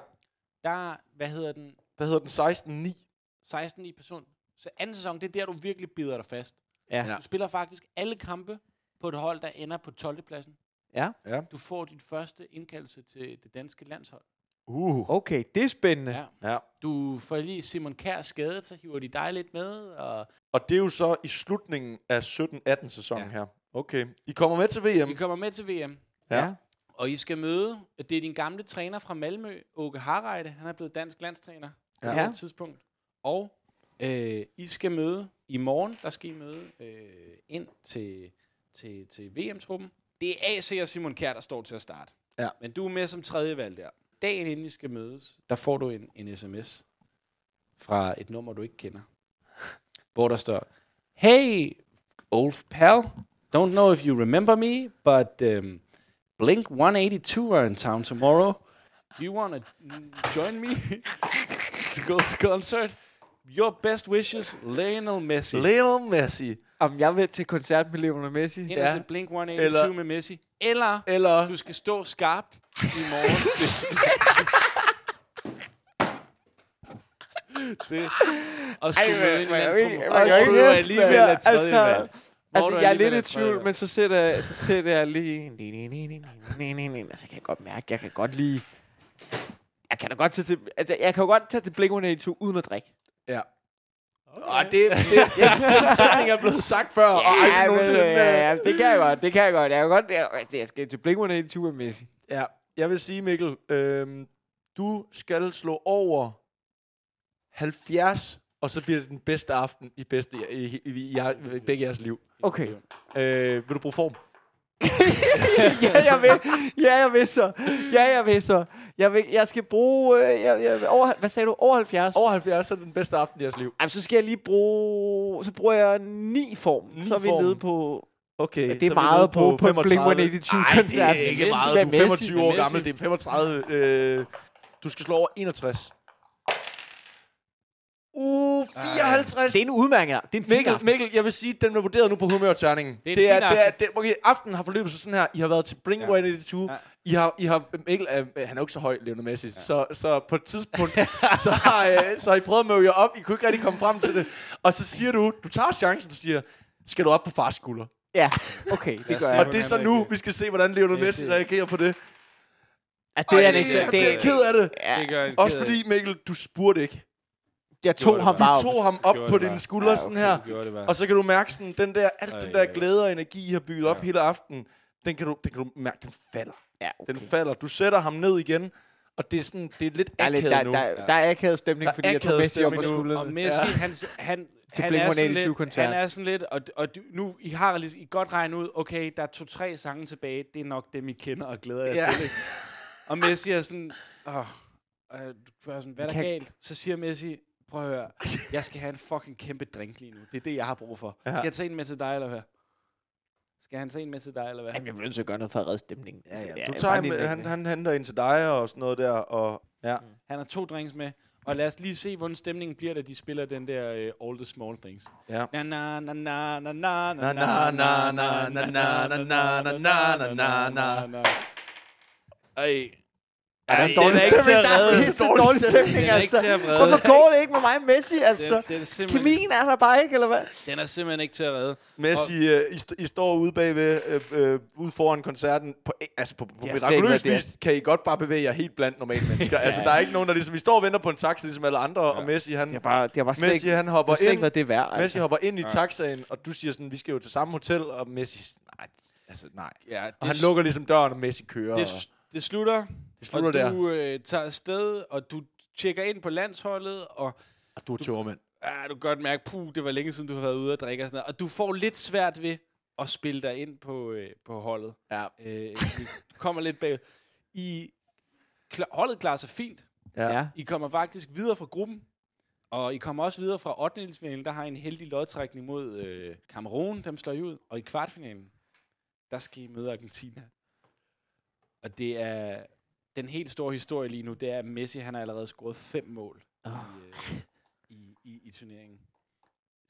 B: der, hvad hedder den,
D: Hvad hedder den? 16-9.
B: 16 i person. Så anden sæson, det er der, du virkelig bider dig fast.
C: ja.
D: Ja.
B: Du spiller faktisk alle kampe på et hold, der ender på 12. pladsen.
C: ja.
B: Du får dit første indkaldelse til det danske landshold.
D: Uh.
C: Okay, det er spændende. Ja.
B: Ja.
D: Ja.
B: Du får lige Simon Kær skadet, så hiver de dig lidt med. Og
D: Og det er jo så i slutningen af 17-18 sæsonen
B: Ja.
D: her. Okay. I kommer med til VM.
B: I kommer med til VM.
C: ja.
B: Og I skal møde, det er din gamle træner fra Malmø, Åke Harreide. Han er blevet dansk landstræner på
C: Ja.
B: ja. et tidspunkt. Og øh, I skal møde i morgen, der skal I møde øh, ind til, til, til VM-truppen. Det er AC og Simon Kjær, der står til at starte.
D: Ja.
B: Men du er med som tredje valg der. Dagen inden I skal mødes, der får du en, en sms fra et nummer, du ikke kender. Hvor der står, Hey, old pal. Don't know if you remember me, but... Um, Blink 182 are in town tomorrow. Do you want to join me to go to concert? Your best wishes, Lionel Messi.
D: Lionel Messi.
C: Om jeg vil til koncert med Lionel Messi.
B: Ind og
C: Ja.
B: se Blink 182
D: Eller-
B: med Messi. Eller
D: Eller...
B: du skal stå skarpt i morgen til... til og skulle
C: Ej,
B: møde en
C: man- man kan jo ikke-
B: landstrummer.
C: man kan jo
B: Og
C: ikke
B: du er
C: hæfte,
B: alligevel
C: ja,
B: er tredje
C: altså-
B: valg. Hvor
C: Altså,
B: du
C: jeg er
B: alligevel
C: lidt i
B: tredje
C: tvivl,
B: valg.
C: men så sætter, jeg- så sætter jeg lige... Ni, ni, ni, ni, ni, ni, ni, ni. Altså, kan jeg godt mærke, jeg kan godt lige... Jeg kan da godt tage til, altså, jeg kan jo godt tage til Blink-182 uden at drikke.
D: Ja. Og det, det, den sætning er blevet sagt før, og aldrig
C: men,
D: nogensinde...
C: øh, ja, det kan jeg godt, det kan jeg godt. Jeg, kan godt, jeg, altså, jeg skal til Blink-182 med Messi.
D: Ja, jeg vil sige, Mikkel, øhm, du skal slå over 70, og så bliver det den bedste aften i, bedste, i, i, i, i, jer- i begge jeres liv.
C: Okay.
D: Øh, vil du bruge form?
C: ja, jeg vil. Ja, jeg vil så. Ja, jeg vil så. Jeg, vil, jeg skal bruge... Øh, jeg, jeg, over, hvad sagde du? Over 70?
D: Over 70, så er det den bedste aften i jeres liv.
C: Jamen, så skal jeg lige bruge... Så bruger jeg ni form. Ni så er vi
D: form.
C: nede på...
D: Okay,
C: Ja, det er meget på, på, på Blink 182
D: Nej, det er
C: koncert.
D: ikke
B: Messi,
D: meget.
C: Hvad
D: Du
C: Messi?
D: er 25 år
B: Messi?
D: gammel, det er 35. Øh, du skal slå over 61. Uh, 54!
C: Det er en udmærket. Det er en fin
D: Mikkel,
C: aften.
D: Mikkel, jeg vil sige, at den er vurderet nu på humørterningen.
B: Det er en
D: det
B: fin
D: er, det er, det, okay, aftenen har forløbet sig sådan her. I har været til Blink 182. Ja. I har, I har, Mikkel, er, han er jo ikke så høj, levende mæssigt. Ja. Så, så på et tidspunkt, så, har, øh, så har I prøvet at møde jer op. I kunne ikke rigtig komme frem til det. Og så siger du, du tager chancen, du siger, skal du op på fars skulder?
C: Ja, okay, det gør
D: Og
C: jeg.
D: det er så nu, vi skal se, hvordan Lionel Messi reagerer på det.
C: Ja, det er
D: Ej,
C: han ikke.
D: jeg
C: Det
D: bliver
C: er,
D: ked af det.
B: Det gør en
D: Også
B: ked af.
D: fordi, Mikkel, du spurgte ikke.
C: jeg tog ham
D: Du
C: bare op.
D: tog ham op
B: gjorde
D: på
B: det bare.
D: dine skuldre sådan her.
B: Du gjorde det bare.
D: Og så kan du mærke sådan, den der, alt
B: Ej,
D: den der
B: ej, ej.
D: glæde og energi, I har bygget op hele aftenen, den kan, du, den kan du mærke, den falder.
C: Ja,
D: Den falder. Du sætter ham ned igen, og det er, sådan, det er lidt
C: Der er, lidt,
D: akavet
C: der,
D: nu.
C: der, der er akavet stemning,
D: Der er
C: fordi jeg tog
D: akavet
C: Messi op på
D: stemning nu.
C: skuldrene.
B: Og Messi, ja. han, han, han, er sådan lidt,
C: Blink-182-koncert.
B: han er sådan lidt, og, og du- nu, I har lige, I kan godt regnet ud, okay, der er to-tre sange tilbage, det er nok dem, I kender og glæder jer
D: Ja.
B: til. Ikke? Og Messi er sådan, åh, og jeg spørger sådan, hvad er der
C: Kan-
B: galt? Så siger Messi, prøv at høre, jeg skal have en fucking kæmpe drink lige nu. Det er det, jeg har brug for. Skal jeg tage en med til dig, eller hvad? Skal han tage en med til dig, eller hvad?
C: Jamen, jeg bliver nødt til at gøre noget for at redde stemningen.
D: Ja,
C: Altså,
D: ja. Du
C: bare
D: tager
C: en
D: ham,
C: lille-
D: han, han henter ind til dig og sådan noget der, og ja.
B: Han har to drinks med. Og lad os lige se, hvordan stemningen bliver, da de spiller den der uh, All the Small Things.
D: Ja.
B: Na na na na na na
D: Na, na, na, na, na, na, na, na, na, na, na, na, na.
B: Ej,
C: Ja, der er
B: Ej,
C: en dårlig
B: den er ikke
C: stemning.
B: til at
C: Der er
B: redde.
C: pisse dårlig
B: Den
C: stemning,
B: er ikke
C: altså.
B: til at redde.
C: Hvorfor går det ikke med mig og Messi, altså?
B: Den, den, er simpelthen,
C: Kemien er der bare ikke, eller hvad?
B: den er simpelthen ikke til at redde.
D: Messi, øh, I, st- I står ude bagved, øh, øh, ude foran koncerten. På, altså på, på
C: slet
D: mirakuløs
C: ikke, hvad det
D: vis kan I godt bare bevæge jer helt blandt normale mennesker. Altså der er ikke nogen, der ligesom... I står og venter på en taxa, ligesom alle andre, ja. og Messi, han,
C: Det er bare, det er bare slet
D: Messi,
C: ikke,
D: han hopper
C: slet ikke,
D: ind.
C: hvad det er værd,
D: Messi
C: altså.
D: hopper ind i taxaen, og du siger sådan, vi skal jo til samme hotel, og Messi... sådan, Nej, altså nej.
B: Ja, det,
D: Og han lukker ligesom døren, og Messi kører.
B: Det,
D: og-
B: det slutter, det
D: slutter
B: og du øh, tager afsted, og du tjekker ind på landsholdet, og
D: Og du er tøvermand.
B: ah, du kan godt mærke, puh, det var længe siden, du har været ude og drikke og sådan noget. Og du får lidt svært ved at spille dig ind på, øh, på holdet.
D: Ja.
B: Øh, du kommer lidt bag. I, kla- holdet klarer sig fint.
C: Ja.
B: I kommer faktisk videre fra gruppen, og I kommer også videre fra 8. der har I en heldig lodtrækning mod øh, Kamerun, dem slår I ud. Og i kvartfinalen, der skal I møde Argentina. Og det er den helt store historie lige nu, det er, at Messi han har allerede scoret fem mål oh. i, øh, i, i, i, turneringen.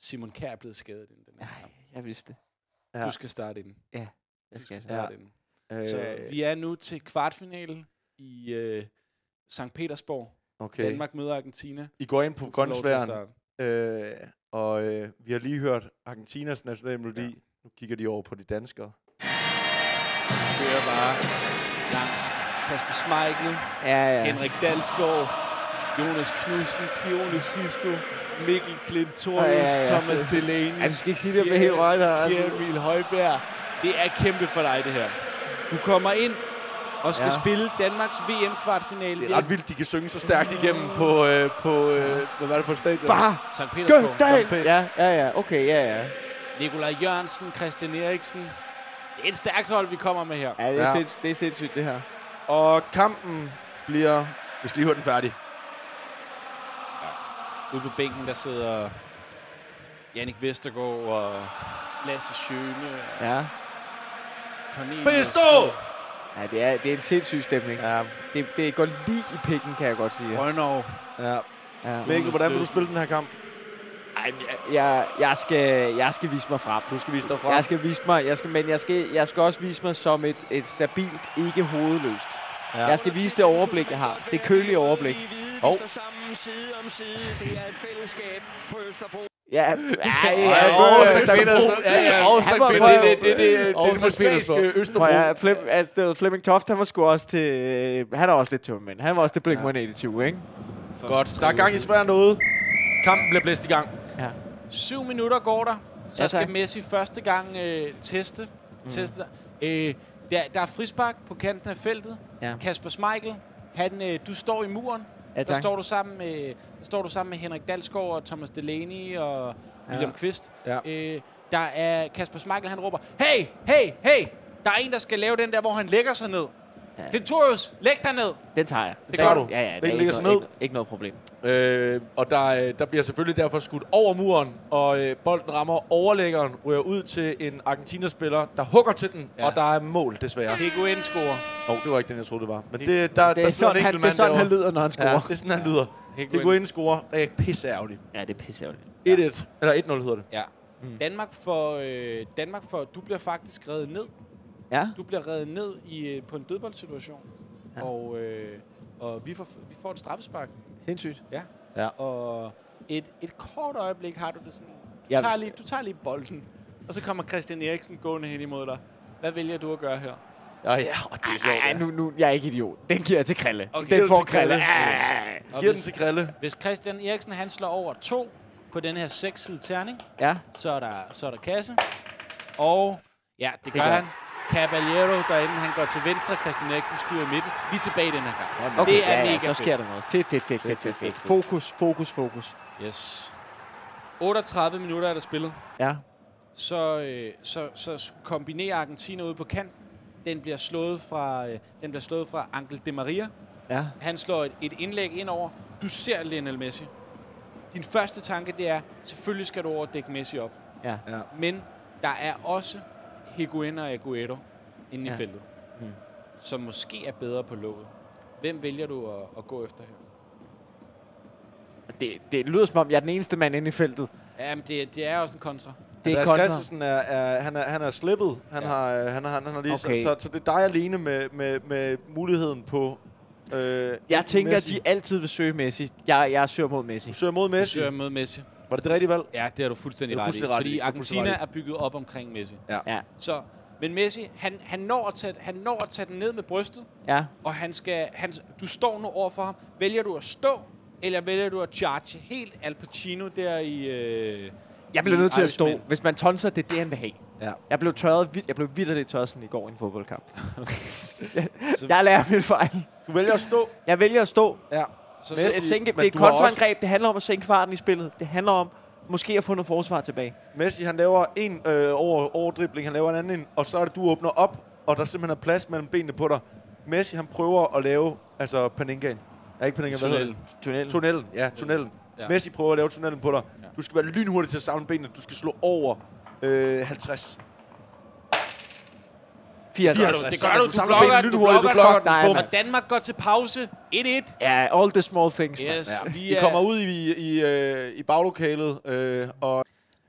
B: Simon Kjær er blevet skadet inden den her kamp.
C: Jeg vidste det.
D: Ja.
B: Du skal starte inden.
C: Jeg
B: Du
C: skal
B: skal
C: altså.
B: starte inden.
D: øh,
B: Så vi er nu til kvartfinalen i øh, St. Petersborg.
D: okay.
B: Okay. Danmark møder Argentina.
D: I går ind på
B: Du får lov til at
D: grøntsværen,
B: starte.
D: øh, og øh, vi har lige hørt Argentinas nationalmelodi. Ja. Nu kigger de over på de danskere.
B: kører bare langs Kasper Schmeichel, ja.
C: Ja, ja.
B: Henrik Dalsgaard, Jonas Knudsen, Pione Sisto, Mikkel Klint Thorius,
C: Ja, ja, ja,
B: Thomas
C: fedt.
B: Delaney,
C: Ja, du skal ikke sige det med helt rødt her. altså.
B: Pierre Emil Højbjerg. Det er kæmpe for dig, det her. Du kommer ind og skal
C: Ja.
B: ja. spille Danmarks VM-kvartfinale
D: Det er ret vildt, de kan synge så stærkt igennem på, øh, på øh, hvad var det for et stadion?
C: Bare
B: Sankt
C: gør
B: Petersborg.
C: det!
D: Som pæn.
C: Ja, ja, ja. Okay, ja, ja.
B: Nikolaj Jørgensen, Christian Eriksen. Det er et stærkt hold, vi kommer med her.
C: Ja, det er,
D: Ja.
C: sinds- det er sindssygt, det her.
D: Og kampen bliver... Vi skal lige høre den færdig.
B: Ude på bænken, der sidder Jannik Vestergaard og Lasse Schøne og
C: Ja.
B: Cornelius.
D: Bestå!
C: Ja, det er, det er en sindssyg stemning.
D: Ja,
C: Det, det går lige i pikken, kan jeg godt sige.
B: Rønov.
D: ja.
C: Ja.
D: Mikkel, hvordan vil du spille den her kamp?
C: Ej, men jeg, jeg, jeg, skal, jeg skal vise mig frem.
D: Du skal vise dig frem.
C: Jeg skal vise mig, jeg skal, men jeg skal, jeg skal også vise mig som et, et stabilt, ikke hovedløst. Ja. Jeg skal vise det overblik, jeg har. Det kølige overblik.
E: Og oh. sammen side om side. Det er et fællesskab på Østerbro.
C: Ja, ej, ja,
D: Ej,
C: ja,
D: hvor er
C: ja,
D: Sankt Petersborg. Ja, ja.
C: Han
D: Sankt
C: var-
D: Petersborg.
C: prøv
D: Det-
C: at-
D: det- det- det-
C: Og
D: det- det
C: Sankt
D: moskvanske
C: Petersborg.
D: Østerbro.
C: Prøv at høre, Flem, altså, det var Flemming Toft, han var sgu også til... øh, Han er også lidt tømmermænd. Han var også til Blink-182, ikke?
D: Godt. Der er gang i sværen derude. Kampen bliver blæst i gang.
C: Ja.
B: Syv minutter går der. Så
C: Ja,
B: ja,
C: tak.
B: skal Messi første gang øh, teste. Mm. teste øh, der, der er frispark på kanten af feltet.
C: Ja.
B: Kasper Schmeichel, han, øh, du står i muren.
C: Ja,
B: der,
C: tak.
B: står du sammen med, der står du sammen med Henrik Dalsgaard og Thomas Delaney og William Kvist.
D: Ja.
B: Øh, der er Kasper Schmeichel, han råber, hey, hey, hey! Der er en, der skal lave den der, hvor han lægger sig ned. Ja. Clitorius, læg dig ned!
C: Den tager jeg.
B: Det gør
C: Den-
B: du.
C: Ja, ja,
D: Den
C: det er
D: ligger
C: ikke,
D: sig
C: noget,
D: ned.
C: ikke, ikke noget problem.
D: Øh, og der, øh, der bliver selvfølgelig derfor skudt over muren, og øh, bolden rammer overlæggeren, ryger ud til en Argentina-spiller, der hugger til den, ja. og der er mål, desværre. Åh,
B: PKN scorer.
D: oh, det var ikke den, jeg troede, det var. Men det, der,
C: Det
D: der
C: er
D: sidder en
C: sådan, han,
D: enkelt
C: det er
D: mand
C: sådan, han
D: derovre.
C: lyder, når han
D: Ja,
C: scorer.
D: det er sådan, han lyder.
B: Higuain.
D: Higuain scorer. Øh, pisse ærgerligt.
C: Ja, det er pisseærgerligt.
D: 1-1. Eller 1-0 hedder det.
B: Ja. Mm. Danmark for øh, Danmark for du bliver faktisk reddet ned.
C: Ja,
B: Du bliver reddet ned i øh, på en dødboldsituation. Ja. Og øh, og vi får vi får et straffespark.
C: sindssygt.
B: Ja.
D: Ja.
B: Og et et kort øjeblik har du det sådan. Du
C: Ja,
B: tager
C: hvis-
B: lige du tager lige bolden. Og så kommer Christian Eriksen gående hen imod dig. Hvad vælger du at gøre her?
D: Ja, ja, og det er sjovt.
C: Ej,
D: Ja.
C: nu, nu, jeg er ikke idiot. Den giver jeg til Krille.
B: Okay.
C: Den
B: Giver
C: får
D: til Krille.
C: Krille. Ja,
B: Og
D: Giver den
B: hvis,
D: til Krille.
B: hvis Christian Eriksen han slår over to på den her seksside terning,
C: ja.
B: Så er der, så er der kasse. Og ja, det, gør
C: gør
B: han. Caballero derinde, han går til venstre. Christian Eriksen skyder i midten. Vi er tilbage den her gang.
C: Okay,
B: det er
C: ja,
B: mega
C: ja, så
B: fedt.
C: sker der noget. Fedt, fedt, fedt, fedt, fedt, fedt. Fokus, fokus, fokus.
B: Yes. 38 minutter er der spillet.
C: Ja.
B: Så, øh, så, så kombinerer Argentina ude på kanten. Den bliver slået fra, øh, den bliver slået fra Angel de Maria.
C: Ja.
B: Han slår et, et indlæg ind over. Du ser Lionel Messi. Din første tanke, det er, selvfølgelig skal du over og dække Messi op.
C: Ja.
B: Men der er også Higuain og Aguero inde ja.
C: Ja.
B: i feltet, mm. som måske er bedre på låget. Hvem vælger du at, at gå efter her?
C: Det, det lyder som om, jeg er den eneste mand inde i feltet.
B: Jamen, det, det er også en kontra.
C: Det er
D: Andreas
C: kontra.
D: Christensen er, er, han er, han er slippet. Han, ja.
B: Ja.
D: har, øh, han, har, han har lige, okay.
C: Okay.
D: så, så, så det er dig alene med, med, med muligheden på Øh,
C: Jeg tænker,
D: Messi.
C: Messi. de altid vil søge Messi. Jeg, jeg søger mod Messi.
D: Du søger mod
B: Du
D: Messi.
B: søger mod Messi.
D: Var det det rigtige valg?
B: Ja, det har du fuldstændig,
D: Det er du fuldstændig
B: ret
D: ret
B: i. Fordi
D: i. Det er du fuldstændig
B: Argentina er
D: ret
B: bygget op omkring Messi.
C: Ja.
B: Så, men Messi, han, han, når at tage, han når at tage den ned med brystet,
C: Ja.
B: og han skal, han, du står nu over for ham. Vælger du at stå, eller vælger du at charge helt Al Pacino der i... Øh,
C: Jeg bliver nødt til at stå.
B: Irishman?
C: Hvis man tonser, det er det, han vil have.
D: Ja.
C: Jeg blev tørret vidt. Jeg blev vitterligt tørret sådan i går i en fodboldkamp. jeg lærer min fejl.
D: Du vælger at stå.
C: Jeg vælger at stå.
D: Ja.
B: Så,
C: Messi,
B: så,
C: sænke,
D: men
C: det er et
D: du har også-
C: kontraangreb. Det handler om at sænke farten i spillet. Det handler om måske at få noget forsvar tilbage.
D: Messi, han laver en øh, over, overdribling, han laver en anden, og så er det, du åbner op, og der simpelthen er plads mellem benene på dig. Messi, han prøver at lave, altså paninkaen. Ja, ikke paninkaen, hvad hedder det?
C: Tunnel.
D: Tunnelen, ja, tunnelen.
B: Ja.
D: Ja. Messi prøver at lave tunnelen på dig. Ja. Du skal være lynhurtig til at samle benene. Du skal slå over øh, 50.
C: 54.
B: det
D: så
B: gør
D: er
B: du,
D: det,
B: du
D: du samler
B: blokker,
D: benene
B: du
D: lynhurtigt,
B: blokker,
D: du blokker
B: du
D: den,
C: dig,
D: bum.
C: mand.
B: Og Danmark går til pause. 1-1.
C: Ja, all the small things, man.
B: Yes,
D: Ja.
B: vi
D: I
B: er...
D: kommer ud i, i, øh, i baglokalet, øh, og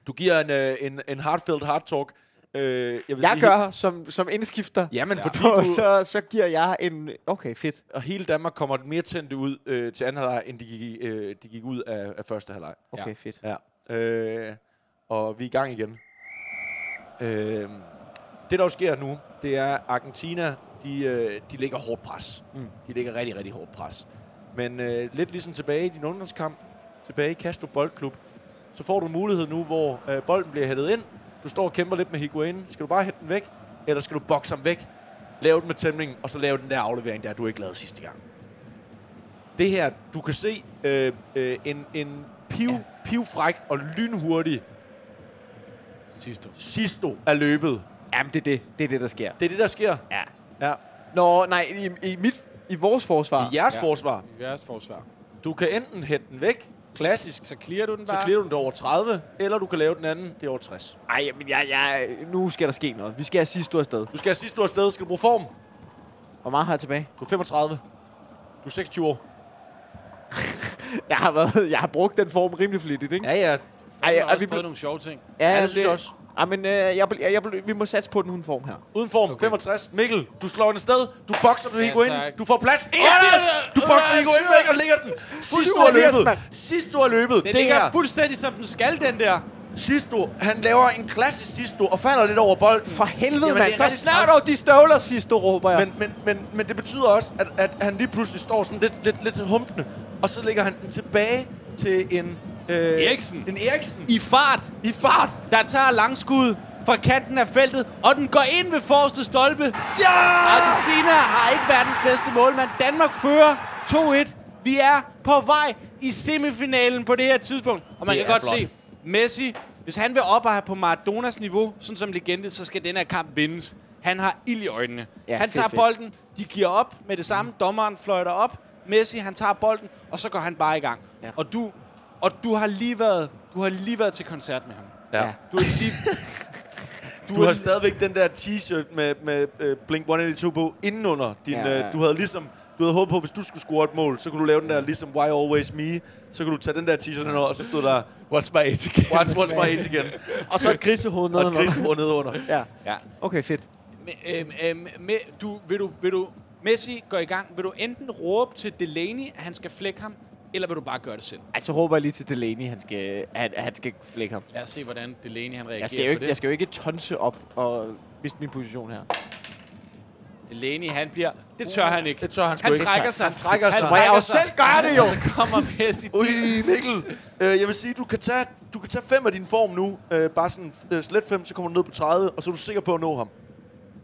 D: du giver en, øh, en, en heartfelt hard talk. Øh, jeg, vil
C: Jeg gør som, som indskifter.
D: Jamen, ja. fordi
C: Og
D: du,
C: så, så giver jeg en... Okay, fedt.
D: og hele Danmark kommer mere tændte ud øh, til anden halvleg, end de gik, i- øh, de gik ud af, af første halvleg.
C: Okay, fedt.
D: Ja. Øh, og vi er i gang igen. Øh, det, der jo sker nu, det er, at Argentina, de, øh, de ligger hårdt pres. Mm. De ligger rigtig, rigtig hårdt pres. Men øh, lidt ligesom tilbage i din ungdomskamp, tilbage i Castro Boldklub, så får du en mulighed nu, hvor øh, bolden bliver hættet ind. Du står og kæmper lidt med Higuain. Skal du bare hætte den væk, eller skal du bokse ham væk? Lave den med tæmning, og så lave den der aflevering, der du ikke lavede sidste gang det her, du kan se øh, øh, en, en piv, ja. pivfræk og lynhurtig
B: Sidste.
D: Sisto er løbet.
C: Jamen, det er det. Det er det, der sker.
D: Det er det, der sker.
C: Ja.
D: Ja.
C: Nå, nej, i, i, mit, i vores forsvar.
D: I jeres
B: Ja.
D: ja. forsvar.
B: I jeres forsvar.
D: Du kan enten hætte den væk, klassisk,
B: Så clear du den
D: så
B: bare.
D: clear du den over 30, eller du kan lave den anden, det er over 60.
C: Ej, men jeg, jeg, nu skal der ske noget. Vi skal have sidste du afsted.
D: Du skal have sidst, du er afsted, skal du bruge form.
C: Hvor meget har jeg tilbage?
D: Du er 35. Du er 26 år.
C: Jeg har, været, jeg har brugt den form rimelig flittigt, ikke?
D: Ja, ja.
B: Ej,
C: Ej,
B: har
C: og
B: også
C: vi
B: vi prøvet
C: blev,
B: nogle sjove ting.
C: ja,
D: det synes jeg også.
C: Ej, men øh, jeg, bl- jeg, jeg, bl- vi må satse på den hunform her.
D: Uden form, okay. 65. Mikkel, du slår den afsted, du bokser den Higuain,
B: tak.
D: du får plads, 81! Du bokser
B: Øh,
D: Higuain væk og ligger den! Sidst du har
C: 87,
D: løbet,
C: mand.
D: sidst du har løbet,
B: Den
D: det her,
B: ligger fuldstændig som den skal, den der.
D: Sisto, han laver en klassisk Sisto og falder lidt over bolden.
C: For helvede,
D: Jamen,
C: Jamen, mand!
D: det er
C: Så
D: rigtig
C: snart
D: træls.
C: over de støvler, sidste råber jeg. Men,
D: Men, men, men, men det betyder også, at, at han lige pludselig står sådan lidt, lidt, lidt humpende, og så lægger han den tilbage til en... Øh,
B: Eriksen.
D: En Eriksen.
B: I fart.
D: I fart.
B: der tager langskud fra kanten af feltet, og den går ind ved forreste stolpe.
D: Ja!
B: Argentina har ikke verdens bedste målmand. Danmark fører 2-1. Vi er på vej i semifinalen på det her tidspunkt. Og man
D: Det
B: kan
D: er
B: godt
D: flot.
B: se, Messi, hvis han vil op og have på Maradonas niveau, sådan som legende, så skal den her kamp vindes. Han har ild i øjnene. Ja,
C: Ja,
B: han
C: fedt,
B: tager
C: fedt.
B: bolden, de giver op med det samme. Dommeren fløjter op. Messi, han tager bolden, og så går han bare i gang. Ja.
C: Ja.
B: Og du og du har lige været du har lige været til koncert med ham.
D: ja.
B: Du er lige
D: Du, du har stadigvæk den der t-shirt med, med øh, Blink-182 på indenunder. Din,
C: Ja, ja.
D: Øh, du havde ligesom... Du havde håbet på, at hvis du skulle score et mål, så kunne du lave den der ligesom Why Always Me. Så kunne du tage den der t-shirt henover, og så stod der
B: What's my age again?
D: What's, what's my age again?
C: og så et grisehoved
D: Og
C: nedenunder.
D: et grisehoved nedenunder.
C: Ja.
B: Ja.
C: Okay, fedt.
B: Men, øhm, øhm, med, du, vil du, vil du, Messi går i gang. Vil du enten råbe til Delaney, at han skal flække ham, eller vil du bare gøre det selv?
C: Ej, så råber jeg lige til Delaney, han skal, han, han skal flække ham.
B: Lad os se, hvordan Delaney han reagerer
C: Jeg skal, jo
B: på
C: ikke,
B: det.
C: jeg skal jo ikke tonse op og miste min position her.
B: Delaney, han bliver... Det tør han ikke.
D: Det tør han sgu
B: han
D: ikke.
B: trækker sig.
D: Han trækker sig.
B: Han
C: Må jeg
B: trækker
C: jo
B: sig.
C: selv gøre det, jo.
B: Så kommer Messi.
D: Ui, Mikkel. Øh, jeg vil sige, du kan tage, du kan tage fem af din form nu. Øh, bare sådan øh, slet fem, så kommer du ned på 30, og så er du sikker på at nå ham.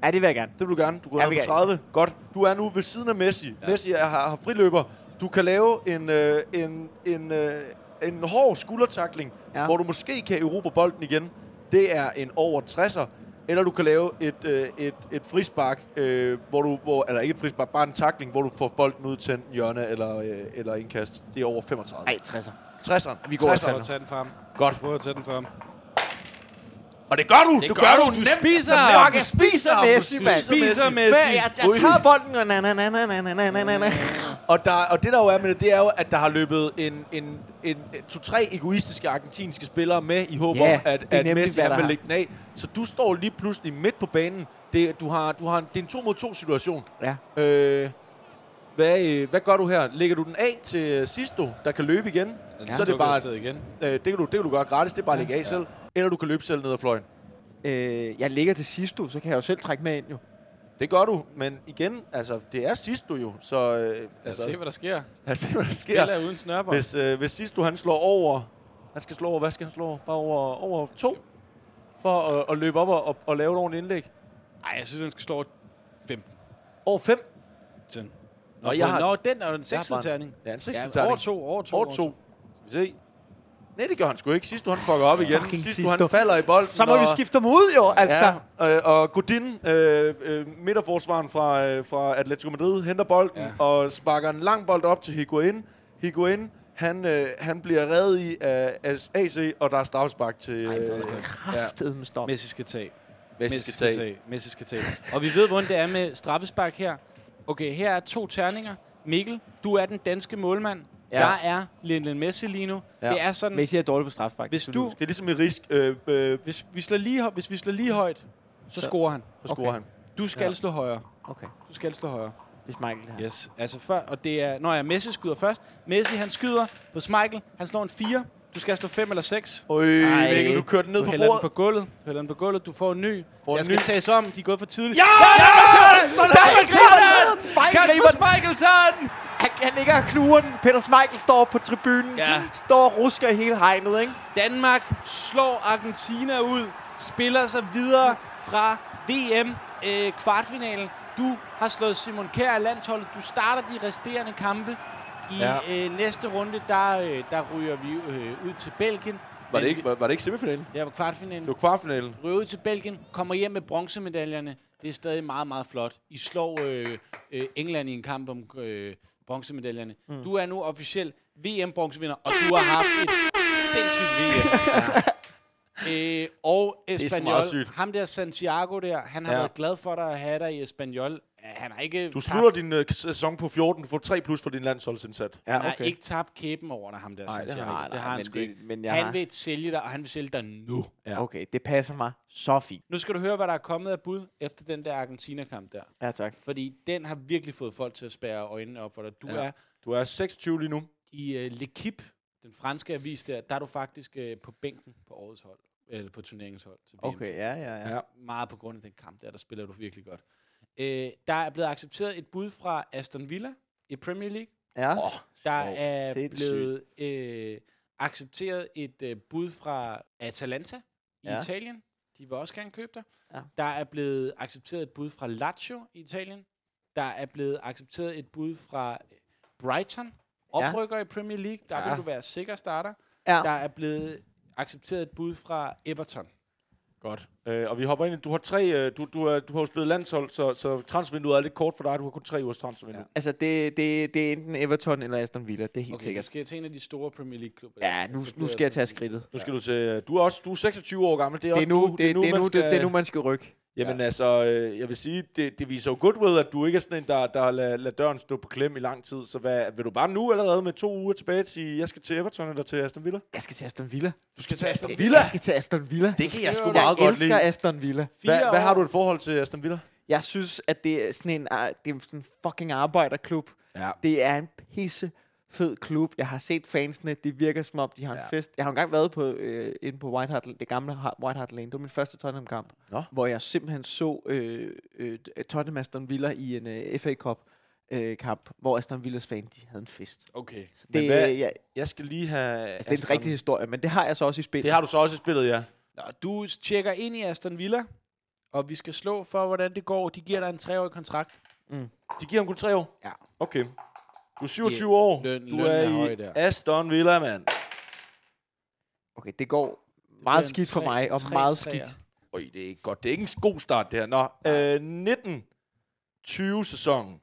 C: Ja, det vil jeg gerne.
D: Det vil du gerne. Du går
C: Ja,
D: ned
C: vi
D: på
C: kan-
D: 30. Godt. Du er nu ved siden af Messi. Ja. Messi er, har, har friløber. Du kan lave en, øh, en, en, øh, en hård skuldertakling, ja.
C: Ja.
D: hvor du måske kan erobre bolden igen. Det er en over 60'er. Eller du kan lave et, øh, et, et frispark, øh, hvor du, hvor, eller ikke et frispark, bare en takling, hvor du får bolden ud til en hjørne eller, øh, eller indkast. Det er over 35.
C: Ej, 60'er.
D: 60'eren.
C: Vi går også
B: Prøv at tage den frem.
D: Godt.
B: Prøv at tage den frem.
D: Og det gør du!
B: Det
D: du
B: gør
D: gør
B: du.
D: du!
B: Du
D: nemt.
B: spiser
D: Nemt.
B: ham.
D: Du
C: spiser
D: ham. Du
C: Messi, mand.
B: Spiser
D: Messi.
B: Messi.
C: Men jeg, jeg tager bolden, og na, na, na, na, na, na, na, na, na.
D: Og, der, og det der jo er med det, det er jo, at der har løbet en, en, en, to-tre egoistiske argentinske spillere med i håb
C: Ja,
D: om, at,
C: det er
D: at
C: nemlig,
D: Messi
C: hvad
D: han
C: der
D: vil
C: har.
D: lægge den af. Så du står lige pludselig midt på banen. Det, du har, du har en, det er en to-mod-to-situation.
C: Ja.
D: Øh, Hvad, øh, hvad gør du her? Lægger du den af til Sisto, der kan løbe igen? Ja, så er det bare,
B: afsted igen.
D: øh, det, kan du, det kan du gøre gratis, det er bare at lægge af ja. selv. Eller du kan løbe selv ned ad fløjen.
C: Øh, jeg ligger til sidst, du, så kan jeg jo selv trække med ind, jo.
D: Det gør du, men igen, altså, det er Sisto jo, så øh,
B: Lad os se,
D: altså,
B: hvad der sker.
D: lad os se, hvad der sker.
B: Eller uden snørper.
D: Hvis, øh, hvis Sisto han slår over, han skal slå over, hvad skal han slå over? Bare over, over to, for at, at løbe op og, og, og lave et ordentligt indlæg.
B: Nej, jeg synes, den skal slå 15.
D: Over fem.
B: Sådan. Nå,
D: Nå,
B: jeg
D: jeg
B: på,
D: har-
B: nå, den er jo en seksetterning.
D: Ja, en
B: Ja,
D: sekserterning.
B: over to, over to.
D: Over to. Skal vi se. Nej, det gør han sgu ikke. Sidst han fucker op igen.
C: Fucking
D: Sidst
C: Sisto.
D: han falder i bolden.
C: Så må
D: og-
C: vi skifte dem ud, jo, altså. Ja.
D: Ja, øh, og Godin, øh, øh, midterforsvaren fra, øh, fra Atletico Madrid, henter bolden ja. og sparker en lang bold op til Higuain. Higuain, han, øh, han bliver reddet i af af AC, og der er straffespark til... Øh,
C: Kraftet med stop.
B: Messi skal tage.
D: Messi skal tage.
B: Messi skal tage. Og vi ved, hvordan det er med straffespark her. Okay, her er to terninger. Mikkel, du er den danske målmand. Ja.
C: Ja.
B: Jeg er Lionel Messi lige nu. Ja. Det er sådan,
C: Messi er dårlig på strafspark.
B: hvis, du,
D: Det er ligesom i risk, øh, øh,
B: hvis, vi slår lige, hø- hvis vi slår lige højt, så,
C: Så-
B: scorer han.
D: så scorer han.
B: Du skal ja. slå højere.
C: Okay,
B: Du skal slå højere.
C: det er Michael her.
B: Yes, altså før, og det er, når jeg Messi skyder først. Messi, han skyder på Michael. Han slår en 4. Du skal slå 5 eller 6.
D: Øj,
C: Ej.
D: Mikkel, du kørte den ned
B: Du
D: på
B: hælder den
D: bordet.
B: på gulvet. Du hælder den på gulvet. Du får en ny.
D: Får
B: jeg
D: en
B: skal
D: ny.
B: tages om. De er gået for tidligt.
C: Ja! ja! Sådan! Sådan!
B: Kasper Michaelsen!
C: Han, han ligger og knuger den. Peter Schmeichel står på tribunen.
B: Ja.
C: Står og rusker i hele hegnet, ikke?
B: Danmark slår Argentina ud. Spiller sig videre fra VM øh, kvartfinalen. Du har slået Simon Kjær af landsholdet. Du starter de resterende kampe. I ja.
D: Ja.
B: øh, næste runde, der, øh, der ryger vi øh, ud til Belgien.
D: Var
B: Men
D: det, ikke, var, var det ikke semifinalen?
B: vi- Det var kvartfinalen.
D: Det var kvartfinalen.
B: ryger ud til Belgien, kommer hjem med bronzemedaljerne. Det er stadig meget, meget flot. I slår øh, øh, England i en kamp om øh, bronzemedaljerne. Mm. Du er nu officiel VM-bronzevinder, og du har haft et sindssygt VM. Ja. Øh, og
D: sgu meget
B: Espanyol,
D: sygt.
B: ham der Santiago der, han har ja.
D: Ja.
B: været glad for dig at have dig i Espanyol. Han har ikke,
D: Du
B: tabt-
D: slutter din øh, sæson på 14. Du får 3 plus for din landsholdsindsat.
C: Ja,
B: han har ikke tabt kæben over dig, ham der
C: det har
B: Santiago.
C: han
B: Det,
C: ikke.
B: det har han
C: Men
B: sgu
C: det-
B: ikke.
C: men jeg
B: han
C: har-
B: vil sælge dig, og han vil sælge dig nu.
C: Ja. Okay, det passer mig så fint.
B: Nu skal du høre, hvad der er kommet af bud efter den der Argentina-kamp der.
C: Ja, tak.
B: Fordi den har virkelig fået folk til at spære øjnene op for dig. Du ja. er
D: Du er 26 lige nu.
B: i uh, L'Equipe, den franske avis der, der er du faktisk uh, på bænken på årets hold, eller på turneringens hold. Til VM.
C: Okay, ja, ja, ja.
D: Ja.
B: Meget på grund af den kamp der, der spiller du virkelig godt. Uh, der er blevet accepteret et bud fra Aston Villa i Premier League.
C: ja.
B: Der
C: sjovt.
B: er
C: Sindssygt.
B: blevet uh, accepteret et uh, bud fra Atalanta i
C: Ja.
B: Italien. De vil også gerne købe dig.
C: Ja.
B: Der er blevet accepteret et bud fra Lazio i Italien. Der er blevet accepteret et bud fra øh, Brighton,
C: Ja.
B: oprykker ja. i Premier League. Der ja.
C: Ja.
B: vil du være sikker starter.
C: Ja.
B: Der er blevet accepteret et bud fra Everton.
D: Godt. Øh, og vi hopper ind. i- Du har tre. Øh, du, du, er, du har jo spillet landshold, så, så transfervinduet er lidt kort for dig. Du har kun tre ugers transfervindue. Ja.
C: Altså, det, det, det er enten Everton eller Aston Villa. Det er helt
B: Okay,
C: sikkert.
B: du skal til en af de store Premier League-klubber.
C: Ja, nu, nu skal jeg tage skridtet.
D: Nu skal du til. øh, Du er også. Du er 26 år gammel. Det er,
C: Det
D: også
C: er nu, det,
D: det er nu,
C: det, er
D: man
C: nu,
D: skal,
C: det, det er nu, man skal rykke.
D: Jamen altså, øh, jeg vil sige, det, det viser jo goodwill, at du ikke er sådan en, der, der lader, lader døren stå på klem i lang tid. Så hvad, vil du bare nu allerede med to uger tilbage sige, jeg skal til Everton eller til Aston Villa?
C: Jeg skal til Aston Villa.
D: Du skal til Aston
C: Jeg skal til Aston Villa.
D: Det kan jeg sgu
C: jeg
D: meget godt
C: elsker
D: lide.
C: Aston Villa.
D: Hvad, hvad har du et forhold til Aston Villa?
C: Jeg synes, at det er sådan en, ar- det er sådan en fucking arbejderklub.
D: Ja.
C: Det er en pisse fed klub. Jeg har set fansene. Det virker som om, de har en
D: Ja.
C: fest. Jeg har engang været på, øh, inde på White Hart, det gamle Ha- White Hart Lane. Det var min første Tottenham-kamp.
D: Nå.
C: Hvor jeg simpelthen så øh, øh, Tottenham Aston Villa i en øh, FA Cup øh, kamp, hvor Aston Villas fan, de havde en fest.
B: Okay.
C: Så
D: Men
C: det,
D: hvad-
C: øh, ja,
D: Jeg skal lige have...
C: altså, det er en rigtig historie, men det har jeg så også i spil.
D: Det har du så også i spillet, ja.
B: Nå, du tjekker ind i Aston Villa, og vi skal slå for, hvordan det går. De giver dig en treårig kontrakt.
D: De giver ham kun tre år?
B: Ja.
D: Okay. Du er 27 år.
B: Løn-
D: du
B: lønnen
D: er,
B: er
D: i
B: høj der.
D: Aston Villa, mand.
C: Okay, det går meget
B: en
C: skidt for
B: tre-
C: mig, og
B: tre
C: meget
B: træer.
C: skidt.
D: Øj, det er ikke godt. Det er ikke en god start, det her. Nå, øh, 19 20 sæsonen.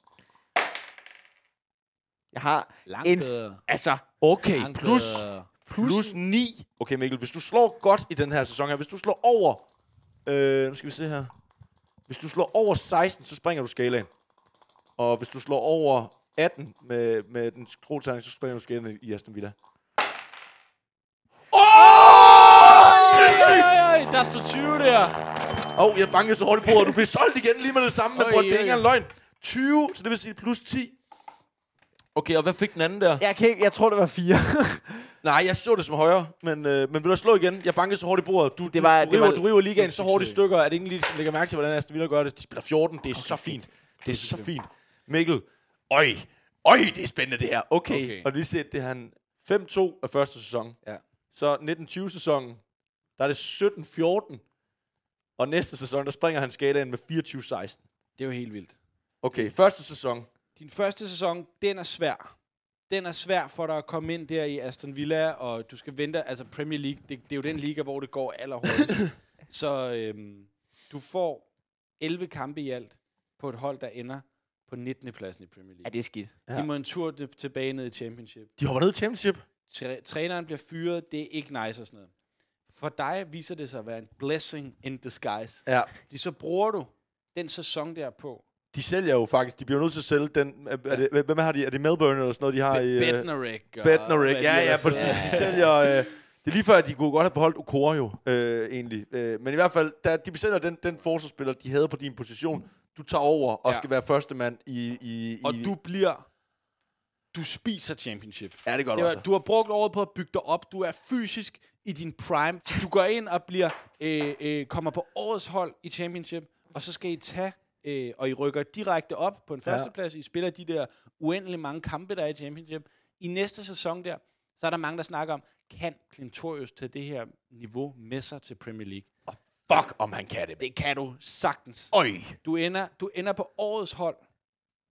C: Jeg har
B: Langt
C: en...
B: bedre.
C: Altså,
D: Okay,
B: Langt
D: plus,
B: bedre.
D: plus 9. Okay, Mikkel, hvis du slår godt i den her sæson her, hvis du slår over... Øh, nu skal vi se her. Hvis du slår over 16, så springer du skalaen. Og hvis du slår over 18 med, med den skrotegning, så springer du skalaen i Aston Villa.
B: Øj, der står 20 der.
D: Åh, oh, jeg bankede så hårdt på, og du blev solgt igen lige med det samme, men
B: Oj,
D: bror, det er
B: oj.
D: ikke engang løgn. 20, så det vil sige plus 10. Okay, og hvad fik den anden der? Ja.
C: Jeg, kan ikke, jeg tror, det var fire.
D: Nej, jeg så det som højre, men, øh, men vil du slå igen? Jeg bankede så hårdt i bordet. Du, det
C: var-
D: var, du,
C: det
D: du, river,
C: var-
D: du river ligaen så hårdt i stykker, at ingen lige lægger mærke til, hvordan Aston Villa gør det. De spiller 14, det er okay, så fint. Det er så fint. Mikkel, øj, øj, det er spændende det her. Okay,
B: Okay.
D: okay. og lige set, det er han 5-2 af første sæson.
B: Ja.
D: Så 19-20-sæsonen, der er det 17-14. Og næste sæson, der springer han skalaen med 24-16.
B: Det er jo helt vildt.
D: Okay, første sæson.
B: Din første sæson, den er svær. Den er svær for dig at komme ind der i Aston Villa, og du skal vente. Altså Premier League, det, det er jo den liga, hvor det går allerhurtigst. Så øhm, du får 11 kampe i alt på et hold, der ender på 19. pladsen i Premier League.
C: det er skidt.
B: Ja. I må en tur til- tilbage ned i Championship.
D: De hopper ned i championship.
B: Træ- træneren bliver fyret, det er ikke nice og sådan noget. For dig viser det sig at være en blessing in disguise.
D: Ja.
B: Fordi så bruger du den sæson der på.
D: De sælger jo faktisk. De bliver jo nødt til at sælge den. Er er det, hvem har de? Er det Melbourne eller sådan noget, de har i... øh,
B: Bednarik. og-
D: Bednarik.
B: hvad de
D: Ja, ja,
B: ellers
D: præcis.
B: hedder.
D: De sælger... Øh, det er lige før, at de kunne godt have beholdt Okora jo, øh, egentlig. Øh, men i hvert fald, der, de besætter den, den forsvarsspiller, de havde på din position. Du tager over og
B: Ja.
D: ja. skal være første mand i... i,
B: Og
D: i
B: du bliver... Du spiser championship.
D: Ja, det gør du
B: Det var,
D: også.
B: du har brugt året på at bygge dig op. Du er fysisk i din prime. Du går ind og bliver øh, øh, kommer på årets hold i championship, og så skal I tage, øh, og I rykker direkte op på en førsteplads. I spiller de der uendelig mange kampe, der er i championship. I næste sæson der, så er der mange, der snakker om, kan Klintorius til det her niveau med sig til Premier League?
D: Fuck, om han kan det.
B: Det kan du sagtens.
D: Øj.
B: Du ender, du ender på årets hold.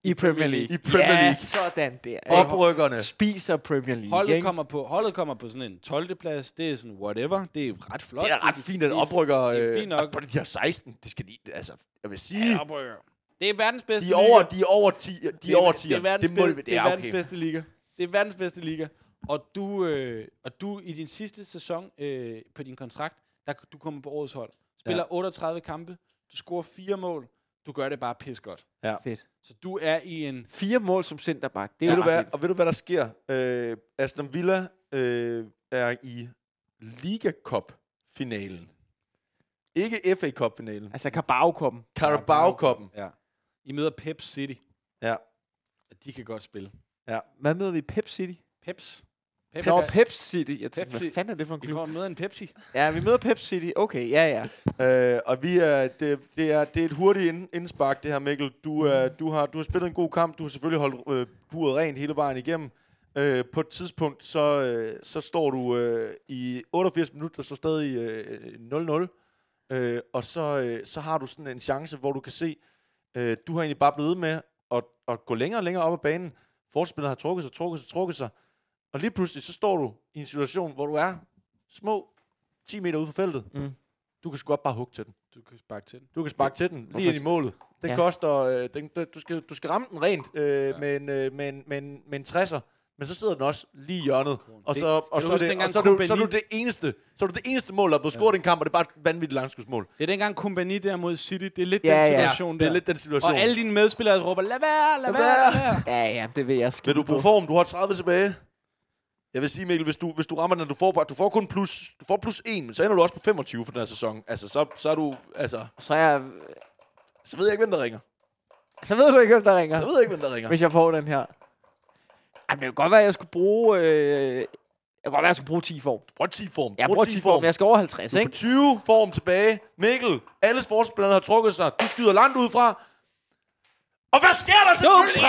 C: I Premier League.
D: I Premier
C: Ja,
D: League.
C: sådan der.
D: Oprykkerne.
C: Spiser Premier League,
B: Holdet
C: ikke?
B: kommer, på, holdet kommer på sådan en 12. plads. Det er sådan whatever. Det er ret flot.
D: Det er ret fint, at
B: det er-
D: oprykker...
B: det er
D: øh,
B: fint nok.
D: og De har 16. Det skal de... Altså, jeg vil sige...
B: oprykker. Det er verdens bedste
D: De er over,
B: liga.
D: de er over 10. De er over 10.
B: Det er verdens,
D: må vi-
B: bedste, det er verdens
D: okay.
B: bedste liga. Det er verdens bedste liga. Og du, øh, og du i din sidste sæson øh, på din kontrakt, der du kommer på årets hold. Spiller ja. 38 kampe. Du scorer fire mål. Du gør det bare pis godt.
D: Ja.
C: Fedt.
B: Så du er i en...
C: Fire mål som centerback. Det er
D: Ved
C: jo
D: du
C: ret
D: hvad,
C: vildt.
D: og ved du, hvad der sker? Øh, Aston Villa øh, er i Liga Cup-finalen. Ikke FA Cup-finalen.
C: Altså, Carabao-koppen.
D: Carabao Cup'en.
B: Ja. I møder Pep City.
D: Ja.
B: Og de kan godt spille.
C: Hvad møder vi? Pep City?
B: Peps.
C: Pep. Nå, Pep City. Jeg tænkte,
B: City.
C: hvad fanden er det for en
B: Vi
C: klub?
B: får møder en Pepsi.
C: Ja, vi møder Pep City. Okay, ja, ja.
D: Øh, og vi er, det, det, er, det er et hurtigt ind- indspark, det her, Mikkel. Du, er, du, har, du har spillet en god kamp. Du har selvfølgelig holdt øh, buret rent hele vejen igennem. Øh, på et tidspunkt, så, øh, så står du øh, i 88 minutter, der står stadig øh, 0-0. Øh, og så, øh, så har du sådan en chance, hvor du kan se, øh, du har egentlig bare blevet ved med at, at gå længere og længere op ad banen. Forspilleren har trukket sig, trukket sig, trukket sig. Og lige pludselig, så står du i en situation, hvor du er små 10 meter ude for feltet.
C: Mm.
D: Du kan sgu godt bare hugge til den.
B: Du kan sparke til den.
D: Du kan sparke til den lige
C: Hvorfor-
D: ind i målet.
C: Ja.
D: Den ja. koster... Øh, den, den, du, skal, du skal ramme den rent øh, ja. med, en, øh, med, en, med, en, med en 60'er, men så sidder den også lige i hjørnet. Og så, og
B: du huske
D: så, er det, og
B: dengang
D: så, er du,
B: Kompagni-
D: så, er du det eneste, så er du det eneste mål, der er blevet scoret i en kamp, og det er bare et vanvittigt langskudsmål.
B: Det er dengang kompagni der mod City. Det er lidt
C: Ja,
B: den
C: ja.
B: situation
D: Det
B: der.
D: er lidt den situation.
B: og alle dine medspillere råber, lad være, lad være, lad være.
C: Ja, ja, det ved jeg sgu.
D: Vil du bruge form? Du har 30 tilbage. Jeg vil sige, Mikkel, hvis du, hvis du rammer den, og du får, bare- du får kun plus, du får plus 1, men så ender du også på 25 for den her sæson. Altså, så, så er du, altså,
C: Så, er jeg,
D: så ved jeg ikke, hvem der ringer.
C: så ved du ikke, hvem der ringer,
D: Jeg ved ikke, hvem der ringer.
C: hvis jeg får den her. Jamen, det kan godt være, at jeg skulle bruge... Øh, jeg kan godt være, at jeg skulle bruge 10 form.
D: Prøv 10 form.
C: Jeg bruger 10 form. Jeg skal over 50,
D: Du er på
C: ikke?
D: 20 form tilbage. Mikkel, alle sportsspillerne har trukket sig. Du skyder langt ud fra. Og hvad sker der selvfølgelig?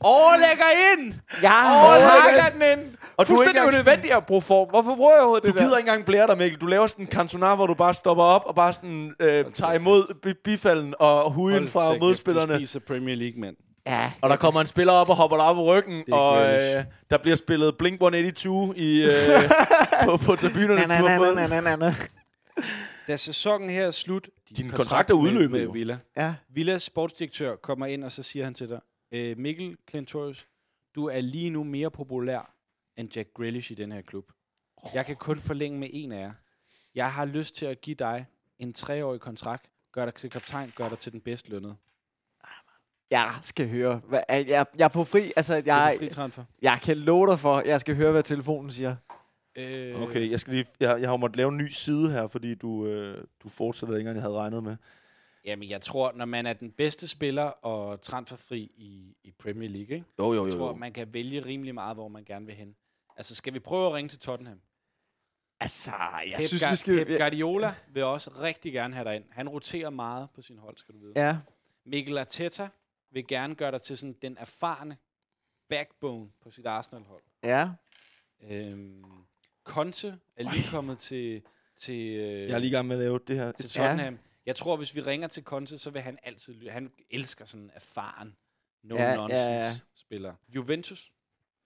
B: Overlægger ind!
C: Jeg
D: hakker
C: hakker den ind. Og
D: Og
C: du
D: du er ikke
C: Fuldstændig
D: engang sådan-
C: unødvendigt at bruge form. Hvorfor bruger jeg overhovedet
D: Du
C: det der?
D: gider ikke engang blære dig, Mikkel. Du laver sådan en kantonar, hvor du bare stopper op og bare sådan, øh, tager imod bi- bifalden og hujen fra
B: Du
D: modspillerne.
B: spiser Premier League, mand.
C: Ja,
D: Og der kommer en spiller op og hopper dig op på ryggen, og øh, der bliver spillet Blink-182 i, øh, på, på tribunerne,
C: na,
D: du
C: na, na,
D: har fået.
C: na, na, na, na.
B: Da sæsonen her er slut... Din,
D: kontrakt er udløbet,
B: med,
D: jo.
B: med Villa.
C: Ja.
B: Villas sportsdirektør kommer ind, og så siger han til dig, "Øh, Mikkel Klintorius, du er lige nu mere populær end Jack Grealish i den her klub. Jeg kan kun forlænge med en af jer. Jeg har lyst til at give dig en treårig kontrakt, gør dig til kaptajn, gør dig til den bedst lønnede.
C: Jeg skal høre. Hvad, er jeg, jeg er på fri. Altså,
B: Det er
C: jeg,
B: en fri transfer.
C: jeg kan love dig for, jeg skal høre, hvad telefonen siger.
B: Øh,
D: Okay, jeg, skal lige, jeg, jeg har jo måttet lave en ny side her, fordi du, øh, du fortsætter længere, end jeg havde regnet med.
B: Jamen, jeg tror, når man er den bedste spiller og transferfri i, i Premier League, ikke?
D: Jo, jo, jo.
B: jeg tror,
D: jo.
B: man kan vælge rimelig meget, hvor man gerne vil hen. Altså, skal vi prøve at ringe til Tottenham?
C: Altså, jeg
B: Pep,
C: synes,
B: Ga-
C: vi skal...
B: Pep Guardiola vil også rigtig gerne have dig ind. Han roterer meget på sin hold, skal du vide. Ja.
C: Ja,
B: Mikkel Arteta vil gerne gøre dig til sådan den erfarne backbone på sit Arsenal-hold.
C: ja.
B: Øhm, Conte er lige kommet til, til, øh,
D: Jeg er lige i gang med at lave det her.
B: til Tottenham. Ja. øhm, Jeg tror, hvis vi ringer til Conte, så vil han altid... ly- Han elsker sådan erfaren, no-nonsense-spiller. Juventus.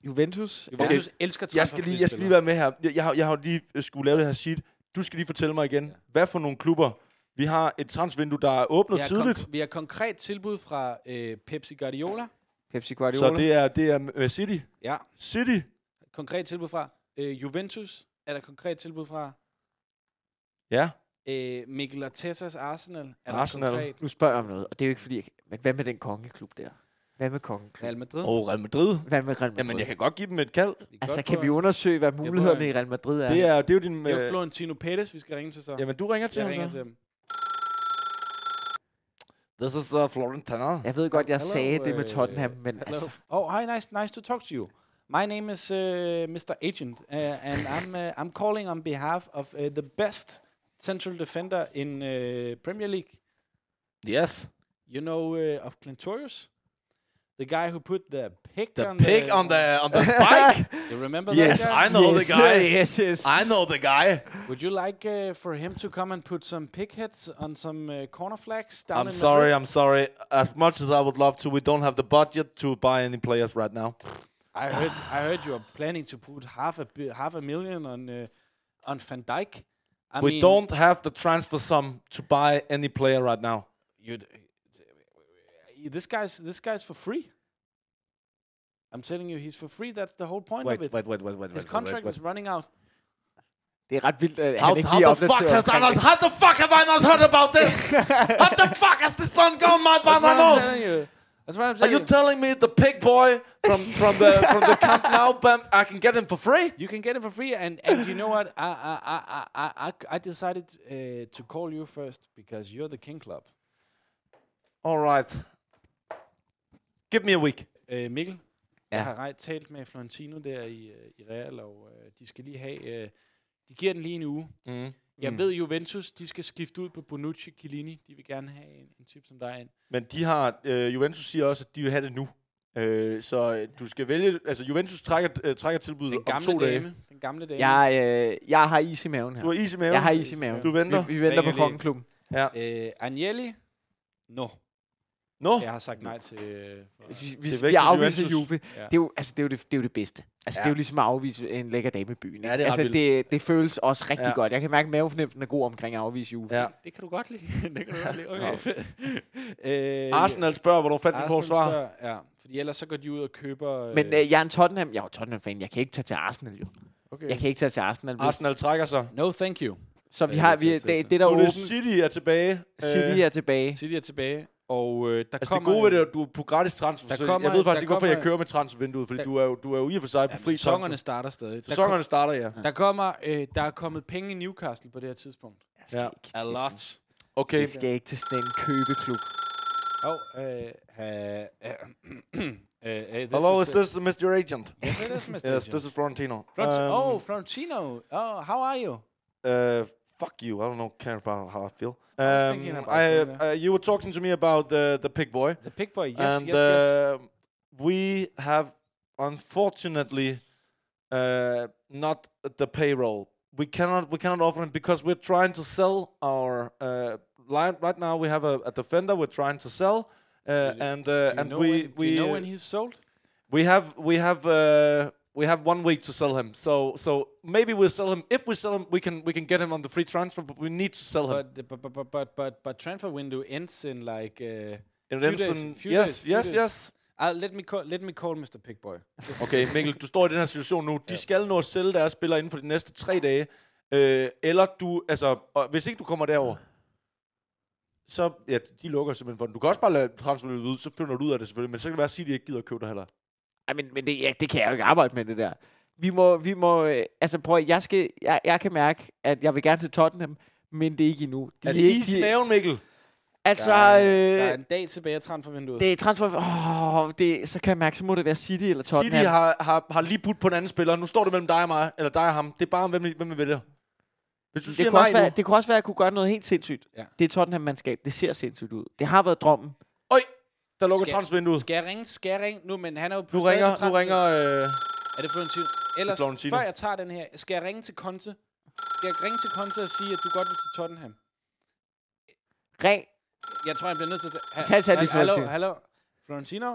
C: Juventus.
D: Okay.
B: Juventus elsker
D: Jeg skal, lige, jeg skal lige være med her. Jeg, jeg, har, jeg har jo lige øh, skulle lave det her sheet. Du skal lige fortælle mig igen, hvad for nogle klubber... Vi har et transvindue, der er åbnet
B: vi har,
D: tidligt.
B: Kon- vi har konkret tilbud fra øh, Pepsi Guardiola.
C: Pepsi Guardiola.
D: Så det er, det er øh, City.
B: Ja,
D: City.
B: konkret tilbud fra øh, Juventus. Er der konkret tilbud fra
D: Ja.
B: øh, Mikkel Artetas Arsenal? Er
D: Arsenal.
B: Der konkret
C: Nu spørger jeg om noget, og det er jo ikke fordi... Jeg... Men hvad med den kongeklub der? Hvad med kongeklub?
B: Real Madrid?
D: Og Real Madrid.
C: Hvad med Real Madrid?
D: Jamen, jeg kan godt give dem et kald.
B: Vi
C: Altså,
B: godt
C: kan
B: prøve-
C: vi undersøge, hvad mulighederne
B: prøver-
C: i Real Madrid er?
D: Det er, det er jo din...
B: Det er jo
D: Øh,
B: Florentino Pérez, vi skal ringe til så.
D: jamen, du ringer til
B: jeg ringer
D: ham
B: til
D: så.
B: ham.
D: This is uh, Florentana.
C: Jeg ved godt, jeg
B: Hello,
C: sagde det med
B: øh,
C: Tottenham, men
B: Hello.
C: altså...
B: Oh, hi, nice, nice to talk to you. My name is uh, Mr. Agent, uh, and I'm uh, I'm calling on behalf of uh, the best central defender in uh, Premier League.
D: Yes.
B: You know uh, of Clintorius, the guy who put the pig on the,
D: on the spike.
B: You remember
D: yes,
B: that guy?
D: I know the guy.
C: Yes, yes.
D: I know the guy.
B: Would you like uh, for him to come and put some pig heads on some uh, corner flags down
D: I'm
B: in
D: sorry,
B: Madrid?
D: I'm sorry. As much as I would love to, we don't have the budget to buy any players right now.
B: I heard I heard you are planning to put half a bi- half a million on uh, on Van Dijk. I
D: we
B: mean,
D: don't have the transfer sum to buy any player right now.
B: You'd, uh, this guy's this guy's for free. I'm telling you, he's for free. That's the whole point of it.
D: wait, wait, wait, wait.
B: His contract is running out.
C: Det er ret vildt, at
D: How,
C: han ikke
D: how
C: lige
D: the fuck
C: opdateret
D: has I
C: omkring
D: not? How the fuck have I not heard about this? how the fuck has this one gone mad by
B: That's
D: my
B: what I'm
D: nose?
B: telling you. That's what I'm
D: Are
B: telling
D: you telling me the pig boy from from the from the Camp Nou band? I can get him for free?
B: You can get it for free, and, and you know what? I I I I I, I decided uh, to call you first because you're the king club.
D: All right. Give me a week.
B: Øh, Mikkel, ja.
C: Ja.
B: jeg har ret talt med Florentino der i, øh, i Real, og øh, de skal lige have... Øh, de giver den lige en uge.
D: Mm.
B: Jeg ved, Juventus, de skal skifte ud på Bonucci, Chiellini. De vil gerne have en, en type som dig ind.
D: Men de har øh, Juventus siger også, at de vil have det nu. Øh, så øh, du skal vælge. Altså Juventus trækker øh, trækker tilbuddet
B: Den
D: om to
B: gamle
D: dage.
B: dame. Den gamle dame.
C: Jeg, øh, jeg har is i maven her.
D: Du har is i maven.
C: Jeg har is i maven.
D: Du venter.
C: Vi, vi venter på
B: Ringer lige.
C: kongeklubben.
D: Ja.
B: Øh, Agnelli? No.
D: Nå. No.
B: Jeg har sagt nej til... Øh, for-
C: Vi,
D: er
C: vi, vi
D: væk til
C: afviser
D: Juventus.
C: Juve.
B: Ja.
C: Ja. Det, er jo, altså, det, er jo det, det er jo det bedste. Altså,
D: Ja.
C: ja. Det er jo ligesom at afvise en lækker dame i byen. ikke?
D: Ja, det er ret
C: altså,
D: vildt.
C: det, det føles også rigtig
D: Ja.
C: ja. godt. Jeg kan mærke, at mavefornemmelsen er god omkring at afvise Juve.
D: Ja.
B: Det kan du godt lide. det kan du godt lide. Okay. øh,
D: Arsenal spørger, hvornår fanden vi får
B: Arsenal
D: et svar.
B: spørger- Ja, fordi ellers så går de ud og køber...
C: Men øh, jeg er en Tottenham. Jeg er jo Tottenham-fan. Jeg kan ikke tage til Arsenal, jo.
D: øh,
B: okay.
C: Jeg kan ikke tage til Arsenal. hvis-
D: Arsenal trækker sig.
B: No, thank you.
C: Så vi
B: Ja,
C: har
B: jeg
C: vi,
B: tager til-
C: det, det der er
D: Nu er det
C: åbent.
D: City er tilbage. Øh,
C: City er tilbage.
B: City er tilbage, og øh, der
D: Altså det
B: kommer...
D: gode ved det, er, at du er på gratis transfer.
B: Der
D: Så
B: kommer-
D: jeg ved faktisk
B: der
D: ikke, hvorfor jeg
B: kommer-
D: kører med transfervinduet, fordi
B: Der-
D: du er, jo, du er jo i og for sig på
B: Ja,
D: fri
B: sæsonerne
D: transfer.
B: starter stadig. Der, kom,
D: Sæsonerne starter, ja.
B: der, kommer, øh, der er kommet penge i Newcastle på det her tidspunkt.
C: Jeg skal
D: Ja.
C: ikke til
B: A
C: sådan-
B: lot.
D: Okay.
C: Jeg skal ikke til sådan en købeklub.
B: Oh, øh, øh, øh, øh, this
D: Hello,
B: is,
D: is this Mr. Agent?
B: Yes, it is Mr.
D: Yes,
B: Agent.
D: this is Florentino.
B: Florent-
D: Um,
B: oh, Florentino. Oh, how are you?
D: Uh, fuck you. I don't know, care about how I feel.
B: was thinking
D: Um,
B: about
D: I,
B: doing that.
D: uh, you were talking to me about the, the pig boy.
B: The pig boy. Yes,
D: and
B: yes, yes.
D: uh, we have, unfortunately, uh, not the payroll. We cannot we cannot offer him because we're trying to sell our uh, line right now. We have a, a defender we're trying to sell, uh,
B: you-
D: and
B: Do
D: uh,
B: you
D: and
B: know
D: we
B: when,
D: we
B: do you know
D: uh,
B: when he's sold?
D: we have we have uh, we have one week to sell him. So so maybe we'll sell him. If we sell him, we can we can get him on the free transfer. But we need to sell him.
B: But, the- but but but but but but transfer window ends in like. Uh,
D: And
B: few
D: then
B: days-
D: some-
B: few
D: yes,
B: days, few
D: yes,
B: days.
D: yes.
B: uh, let me call let me call Mr. Pigboy.
D: Okay, Mikkel, du står i den her situation nu. De skal nå at sælge deres spillere inden for de næste tre dage. Øh, eller du, altså, og hvis ikke du kommer derover, så, ja, de lukker simpelthen for den. Du kan også bare lade transferløbet ud, så finder du ud af det selvfølgelig, men så kan det være at sige, at de ikke gider at købe dig heller.
C: Ej, men, men det, ja, det kan jeg jo ikke arbejde med, det der. Vi må, vi må øh, altså prøv at- jeg, skal, jeg, jeg kan mærke, at jeg vil gerne til Tottenham, men det er ikke endnu. De
D: Er
C: ikke,
D: det is i maven, Mikkel?
C: Altså,
B: der er
C: øh,
B: en dag tilbage af transfervinduet.
C: det er transfer... Åh, det, så kan jeg mærke, så må det være City eller Tottenham.
D: City har, har, har lige budt på en anden spiller. Nu står det mellem dig og mig, eller dig og ham. Det er bare, hvem, hvem vi vælger. Hvis du
C: det,
D: siger
C: kunne
D: nej
C: også
D: nu...
C: være, det kunne også være, at jeg kunne gøre noget helt sindssygt.
B: Ja.
C: Det er Tottenham-mandskab. Det ser sindssygt ud. Det har været drømmen.
D: Øj, der lukker
B: Skal-
D: transfervinduet.
B: Skal jeg ringe? Skal jeg ringe? Nu, men han er jo på
D: Nu
B: stadig
D: ringer,
B: på
D: nu
B: transfervinduet.
D: ringer... Øh,
B: Er det Florentino? Ellers,
D: Florentino.
B: før jeg tager den her, skal jeg ringe til Conte? Skal jeg ringe til Conte og sige, at du godt vil til Tottenham?
C: Ring.
B: Jeg tror, jeg bliver nødt til at... Ha-
C: Tag- tag
B: ha-
C: lige
B: Hallo,
C: Florentino.
B: hallo. Florentino?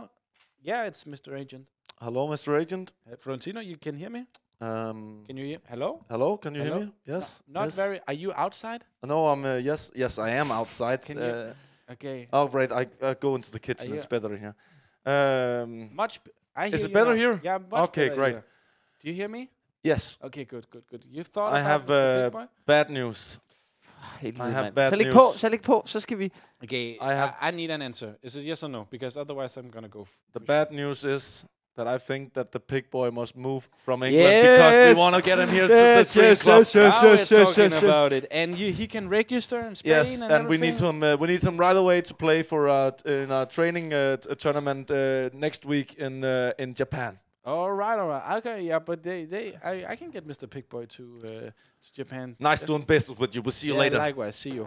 B: Yeah, it's Mr. Agent.
D: hello, Mr. Agent.
B: Uh, Florentino, you can hear me?
D: Um,
B: Can you hear? Hello?
D: hello, can you
B: Hello?
D: hear me? Yes.
B: Not
D: yes.
B: very... Are you outside?
D: No, I'm... Uh, yes, yes, I am outside.
B: Can you-
D: uh,
B: Okay.
D: oh, right, I uh, go into the kitchen.
B: you-
D: It's better here. Um,
B: Much... b- I hear
D: it
B: you
D: better
B: now.
D: here?
B: Yeah, much
D: Okay,
B: better
D: great.
B: here. Do you hear me?
D: yes,
B: Okay, good, good, good. You thought
D: I
B: about
D: have
B: Mr. Big
D: uh,
B: Boy?
D: bad news. I
C: Helvede,
D: have
C: mand.
D: bad
C: Så læg
D: news.
C: på, så læg på. Så skal vi...
B: Okay,
D: I
B: I,
D: have-
B: I, need an answer. Is it yes or no? Because otherwise I'm gonna go... F-
D: The
B: push.
D: bad news is that I think that the pig boy must move from England because
C: Yes.
D: we want to get him here
C: Yes,
D: to the
C: yes,
D: yes, club.
C: yes, yes.
B: Now we're talking
C: yes.
B: about it. And you, he can register in Spain
D: Yes,
B: and,
D: and, we need
B: everything?
D: him. Uh, we need him right away to play for uh, t- in our training uh, t- tournament uh, next week in uh, in Japan.
B: All right, all right. Okay, yeah, but they, they, I, I can get Mr. Pigboy to, uh, to Japan.
D: Nice doing business with you. We'll see you
B: Yeah,
D: later.
B: likewise. See you.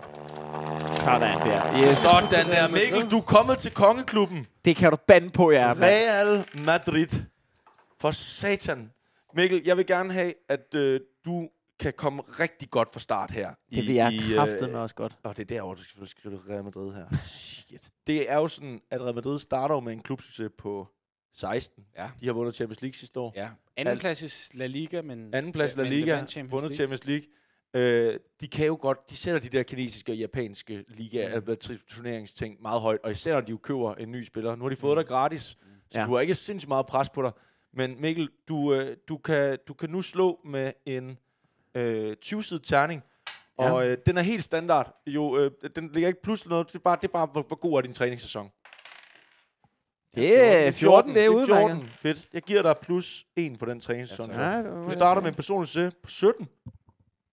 C: Sådan der. Yes.
D: Sådan der, Mikkel. Du er kommet til kongeklubben.
C: Det kan du bande på, jer. mand.
D: Real Madrid. For satan. Mikkel, jeg vil gerne have, at øh, du kan komme rigtig godt fra start her.
C: Det vil jeg kraftedeme
D: med.
C: også godt.
D: Og det er derovre, du skal skrive Real Madrid her. Shit. Det er jo sådan, at Real Madrid starter jo med en klubsucces på 16.
B: Ja.
D: De har vundet Champions League sidste år.
B: Ja. Anden
D: Al-
B: plads i La Liga, men...
D: Anden plads i La
B: Mm. men det var
D: Liga,
B: en Champions
D: vundet
B: League.
D: Champions League. Øh, de kan jo godt, de sætter de der kinesiske og japanske ligaer, mm. turneringsting meget højt, og især når de jo køber en ny spiller. Nu har de fået dig gratis, så
C: Ja.
D: ja. du har ikke sindssygt meget pres på dig. Men Mikkel, du, øh, du, kan, du kan nu slå med en øh, 20-sidet terning,
C: Ja.
D: og øh, den er helt standard. Jo, øh, den ligger ikke pludselig noget, det er bare, det er bare hvor, hvor god er din træningssæson.
C: Det er 14, det er udmærket.
D: Fedt. Jeg giver dig plus 1 for den træningssæson.
B: Ja,
D: så.
B: tak.
C: Ja, det var-
D: Du starter med en personlig succes på 17.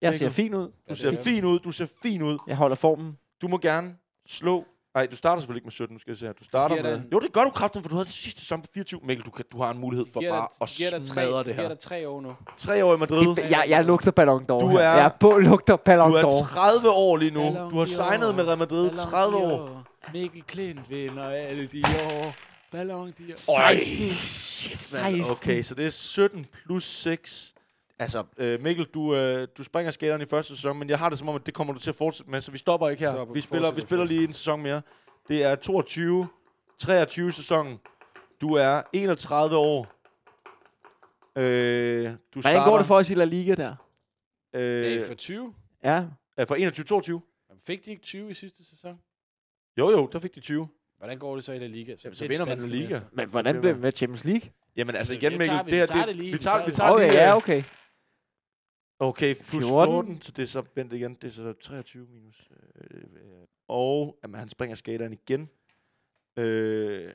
C: Jeg ser fin ud.
D: Du ser fin ud, du ser fin ud.
C: Jeg holder formen.
D: Du må gerne slå... Nej, du starter selvfølgelig ikke med 17, nu skal jeg se her. Du starter
B: giver dig
D: med...
B: en-
D: Jo, det gør du kraften, for du havde den sidste sæson på 24. Mikkel, du, kan, du har en mulighed for
B: Giver dig-
D: bare at
B: giver dig tre-
D: smadre det
B: giver
D: her.
B: dig tre år nu.
D: Tre år i Madrid.
C: Jeg, jeg lugter ballon d'Or.
D: Du
C: her.
D: er-
C: Jeg er på lugter ballon
D: Du er
C: d'Or.
D: 30 år lige nu.
B: Ballon
D: Du har
B: d'Or.
D: signet med Real Madrid. 30 år.
B: Mikkel Klint vinder alle de år. Ballon de år.
D: Øj,
C: 16. 16.
D: Okay, så det er 17 plus 6. Altså, øh, Mikkel, du, øh, du springer skateren i første sæson, men jeg har det som om, at det kommer du til at fortsætte med, så vi stopper ikke her.
B: Stopper.
D: vi spiller, vi
B: Fortsætter,
D: spiller lige en sæson mere. Det er 22, 23 sæsonen. Du er 31 år. Øh, du
C: Hvordan går det for os i La Liga der?
B: Det
D: Øh,
B: er for 20.
C: Ja.
D: er for 21, 22?
B: Jamen, Fik de ikke 20 i sidste sæson?
D: Jo, jo, der fik de 20.
B: Hvordan går det så i La Liga?
D: Jamen, så
B: lidt
D: vinder man
B: spanske
D: La Liga.
B: mester.
C: Men hvordan blev det med Champions League?
D: Jamen altså
B: Jamen,
D: igen,
B: det
D: Mikkel,
B: tager vi.
D: det her,
B: Vi tager det lige.
D: vi
B: Vi
D: tager,
B: tager
D: vi
B: det.
D: tager
C: okay,
D: lige,
C: ja,
D: øh,
C: okay.
D: Okay, plus 14.
C: 14.
D: 14. Så det er så, vent igen, det er så 23 minus. Øh, øh, og jamen, han springer skateren igen. Øh,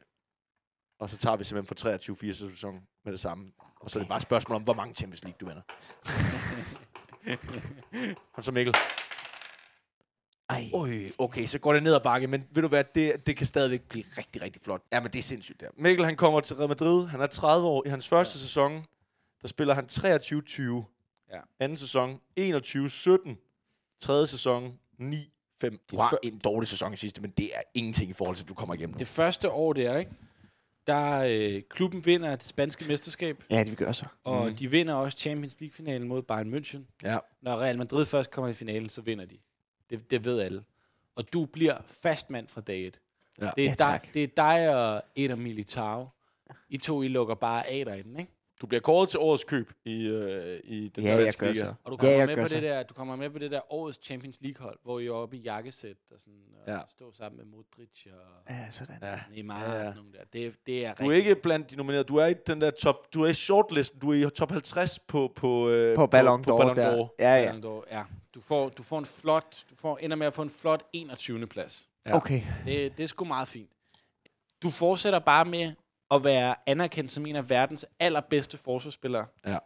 D: og så tager vi simpelthen for 23 4 sæson med det samme. Og så er det bare et spørgsmål om, hvor mange Champions League du vinder. Kom så Mikkel.
C: Ej.
D: Oj, okay, så går det ned ad bakke, men ved du hvad, det, det kan stadigvæk blive rigtig, rigtig flot. Ja, men det er sindssygt der. Mikkel, han kommer til Real Madrid. Han er 30 år. I hans første ja. sæson, der spiller han 23-20.
B: Ja.
D: Anden sæson, 21-17. Tredje sæson, 9-5. Du har en dårlig sæson i sidste, men det er ingenting i forhold til, at du kommer igennem.
B: Det første år der, ikke? Der øh, klubben vinder det spanske mesterskab,
C: Ja, det vi gør så.
B: og mm. de vinder også Champions League-finalen mod Bayern München.
D: Ja.
B: Når Real Madrid først kommer i finalen, så vinder de. Det, det ved alle. Og du bliver fastmand fra dag et.
D: Ja.
B: Det, er
C: Ja,
B: dig,
C: tak.
B: det er dig og Eder Militao. I to, I lukker bare af derinde, ikke?
D: Du bliver kåret til årets køb i, øh, i den
C: Ja, jeg
D: danske
C: gør
D: liga.
C: så.
B: Og du
C: Ja,
B: kommer,
C: jeg
B: med
C: gør
B: på
C: så.
B: det der, du kommer med på det der årets Champions League-hold, hvor I er oppe i jakkesæt og, sådan, og
D: Ja.
B: ja. står sammen med Modric og
C: Ja, sådan.
B: Neymar
D: Ja, ja.
B: og sådan nogle der. Det, det er
D: Du er
B: rigtig-
D: ikke blandt de nominerede. Du er i den der top... Du er i shortlisten. Du er i top 50 på... På, øh,
C: På ballon
D: på, på
C: d'Or
D: Ballon
C: der.
D: d'Or.
C: Ja, ja.
B: Ballon d'Or, ja. Du får, du får en flot, du får, ender med at få en flot 21. plads.
D: Ja.
C: Okay.
B: Det, det er sgu meget fint. Du fortsætter bare med at være anerkendt som en af verdens allerbedste forsvarsspillere.
D: Ja.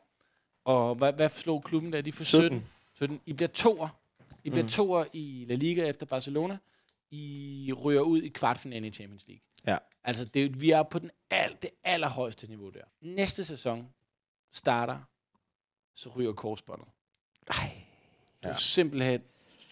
B: Og hvad, hvad slog klubben der? De for
D: 17.
B: 17. 17. I bliver toer. I bliver toer i La Liga efter Barcelona. I ryger ud i kvartfinalen i Champions League.
C: Ja.
B: Altså, det, vi er på den al, det allerhøjeste niveau der. Næste sæson starter, så ryger korsbåndet. Du er simpelthen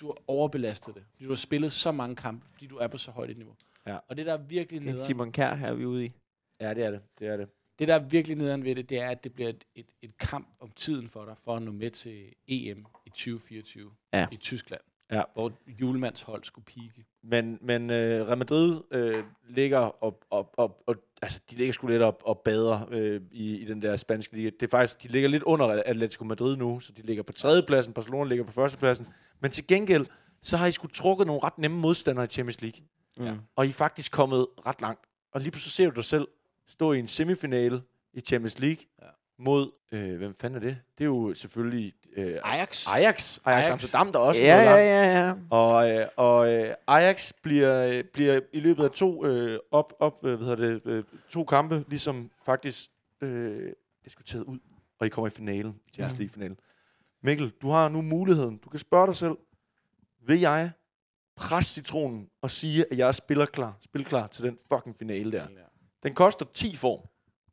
B: du er overbelastet det. Du har spillet så mange kampe, fordi du er på så højt et niveau.
D: Ja.
B: Og det, der er virkelig
C: En
B: nederen,
C: Simon Kjær her er vi ude i.
D: Ja, det er det. Det er det.
B: det, der er virkelig nederen ved det, det er, at det bliver et, et, et kamp om tiden for dig, for at nå med til EM i 2024
C: Ja.
B: i Tyskland.
D: Ja.
B: Hvor julemands hold skulle pike.
D: Men, men øh, Real Madrid øh, ligger op, op, op, og, altså, de ligger sgu lidt op og bader øh, i, i den der spanske liga. Det er faktisk, de ligger lidt under Atletico Madrid nu, så de ligger på tredjepladsen, Barcelona ligger på førstepladsen. Men til gengæld, så har I sgu trukket nogle ret nemme modstandere i Champions League.
C: Ja.
D: Og I er faktisk kommet ret langt. Og lige pludselig ser du dig selv stå i en semifinale i Champions League ja. mod, øh, hvem fanden er det? Det er jo selvfølgelig øh,
B: Ajax.
D: Ajax. Ajax Amsterdam, der også er
C: Ja,
D: nået
C: ja,
D: langt.
C: ja, ja.
D: Og, øh, og øh, Ajax bliver, øh, bliver i løbet af to øh, op, op øh, hvad hedder det, øh, to kampe, ligesom faktisk øh, diskuteret ud, og I kommer i finalen, Champions League-finalen. Mikkel, du har nu muligheden. Du kan spørge dig selv, vil jeg presse citronen og sige, at jeg er spillerklar, spilklar til den fucking finale der? Den koster 10 form.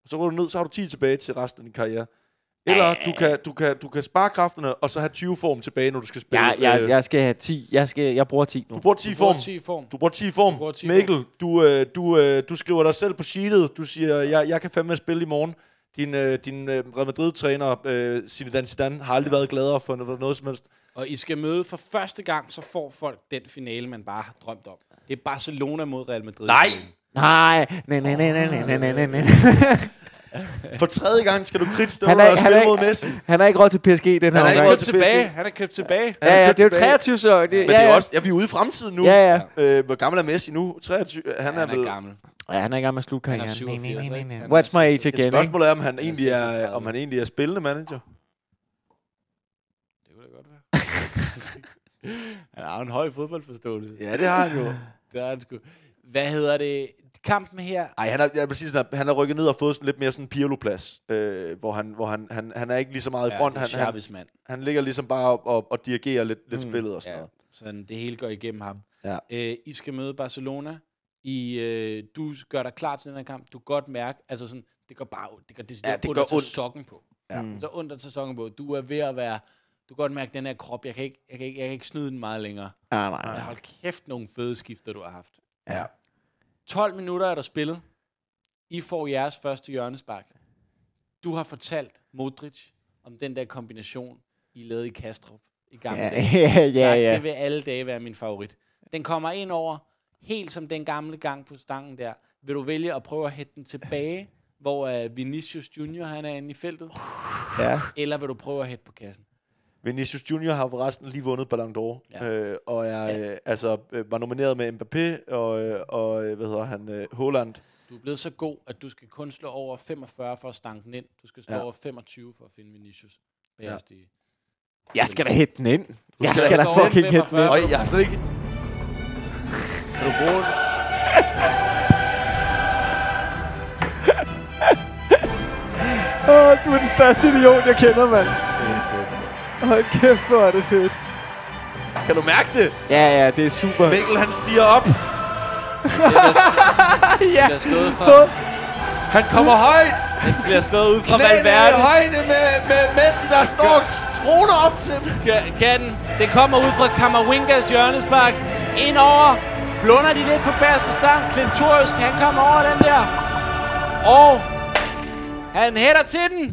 D: Og så går du ned, så har du 10 tilbage til resten af din karriere. Eller du kan, du, kan, du kan spare kræfterne, og så have 20 form tilbage, når du skal spille.
C: Jeg, jeg,
D: øh,
C: jeg skal have 10. Jeg, skal, jeg bruger 10 nu.
D: Du bruger 10 form.
B: i form.
D: Du bruger 10 i form.
B: bruger 10 i
D: Mikkel, du, øh, du, øh, du skriver dig selv på sheetet. Du siger, jeg, jeg kan fandme spille i morgen. Din, øh, din øh, Real Madrid-træner, øh, Zinedine Zidane, har aldrig været gladere for noget, noget som helst.
B: Og I skal møde for første gang, så får folk den finale, man bare har drømt om. Det er Barcelona mod Real Madrid. Nej!
C: Nej, nej, nej, nej, nej, nej, nej, nej, nej.
D: For tredje gang skal du kridtstøvle
C: Han er,
D: og
C: han,
D: spille mod
C: er,
D: Messi.
C: han er ikke råd til PSG i den her
D: Han er ikke
C: omgang.
D: råd
B: Køb
D: til
B: tilbage.
D: PSG.
B: Han er købt tilbage.
D: Han
C: Ja, ja,
D: købt
C: det er jo
D: tilbage.
C: 23 så. Det,
D: Men
C: ja,
D: det er
C: ja.
D: også, ja, vi er ude i fremtiden nu.
C: Ja, ja.
D: Øh, hvor gammel er Messi nu? 23. Han,
B: Han
D: vel...
B: er gammel.
C: ja, han er i gang med at slutte
B: er
C: karrieren. Nej,
B: 87,
C: nej, nej, nej,
B: ikke?
C: nej.
B: Han er
C: What's my age
B: 86.
C: again?
D: Et
C: Ikke?
D: spørgsmål er, om han, egentlig er,
B: 36.
D: om han egentlig er spillende manager.
B: Det kunne da godt være. han har jo en høj fodboldforståelse.
D: Ja, det har han jo.
B: Det har han sgu. Hvad hedder det? Kampen her,
D: Ej, han er, jeg vil sige, sådan, at han er rykket ned og fået sådan lidt mere sådan en Pirlo-plads, øh, hvor, han, hvor han, han, han er ikke lige så meget i front.
B: ja, det er
D: han, han,
B: Chavis, mand.
D: Han ligger ligesom bare op og, og dirigerer lidt, lidt mm, spillet og sådan ja.
B: Ja,
D: noget.
B: sådan det hele går igennem ham.
D: Ja.
B: Øh, I skal møde Barcelona. I, øh, du gør dig klar til den her kamp. Du kan godt mærke, altså sådan, det går bare ondt. Det går, det,
D: Ja, det
B: ondt
D: gør
B: at tage
D: ondt.
B: sokken på. Ja. Så ondt at tage sokken på. Du er ved at være... Du kan godt mærke, den her krop, jeg kan ikke, jeg kan ikke, jeg kan ikke snyde den meget længere.
C: Nej, nej,
B: Men
C: nej.
B: hold kæft, nogle fede skifter, du har haft.
D: Ja.
B: 12 minutter er der spillet. I får jeres første hjørnespark. Du har fortalt Modric om den der kombination, I lavede i Kastrup i gamle
C: Ja,
B: dage
C: ja, ja,
B: sagt,
C: ja.
B: det vil alle dage være min favorit. Den kommer ind over, helt som den gamle gang på stangen der. Vil du vælge at prøve at hætte den tilbage, hvor øh, Vinicius Junior han er inde i feltet?
C: ja.
B: Eller vil du prøve at hætte på kassen?
D: Vinicius Junior har forresten lige vundet Ballon d'Or,
B: Ja.
D: ja. øh, og er, ja. øh, altså, øh, var nomineret med Mbappé og, øh, og øh, hvad hedder han, øh, Holland.
B: Du er blevet så god, at du skal kun slå over 45 for at stanke den ind. Du skal slå ja.
D: Ja.
B: over 25 for at finde Vinicius. Ja.
C: Jeg skal da hætte den ind. Jeg
D: skal
C: skal
D: da
C: da
B: slå
C: fucking
B: en
C: hætte den ind.
D: Øj, jeg har slet ikke... Kan du bruge den?
C: Åh, du er den største idiot, jeg kender, mand. Hold kæft, hvor er det fedt.
D: Kan du mærke det?
C: Ja, ja, det er super.
D: Mikkel, han stiger op.
C: Ja,
B: Jeg er slået fra,
C: Åh,
D: Han kommer højt.
B: jeg er slået ud fra
D: Knæene i
B: Valverde.
D: højde med, med Messi, der står og troner op til dem.
B: Ka- katten. Den kommer ud fra Kammerwinkas hjørnespark. Ind over. Blunder de lidt på bagerste stang. Klintorius kan komme over den der. Og han hætter til den.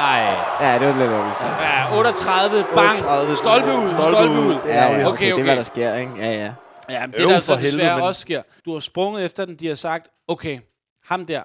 B: Nej.
C: Ja, det var lidt overvist.
B: Ja, 38. Bang.
D: 38.
B: Stolpe ud.
D: Stolpe
B: Stolpe ud.
D: ud. Ja, ja,
B: okay, okay.
C: Det er, hvad der sker, ikke? Ja, ja.
B: Ja, men det
D: Øv
B: der
D: for
B: så
D: helvede,
B: desværre
D: men-
B: også sker. Du har sprunget efter den. De har sagt, okay, ham der,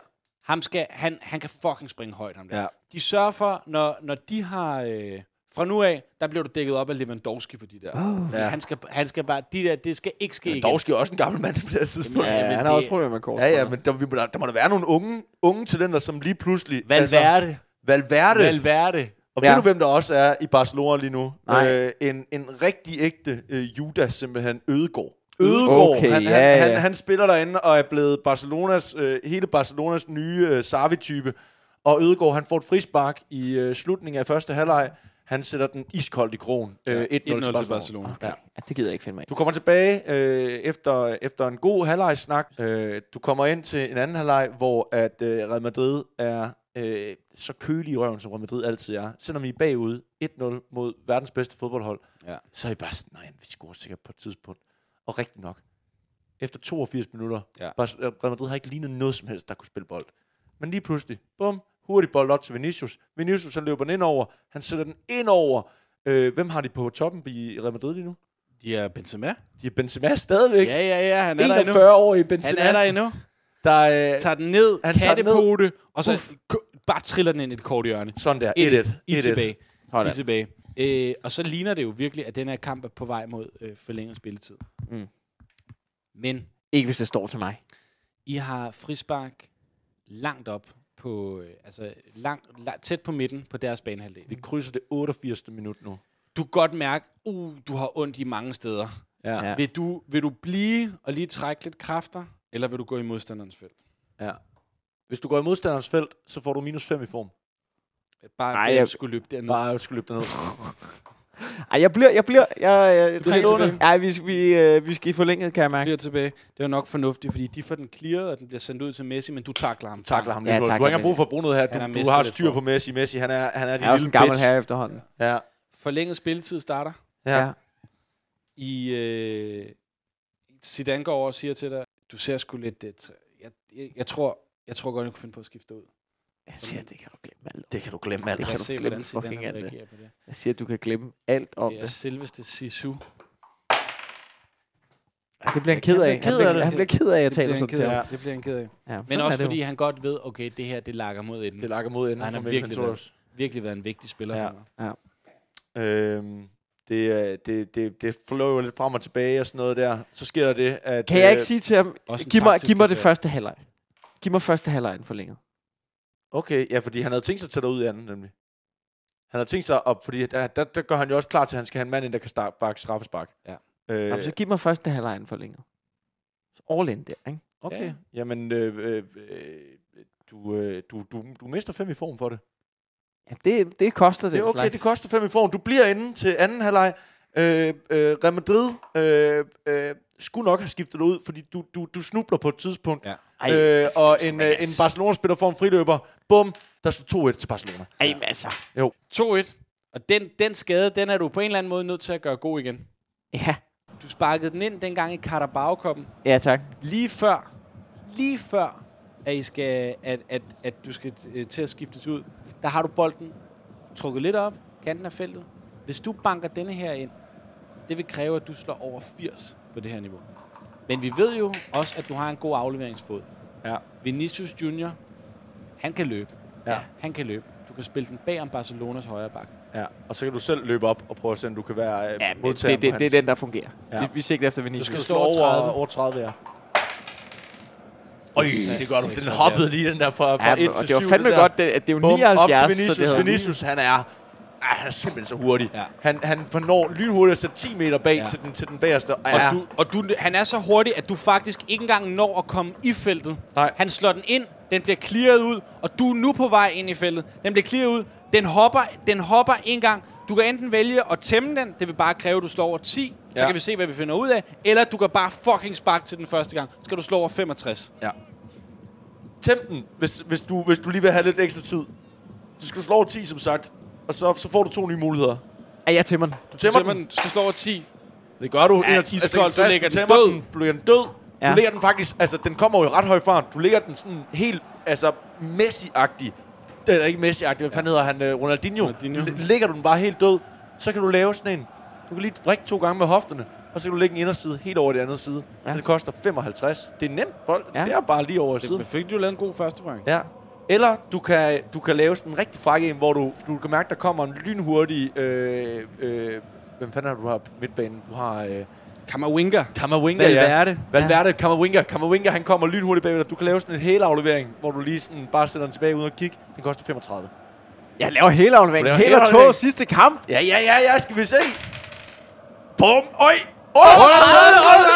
B: ham skal, han, han kan fucking springe højt, ham der.
D: Ja.
B: De sørger for, når, når de har... Øh, fra nu af, der bliver du dækket op af Lewandowski på de der. Oh. Ja. Han, skal, han skal bare... De der, det skal ikke ske igen.
D: Dog skal også en gammel mand på det her tidspunkt.
B: Ja, men
C: Ja, han har
B: det-
C: også problemer med kort.
D: Ja, ja, men der, vi må- der, der må da være nogle unge, unge talenter, som lige pludselig... altså,
B: Valverde.
D: Valverde. Valverde.
B: Valverde.
D: Og
C: Ja.
D: ja. ved du, hvem der også er i Barcelona lige nu?
C: Nej.
D: Øh, en, en rigtig ægte øh, Judas, simpelthen. Ødegård. Ødegård,
C: Okay,
D: han,
C: ja, ja.
D: han, Han, han spiller derinde og er blevet Barcelonas, øh, hele Barcelonas nye øh, Sarvi-type. Og Ødegård, han får et frispark i øh, slutningen af første halvleg. Han sætter den iskoldt i krogen. Øh, 1-0
B: 1-0 til
D: Barcelona.
B: Barcelona.
C: Okay. Ja, det gider jeg ikke finde mig i.
D: Du kommer tilbage øh, efter, efter en god halvleg-snak. Øh, du kommer ind til en anden halvleg, hvor at øh, Real Madrid er øh, så kølig i røven, som Real Madrid altid er. Selvom I er bagud 1-0 mod verdens bedste fodboldhold,
B: Ja.
D: så er I bare sådan, nej, vi scorer sikkert på et tidspunkt. Og rigtigt nok, efter 82 minutter,
B: Ja.
D: ja. Real Madrid har ikke lignet noget som helst, der kunne spille bold. Men lige pludselig, bum, hurtigt bold op til Vinicius. Vinicius, han løber den ind over. Han sætter den ind over. Øh, hvem har de på toppen i Real Madrid lige nu?
B: De er Benzema.
D: De er Benzema stadigvæk.
B: Ja, ja, ja. Han er der endnu.
D: 41 år i
B: Han
D: Benzema.
B: er der endnu.
D: der, øh,
B: Tager den ned,
D: Han tager den ned.
B: kattepote, og så
D: Uff.
B: k- bare triller den ind i et kort hjørne.
D: sådan der. 1-1.
B: 1-1. I er
D: 1-1.
B: tilbage.
C: Hold
B: I er
C: da.
B: tilbage. Øh, og så ligner det jo virkelig, at den her kamp er på vej mod øh, forlænget spilletid.
C: Mm.
B: Men
C: Ikke hvis det står til mig.
B: I har frispark langt op på, øh, altså lang, lang, tæt på midten på deres banehalvdel.
D: Vi krydser det 88. minut nu.
B: Du kan godt mærke, uh, du har ondt i mange steder.
D: Ja.
C: Ja.
B: Vil du, vil du blive og lige trække lidt kræfter, eller vil du gå i modstanderens felt?
D: ja. Hvis du går i modstanderens felt, så får du minus 5 i form.
B: Bare
C: Ej,
B: Ej, jeg
C: jeg-
B: skulle løbe derned.
D: Bare at skulle løbe derned.
C: Ej, jeg bliver, jeg bliver, jeg, jeg, jeg
B: bliver tilbage.
C: Ej, vi, vi, øh, vi skal i forlænget, kan jeg mærke.
B: bliver tilbage. Det er nok fornuftigt, fordi de får den clearet, og den bliver sendt ud til Messi, men du takler ham.
D: Takler ham
C: Ja,
D: lige hurtigt. Du
C: takler
D: har ikke engang brug for at bruge noget her.
B: Han har
D: Du, du
B: mistet
D: har
B: det
D: styr
B: for.
D: på Messi. Messi, han er, han er
C: Jeg er også
D: lille
C: en gammel
D: bitch.
C: herre efterhånden.
D: Ja.
B: Forlænget spilletid starter.
D: Ja.
C: Ja.
B: I, øh, Zidane går over og siger til dig, du ser sgu lidt... øh, træ- Jeg, jeg, jeg, tror, jeg tror godt, jeg kunne finde på at skifte ud.
C: Jeg siger, det kan du glemme alt.
D: Det kan du glemme alt.
B: Lad
C: Det kan
B: os
C: du
B: se,
C: glemme
B: hvordan Zidane
C: fucking
B: han
C: alt det.
B: reagerer på det.
C: Jeg siger, du kan glemme alt om
B: Det er
C: det.
B: selveste Sisu.
C: Ej, Det bliver han ked
D: bliver
C: af.
D: ked
C: Han bliver,
D: af det.
C: han bliver ked af, at jeg
B: Det bliver
C: taler
B: han
C: sådan
B: ked
C: til ham.
B: af. Det bliver han ked af.
C: Ja,
B: Men
C: sådan er
B: også
C: det jo.
B: fordi han godt ved, okay, det her, det lakker mod enden.
D: Det
B: Det
D: lakker mod enden.
B: Og han
D: for
B: har
D: Mel
B: virkelig
D: Ventura.
B: været- har virkelig været en vigtig spiller
D: Ja.
B: for mig.
D: Øhm, det, er- det, det, det fløj jo lidt frem og tilbage og sådan noget der. Så sker der det, at...
C: Kan jeg
D: øh,
C: ikke sige til ham,
B: Også en
C: giv mig,
B: taktisk
C: giv mig det
B: affære.
C: første halvleg. Giv mig første halvleg inden forlænget.
D: Øh. Okay, ja, fordi han havde tænkt sig at tage dig ud i anden, nemlig. Han havde tænkt sig op, fordi der, der, der gør han jo også klar til, at han skal have en mand ind, der kan start, bakke straffespark.
B: Ja.
D: Øh,
C: Jamen, så giv mig første halvleg inden forlænget. Så All in der, ikke?
D: okay.
B: Ja.
D: Ja. Jamen, øh, øh, øh, du, øh, du, du, du mister fem i form for det.
C: Ja, det, det koster det.
D: Det er okay, det koster fem i form. Du bliver inde til anden halvleg. Øh, øh, Real Madrid øh, øh, skulle nok have skiftet dig ud, fordi du, du, du snubler på et tidspunkt.
B: Ja.
D: Øh, og en, øh, en
C: altså.
D: Barcelona-spiller får en friløber. Bum, der stod 2-1 til Barcelona.
C: Ej, men altså.
B: 2-1. Og den, den skade, den er du på en eller anden måde nødt til at gøre god igen.
C: Ja,
B: Du sparkede den ind dengang i Carabao-koppen.
C: ja tak.
B: Lige før, lige før, at, I skal, at, at, at du skal øh, til at skiftes ud, der har du bolden trukket lidt op, kanten af feltet. Hvis du banker denne her ind, det vil kræve, at du slår over 80 på det her niveau. Men vi ved jo også, at du har en god afleveringsfod.
D: Ja.
B: Vinicius Junior, han kan løbe.
D: Ja.
B: han kan løbe. Du kan spille den bag om Barcelonas højre bak.
D: Ja, og så kan du selv løbe op og prøve at se, om du kan være ja,
C: Ja, men
D: modtager
C: det, det, det, er den, der fungerer.
D: Ja.
C: Vi, vi sigter efter
D: Du
C: Vinicius.
D: skal
B: skal
D: slå
B: slå
D: over 30,
B: 30.
D: over 30 ja. Øj, det gør du.
B: seks,
D: Den
B: ja.
D: hoppede lige den der fra, fra
C: Ja,
D: 1 til 7.
C: men- og det var fandme godt, det, at det er jo
D: Bum,
C: 79,
D: op til
C: så
D: Vinicius.
C: det hedder-
D: Vinicius, han er... Ej, han er simpelthen så hurtig.
B: Ja.
D: Han, han fornår lynhurtigt at sætte 10 meter bag
B: Ja.
D: til, den, til den bagerste. Ej,
B: Og,
D: ja.
B: du, og du, han er så hurtig, at du faktisk ikke engang når at komme i feltet.
D: Nej.
B: Han slår den ind, den bliver clearet ud, og du er nu på vej ind i feltet. Den bliver clearet ud, den hopper, den hopper en gang. Du kan enten vælge at tæmme den, det vil bare kræve, at du slår over 10, ja.
D: Ja.
B: så kan vi se, hvad vi finder ud af. Eller du kan bare fucking sparke til den første gang, så skal du slå over 65.
D: ja. Tæm den, hvis, hvis, du, hvis du lige vil have lidt ekstra tid. Du skal slå over 10, som sagt. Og så, så får du to nye muligheder.
C: Ej, jeg tæmmer den.
D: Du tæmmer,
B: Tæmmer den, du skal slå over 10.
D: Det gør du.
B: Ja,
D: Ja,
B: iskold, du lægger den
D: tæmmer
B: død.
D: Den, du lægger den død. Ja.
C: Ja.
D: Du lægger den faktisk, altså den kommer jo i ret høj fart. Du lægger den sådan helt, altså Messi-agtig. Det er ikke Messi-agtig, hvad fanden hedder han? øh, Ronaldinho.
B: Ronaldinho.
D: L- Lægger du den bare helt død, så kan du lave sådan en. Du kan lige vrikke to gange med hofterne, og så kan du lægge en inderside helt over det andet side. Ja.
C: Ja.
D: Den koster 55. Det er nemt bold. Ja.
C: Ja.
D: Det er bare lige over siden.
B: Men fik du lavet en god første point?
D: Ja. Eller du kan, du kan lave sådan en rigtig fræk en, hvor du, du kan mærke, der kommer en lynhurtig... Øh, øh, hvem fanden har du her på midtbanen? Du har... Øh,
B: Kammerwinger.
D: Kammerwinger,
B: Valverde.
D: ja. Valverde, ja. Kammerwinger. Kammerwinger, han kommer lynhurtigt bagved dig. Du kan lave sådan en helaflevering, hvor du lige sådan bare sætter den tilbage uden at kigge. Den koster 35.
C: Jeg laver hele
D: Du
C: afleveringen.
D: laver
C: Hele
D: helaflevering.
C: tog sidste kamp.
D: Ja, ja, ja, ja, skal vi se. Bum, øj! Åh,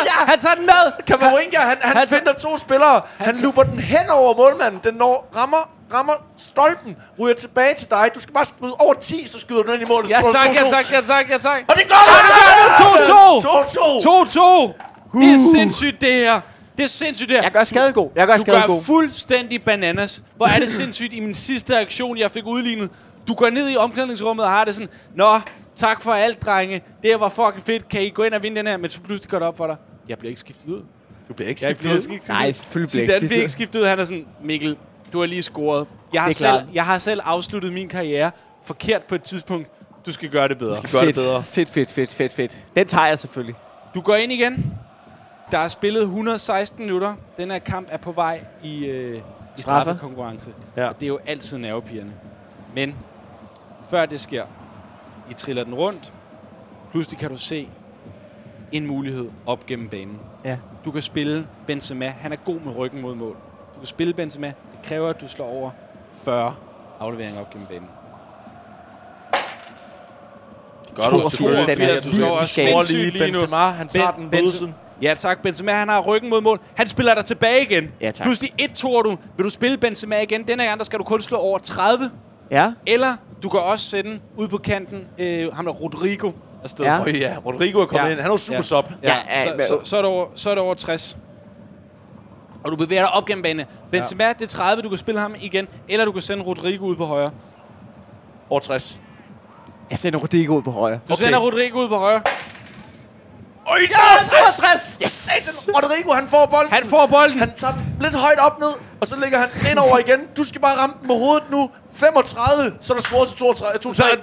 B: Ja, han tager den med!
D: Kammerwinger, han, han,
B: Han-
D: finder to spillere. Han, han looper den hen over målmanden. Den når, rammer rammer stolpen, ryger tilbage til dig. Du skal bare spryde over 10, så skyder du ind i målet.
B: Ja
D: så står der
B: tak, ja
D: 2-2.
B: tak, ja tak, ja tak.
D: Og det altså! gør du!
B: det 2-2.
D: 2-2!
B: Det er sindssygt, det her. Det er sindssygt, det her.
C: Jeg gør skadegod. Jeg gør
B: Du gør
C: skadegod.
B: fuldstændig bananas. Hvor er det sindssygt i min sidste aktion, jeg fik udlignet. Du går ned i omklædningsrummet og har det sådan, Nå, tak for alt, drenge. Det her var fucking fedt. Kan I gå ind og vinde den her? Men så pludselig går det op for dig. Jeg bliver ikke skiftet ud.
D: Du bliver ikke
B: Jeg
D: skiftet.
B: bliver skiftet
C: Nej,
B: ud.
C: selvfølgelig bliver jeg ikke
B: Zidane
C: skiftet
B: bliver
C: ud.
B: ikke skiftet ud. Han er sådan, Mikkel, du har lige scoret. Jeg har,
C: Det er klart.
B: selv, jeg har selv afsluttet min karriere forkert på et tidspunkt. Du skal gøre det bedre.
D: Gør det bedre.
C: Fedt, fedt, fedt, fedt, fedt, fedt. Den tager jeg selvfølgelig.
B: Du går ind igen. Der er spillet 116 minutter. Den her kamp er på vej i, øh, i straffekonkurrence.
D: Ja.
B: Ja. Og det er jo altid nervepirrende. Men før det sker, I triller den rundt. Pludselig kan du se en mulighed op gennem banen.
C: Ja.
B: Du kan spille Benzema. Han er god med ryggen mod mål. Du kan spille Benzema. Det kræver, at du slår over 40 afleveringer op gennem banen.
D: Det gør
C: du selvfølgelig. Den er
D: Du
C: lige
D: står
C: i
D: også
C: skabet.
D: sindssygt
B: lige nu.
D: Benzema, han tager
B: Ben-
D: den
B: Benz-
D: bødelsen.
B: Ja tak, Benzema han har ryggen mod mål. Han spiller dig tilbage igen.
C: Ja, tak.
B: Pludselig et tror du, vil du spille Benzema igen? Den her gang, der skal du kun slå over 30.
C: Ja.
B: Eller du kan også sende ud på kanten, øh, ham der Rodrigo afsted.
C: Ja.
D: Åh ja, Rodrigo er kommet
B: Ja.
D: ind. Han er jo super
B: Ja.
D: sub.
B: Ja,
C: Ja,
B: ja,
C: ja,
B: så, så, så, er det over, så er det over 60. Og du bevæger dig op gennem banen. Benzema, ja. det er 30, du kan spille ham igen. Eller du kan sende Rodrigo ud på højre.
D: Over 60.
C: Jeg sender Rodrigo ud på højre.
B: Du okay. sender Rodrigo ud på højre.
D: Øj, ja,
C: 62! Yes!
D: Rodrigo, han får bolden.
B: Han får bolden.
D: Han tager den lidt højt op ned, og så lægger han den ind over igen. Du skal bare ramme den med hovedet nu. 35, så er der scoret til 32. 32.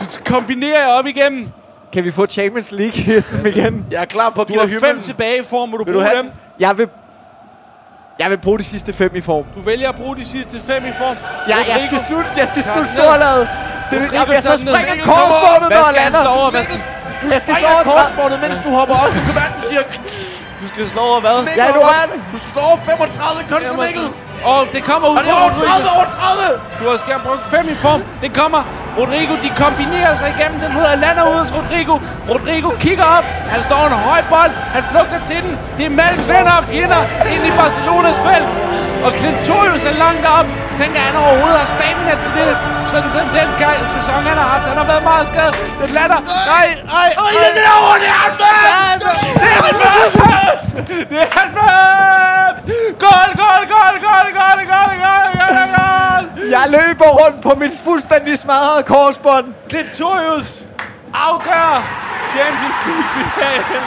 B: Du kombinerer op igennem.
C: Kan vi få Champions League igen?
D: Jeg er klar på at
B: Du
D: give
B: har
D: dig
B: fem
D: hymnen.
B: tilbage i form, hvor du
D: Vil du
B: bruger
D: have
B: dem.
D: den?
C: Jeg vil... Jeg vil bruge de sidste fem i form.
B: Du vælger at bruge de sidste fem i form.
C: Jeg, jeg
B: Rodrigo-
C: skal slutte, jeg skal slutte
B: ned.
C: storladet. Det er
D: Øh,
C: det,
B: Rodrigo
C: jeg, jeg så
B: tager den ned.
C: springer
B: Rodrigo
C: korsbåndet,
B: Hvad
C: når jeg
B: skal han
C: lander.
B: slå over? Hvad skal,
D: Du
C: Jeg skal slå
D: strækker
C: over
D: korsbåndet, mens du hopper op. Du kan være den siger...
B: du skal slå over hvad?
C: Ja, du er det.
D: Du slår over 35, kun som Mikkel.
B: Åh, oh, det kommer ud
D: Og det er over 30, over 30.
B: Du har skal brugt fem i form. Det kommer. Rodrigo, de kombinerer sig igennem den ud og lander ud hos Rodrigo. Rodrigo kigger op. Han står en høj bold. Han flugter til den. Det er mellem venner og fjender ind i Barcelonas felt. Og Klintorius er langt op. Tænker han overhovedet har stamina til det. Sådan som den gang sæson, han har haft. Han har været meget skadet. Den lander. Nej, nej,
D: Og i den her runde er altså! 90.
B: Det er 90! Det er 90! Goal, goal, goal, goal, goal, goal, goal, goal, goal!
C: Jeg løber rundt på mit fuldstændig smadrede korsbånd.
B: Clitorius afgør Champions League-finalen.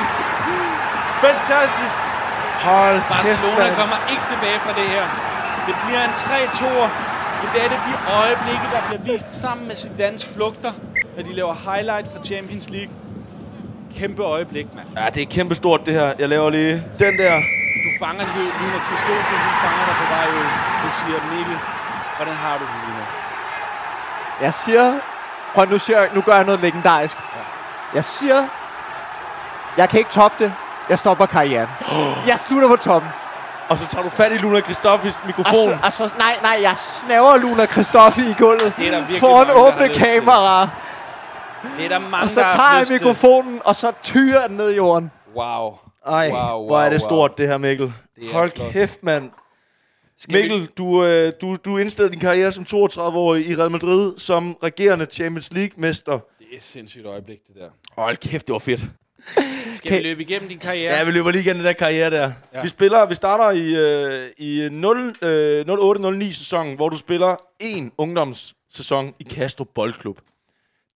B: Fantastisk.
D: Hold
B: Barcelona kommer ikke tilbage fra det her. Det bliver en 3-2'er. Det bliver et af de øjeblikke, der bliver vist sammen med Zidanes flugter, når de laver highlight fra Champions League. Kæmpe øjeblik, mand.
D: Ja, det er kæmpestort det her. Jeg laver lige den der.
B: Du fanger det nu, når Christoffer hun fanger dig på vej ud. Hun siger, Mikkel, hvordan har du det lige nu?
C: Jeg siger... Prøv nu, siger, jeg- nu gør jeg noget legendarisk. Jeg siger... Jeg kan ikke toppe det. Jeg stopper karrieren. Jeg slutter på toppen.
D: Og så tager du fat i Luna Kristoffis
C: Og
D: mikrofon.
C: så, og så, nej, nej, jeg snæver Luna Kristoffi i gulvet
B: Det er der virkelig
C: foran
B: mange, der har
C: åbne
B: lyst til.
C: kameraer.
B: Det er der mange,
C: Og så
B: der har
C: tager jeg
B: lyst til.
C: mikrofonen, og så tyrer den ned i jorden.
B: Wow.
D: Ej,
B: Wow, wow,
D: hvor er det
B: wow.
D: stort, det her, Mikkel.
B: Det er
D: Hold
B: flot.
D: kæft, mand.
B: Skal
D: Mikkel, du, øh, du, du indstillede din karriere som 32-årig i Real Madrid som regerende Champions League-mester.
B: Vi... Det er et sindssygt øjeblik, det der.
D: Hold kæft, det var fedt.
B: Skal vi løbe igennem din karriere?
D: Ja, vi løber lige igen den der karriere der. Ja. Vi spiller, vi starter i, øh, i 0, øh, 08-09 sæsonen, hvor du spiller en ungdomssæson i Castro Boldklub.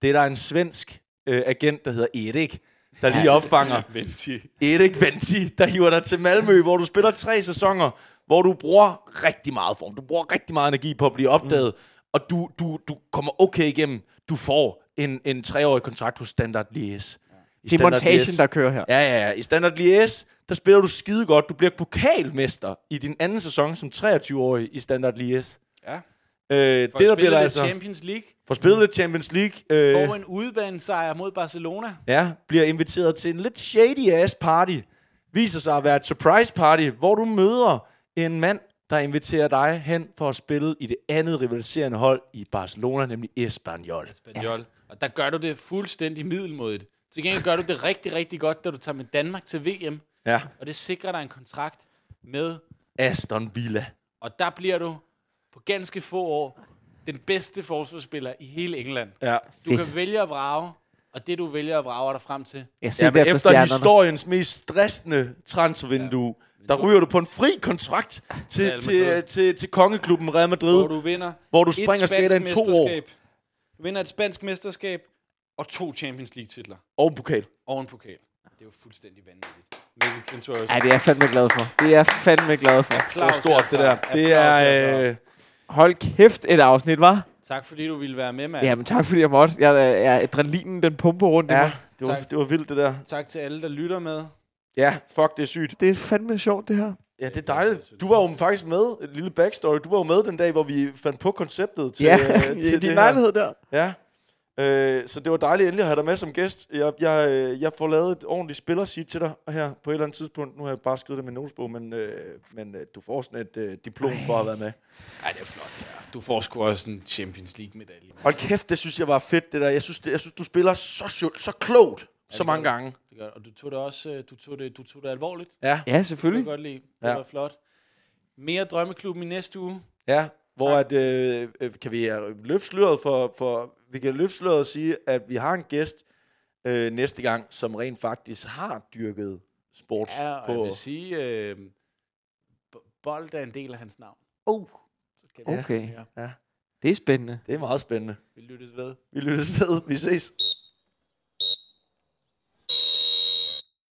D: Det er der en svensk øh, agent, der hedder Erik, der lige opfanger.
B: Venti.
D: Erik Venti, der hiver dig til Malmø, hvor du spiller tre sæsoner, hvor du bruger rigtig meget form. Du bruger rigtig meget energi på at blive opdaget, mm. og du, du, du kommer okay igennem. Du får en, en treårig kontrakt hos Standard Liège. I
C: Det er
D: Standard
C: montagen,
D: Liège-
C: der kører her.
D: Ja, ja, ja. I Standard Liège, der spiller du skide godt. Du bliver pokalmester i din anden sæson som 23-årig i Standard Liège.
B: Ja.
D: Øh, det,
B: For det
D: der bliver der
B: altså...
D: altså...
B: Champions League.
D: For spillet lidt Champions League. Øh,
B: Får en udebanesejr mod Barcelona.
D: ja, bliver inviteret til en lidt shady ass party. Viser sig at være et surprise party, hvor du møder en mand, der inviterer dig hen for at spille i det andet rivaliserende hold i Barcelona, nemlig Espanyol.
B: Spaniol. Ja. Og der gør du det fuldstændig middelmodigt. Til gengæld gør du det rigtig, rigtig godt, da du tager med Danmark til VM.
D: Ja.
B: Og det sikrer dig en kontrakt med
D: Aston Villa.
B: Og der bliver du på ganske få år den bedste forsvarsspiller i hele England.
D: Ja.
B: Du
F: Fedt.
B: kan vælge at vrage, og det du vælger at vrage er dig frem til.
F: Jeg
D: ja
F: søgte ja,
D: men
F: efter,
D: efter
F: stjernerne.
D: historiens mest stressende transfervindue, ja. der ryger du på en fri kontrakt til,
B: Real
D: til,
B: Madrid.
D: til, til kongeklubben
B: Hvor
D: Real Madrid,
B: du vinder
D: hvor du
B: et
D: springer
B: spansk
D: skater i to år
B: mesterskab. Du vinder et spansk mesterskab og to Champions League-titler
D: og en pokal.
B: og en pokal. Det er jo fuldstændig vanvittigt. Mikkel Quintorius.
F: Ja, det er jeg fandme glad for. Det er jeg fandme glad for.
D: Det er stort, det der. Det er... Øh,
F: Hold kæft et afsnit, var.
B: Tak fordi du ville være med, mand.
F: Ja, men tak fordi jeg måtte. Jeg, øh, jeg, adrenalinen, den pumper rundt i
D: ja,
F: mig.
D: det var,
B: Tak.
D: det var vildt, det der.
B: Tak til alle, der lytter med.
D: Ja, fuck, det er sygt.
F: Det er fandme sjovt, det her.
D: Ja, det er dejligt. Du var jo faktisk med, et lille backstory, du var jo med den dag, hvor vi fandt på konceptet til,
F: ja,
D: øh,
F: i
D: til
F: din
D: det her.
F: lejlighed der.
D: Ja. Øh, så det var dejligt endelig at have dig med som gæst. Jeg, jeg, øh, jeg får lavet et ordentligt spillerseat til dig her på et eller andet tidspunkt. Nu har jeg bare skrevet det med notesbog, men, øh, men øh, du får sådan et øh, diplom for at have været med.
B: Ej, det er flot, det her. Du får sgu også en Champions League-medalje.
D: Hold kæft, det synes jeg var fedt, det der. Jeg synes, det, jeg synes du spiller så, sjovt, så klogt så mange gange.
B: Det gør, det. og du tog det også øh, du tog det, du tog det alvorligt. Det
D: Ja,
F: Ja,
B: kan jeg
F: selvfølgelig.
B: godt lide. Det Mm.
D: Ja.
B: ja. var flot. Mere Drømmeklubben i næste uge.
D: ja. Hvor at, øh, øh, kan vi øh, løfte sløret for, for... Vi kan løfte sløret og sige, at vi har en gæst øh, næste gang, som rent faktisk har dyrket sport.
B: Ja, og jeg
D: på,
B: vil sige, øh, bo- bold er en del af hans navn.
D: oh,
B: Så kan vi-
F: Okay.
B: Ja.
F: Det er spændende.
D: det er meget spændende.
B: Vi lyttes ved.
D: Vi lyttes ved. Vi ses.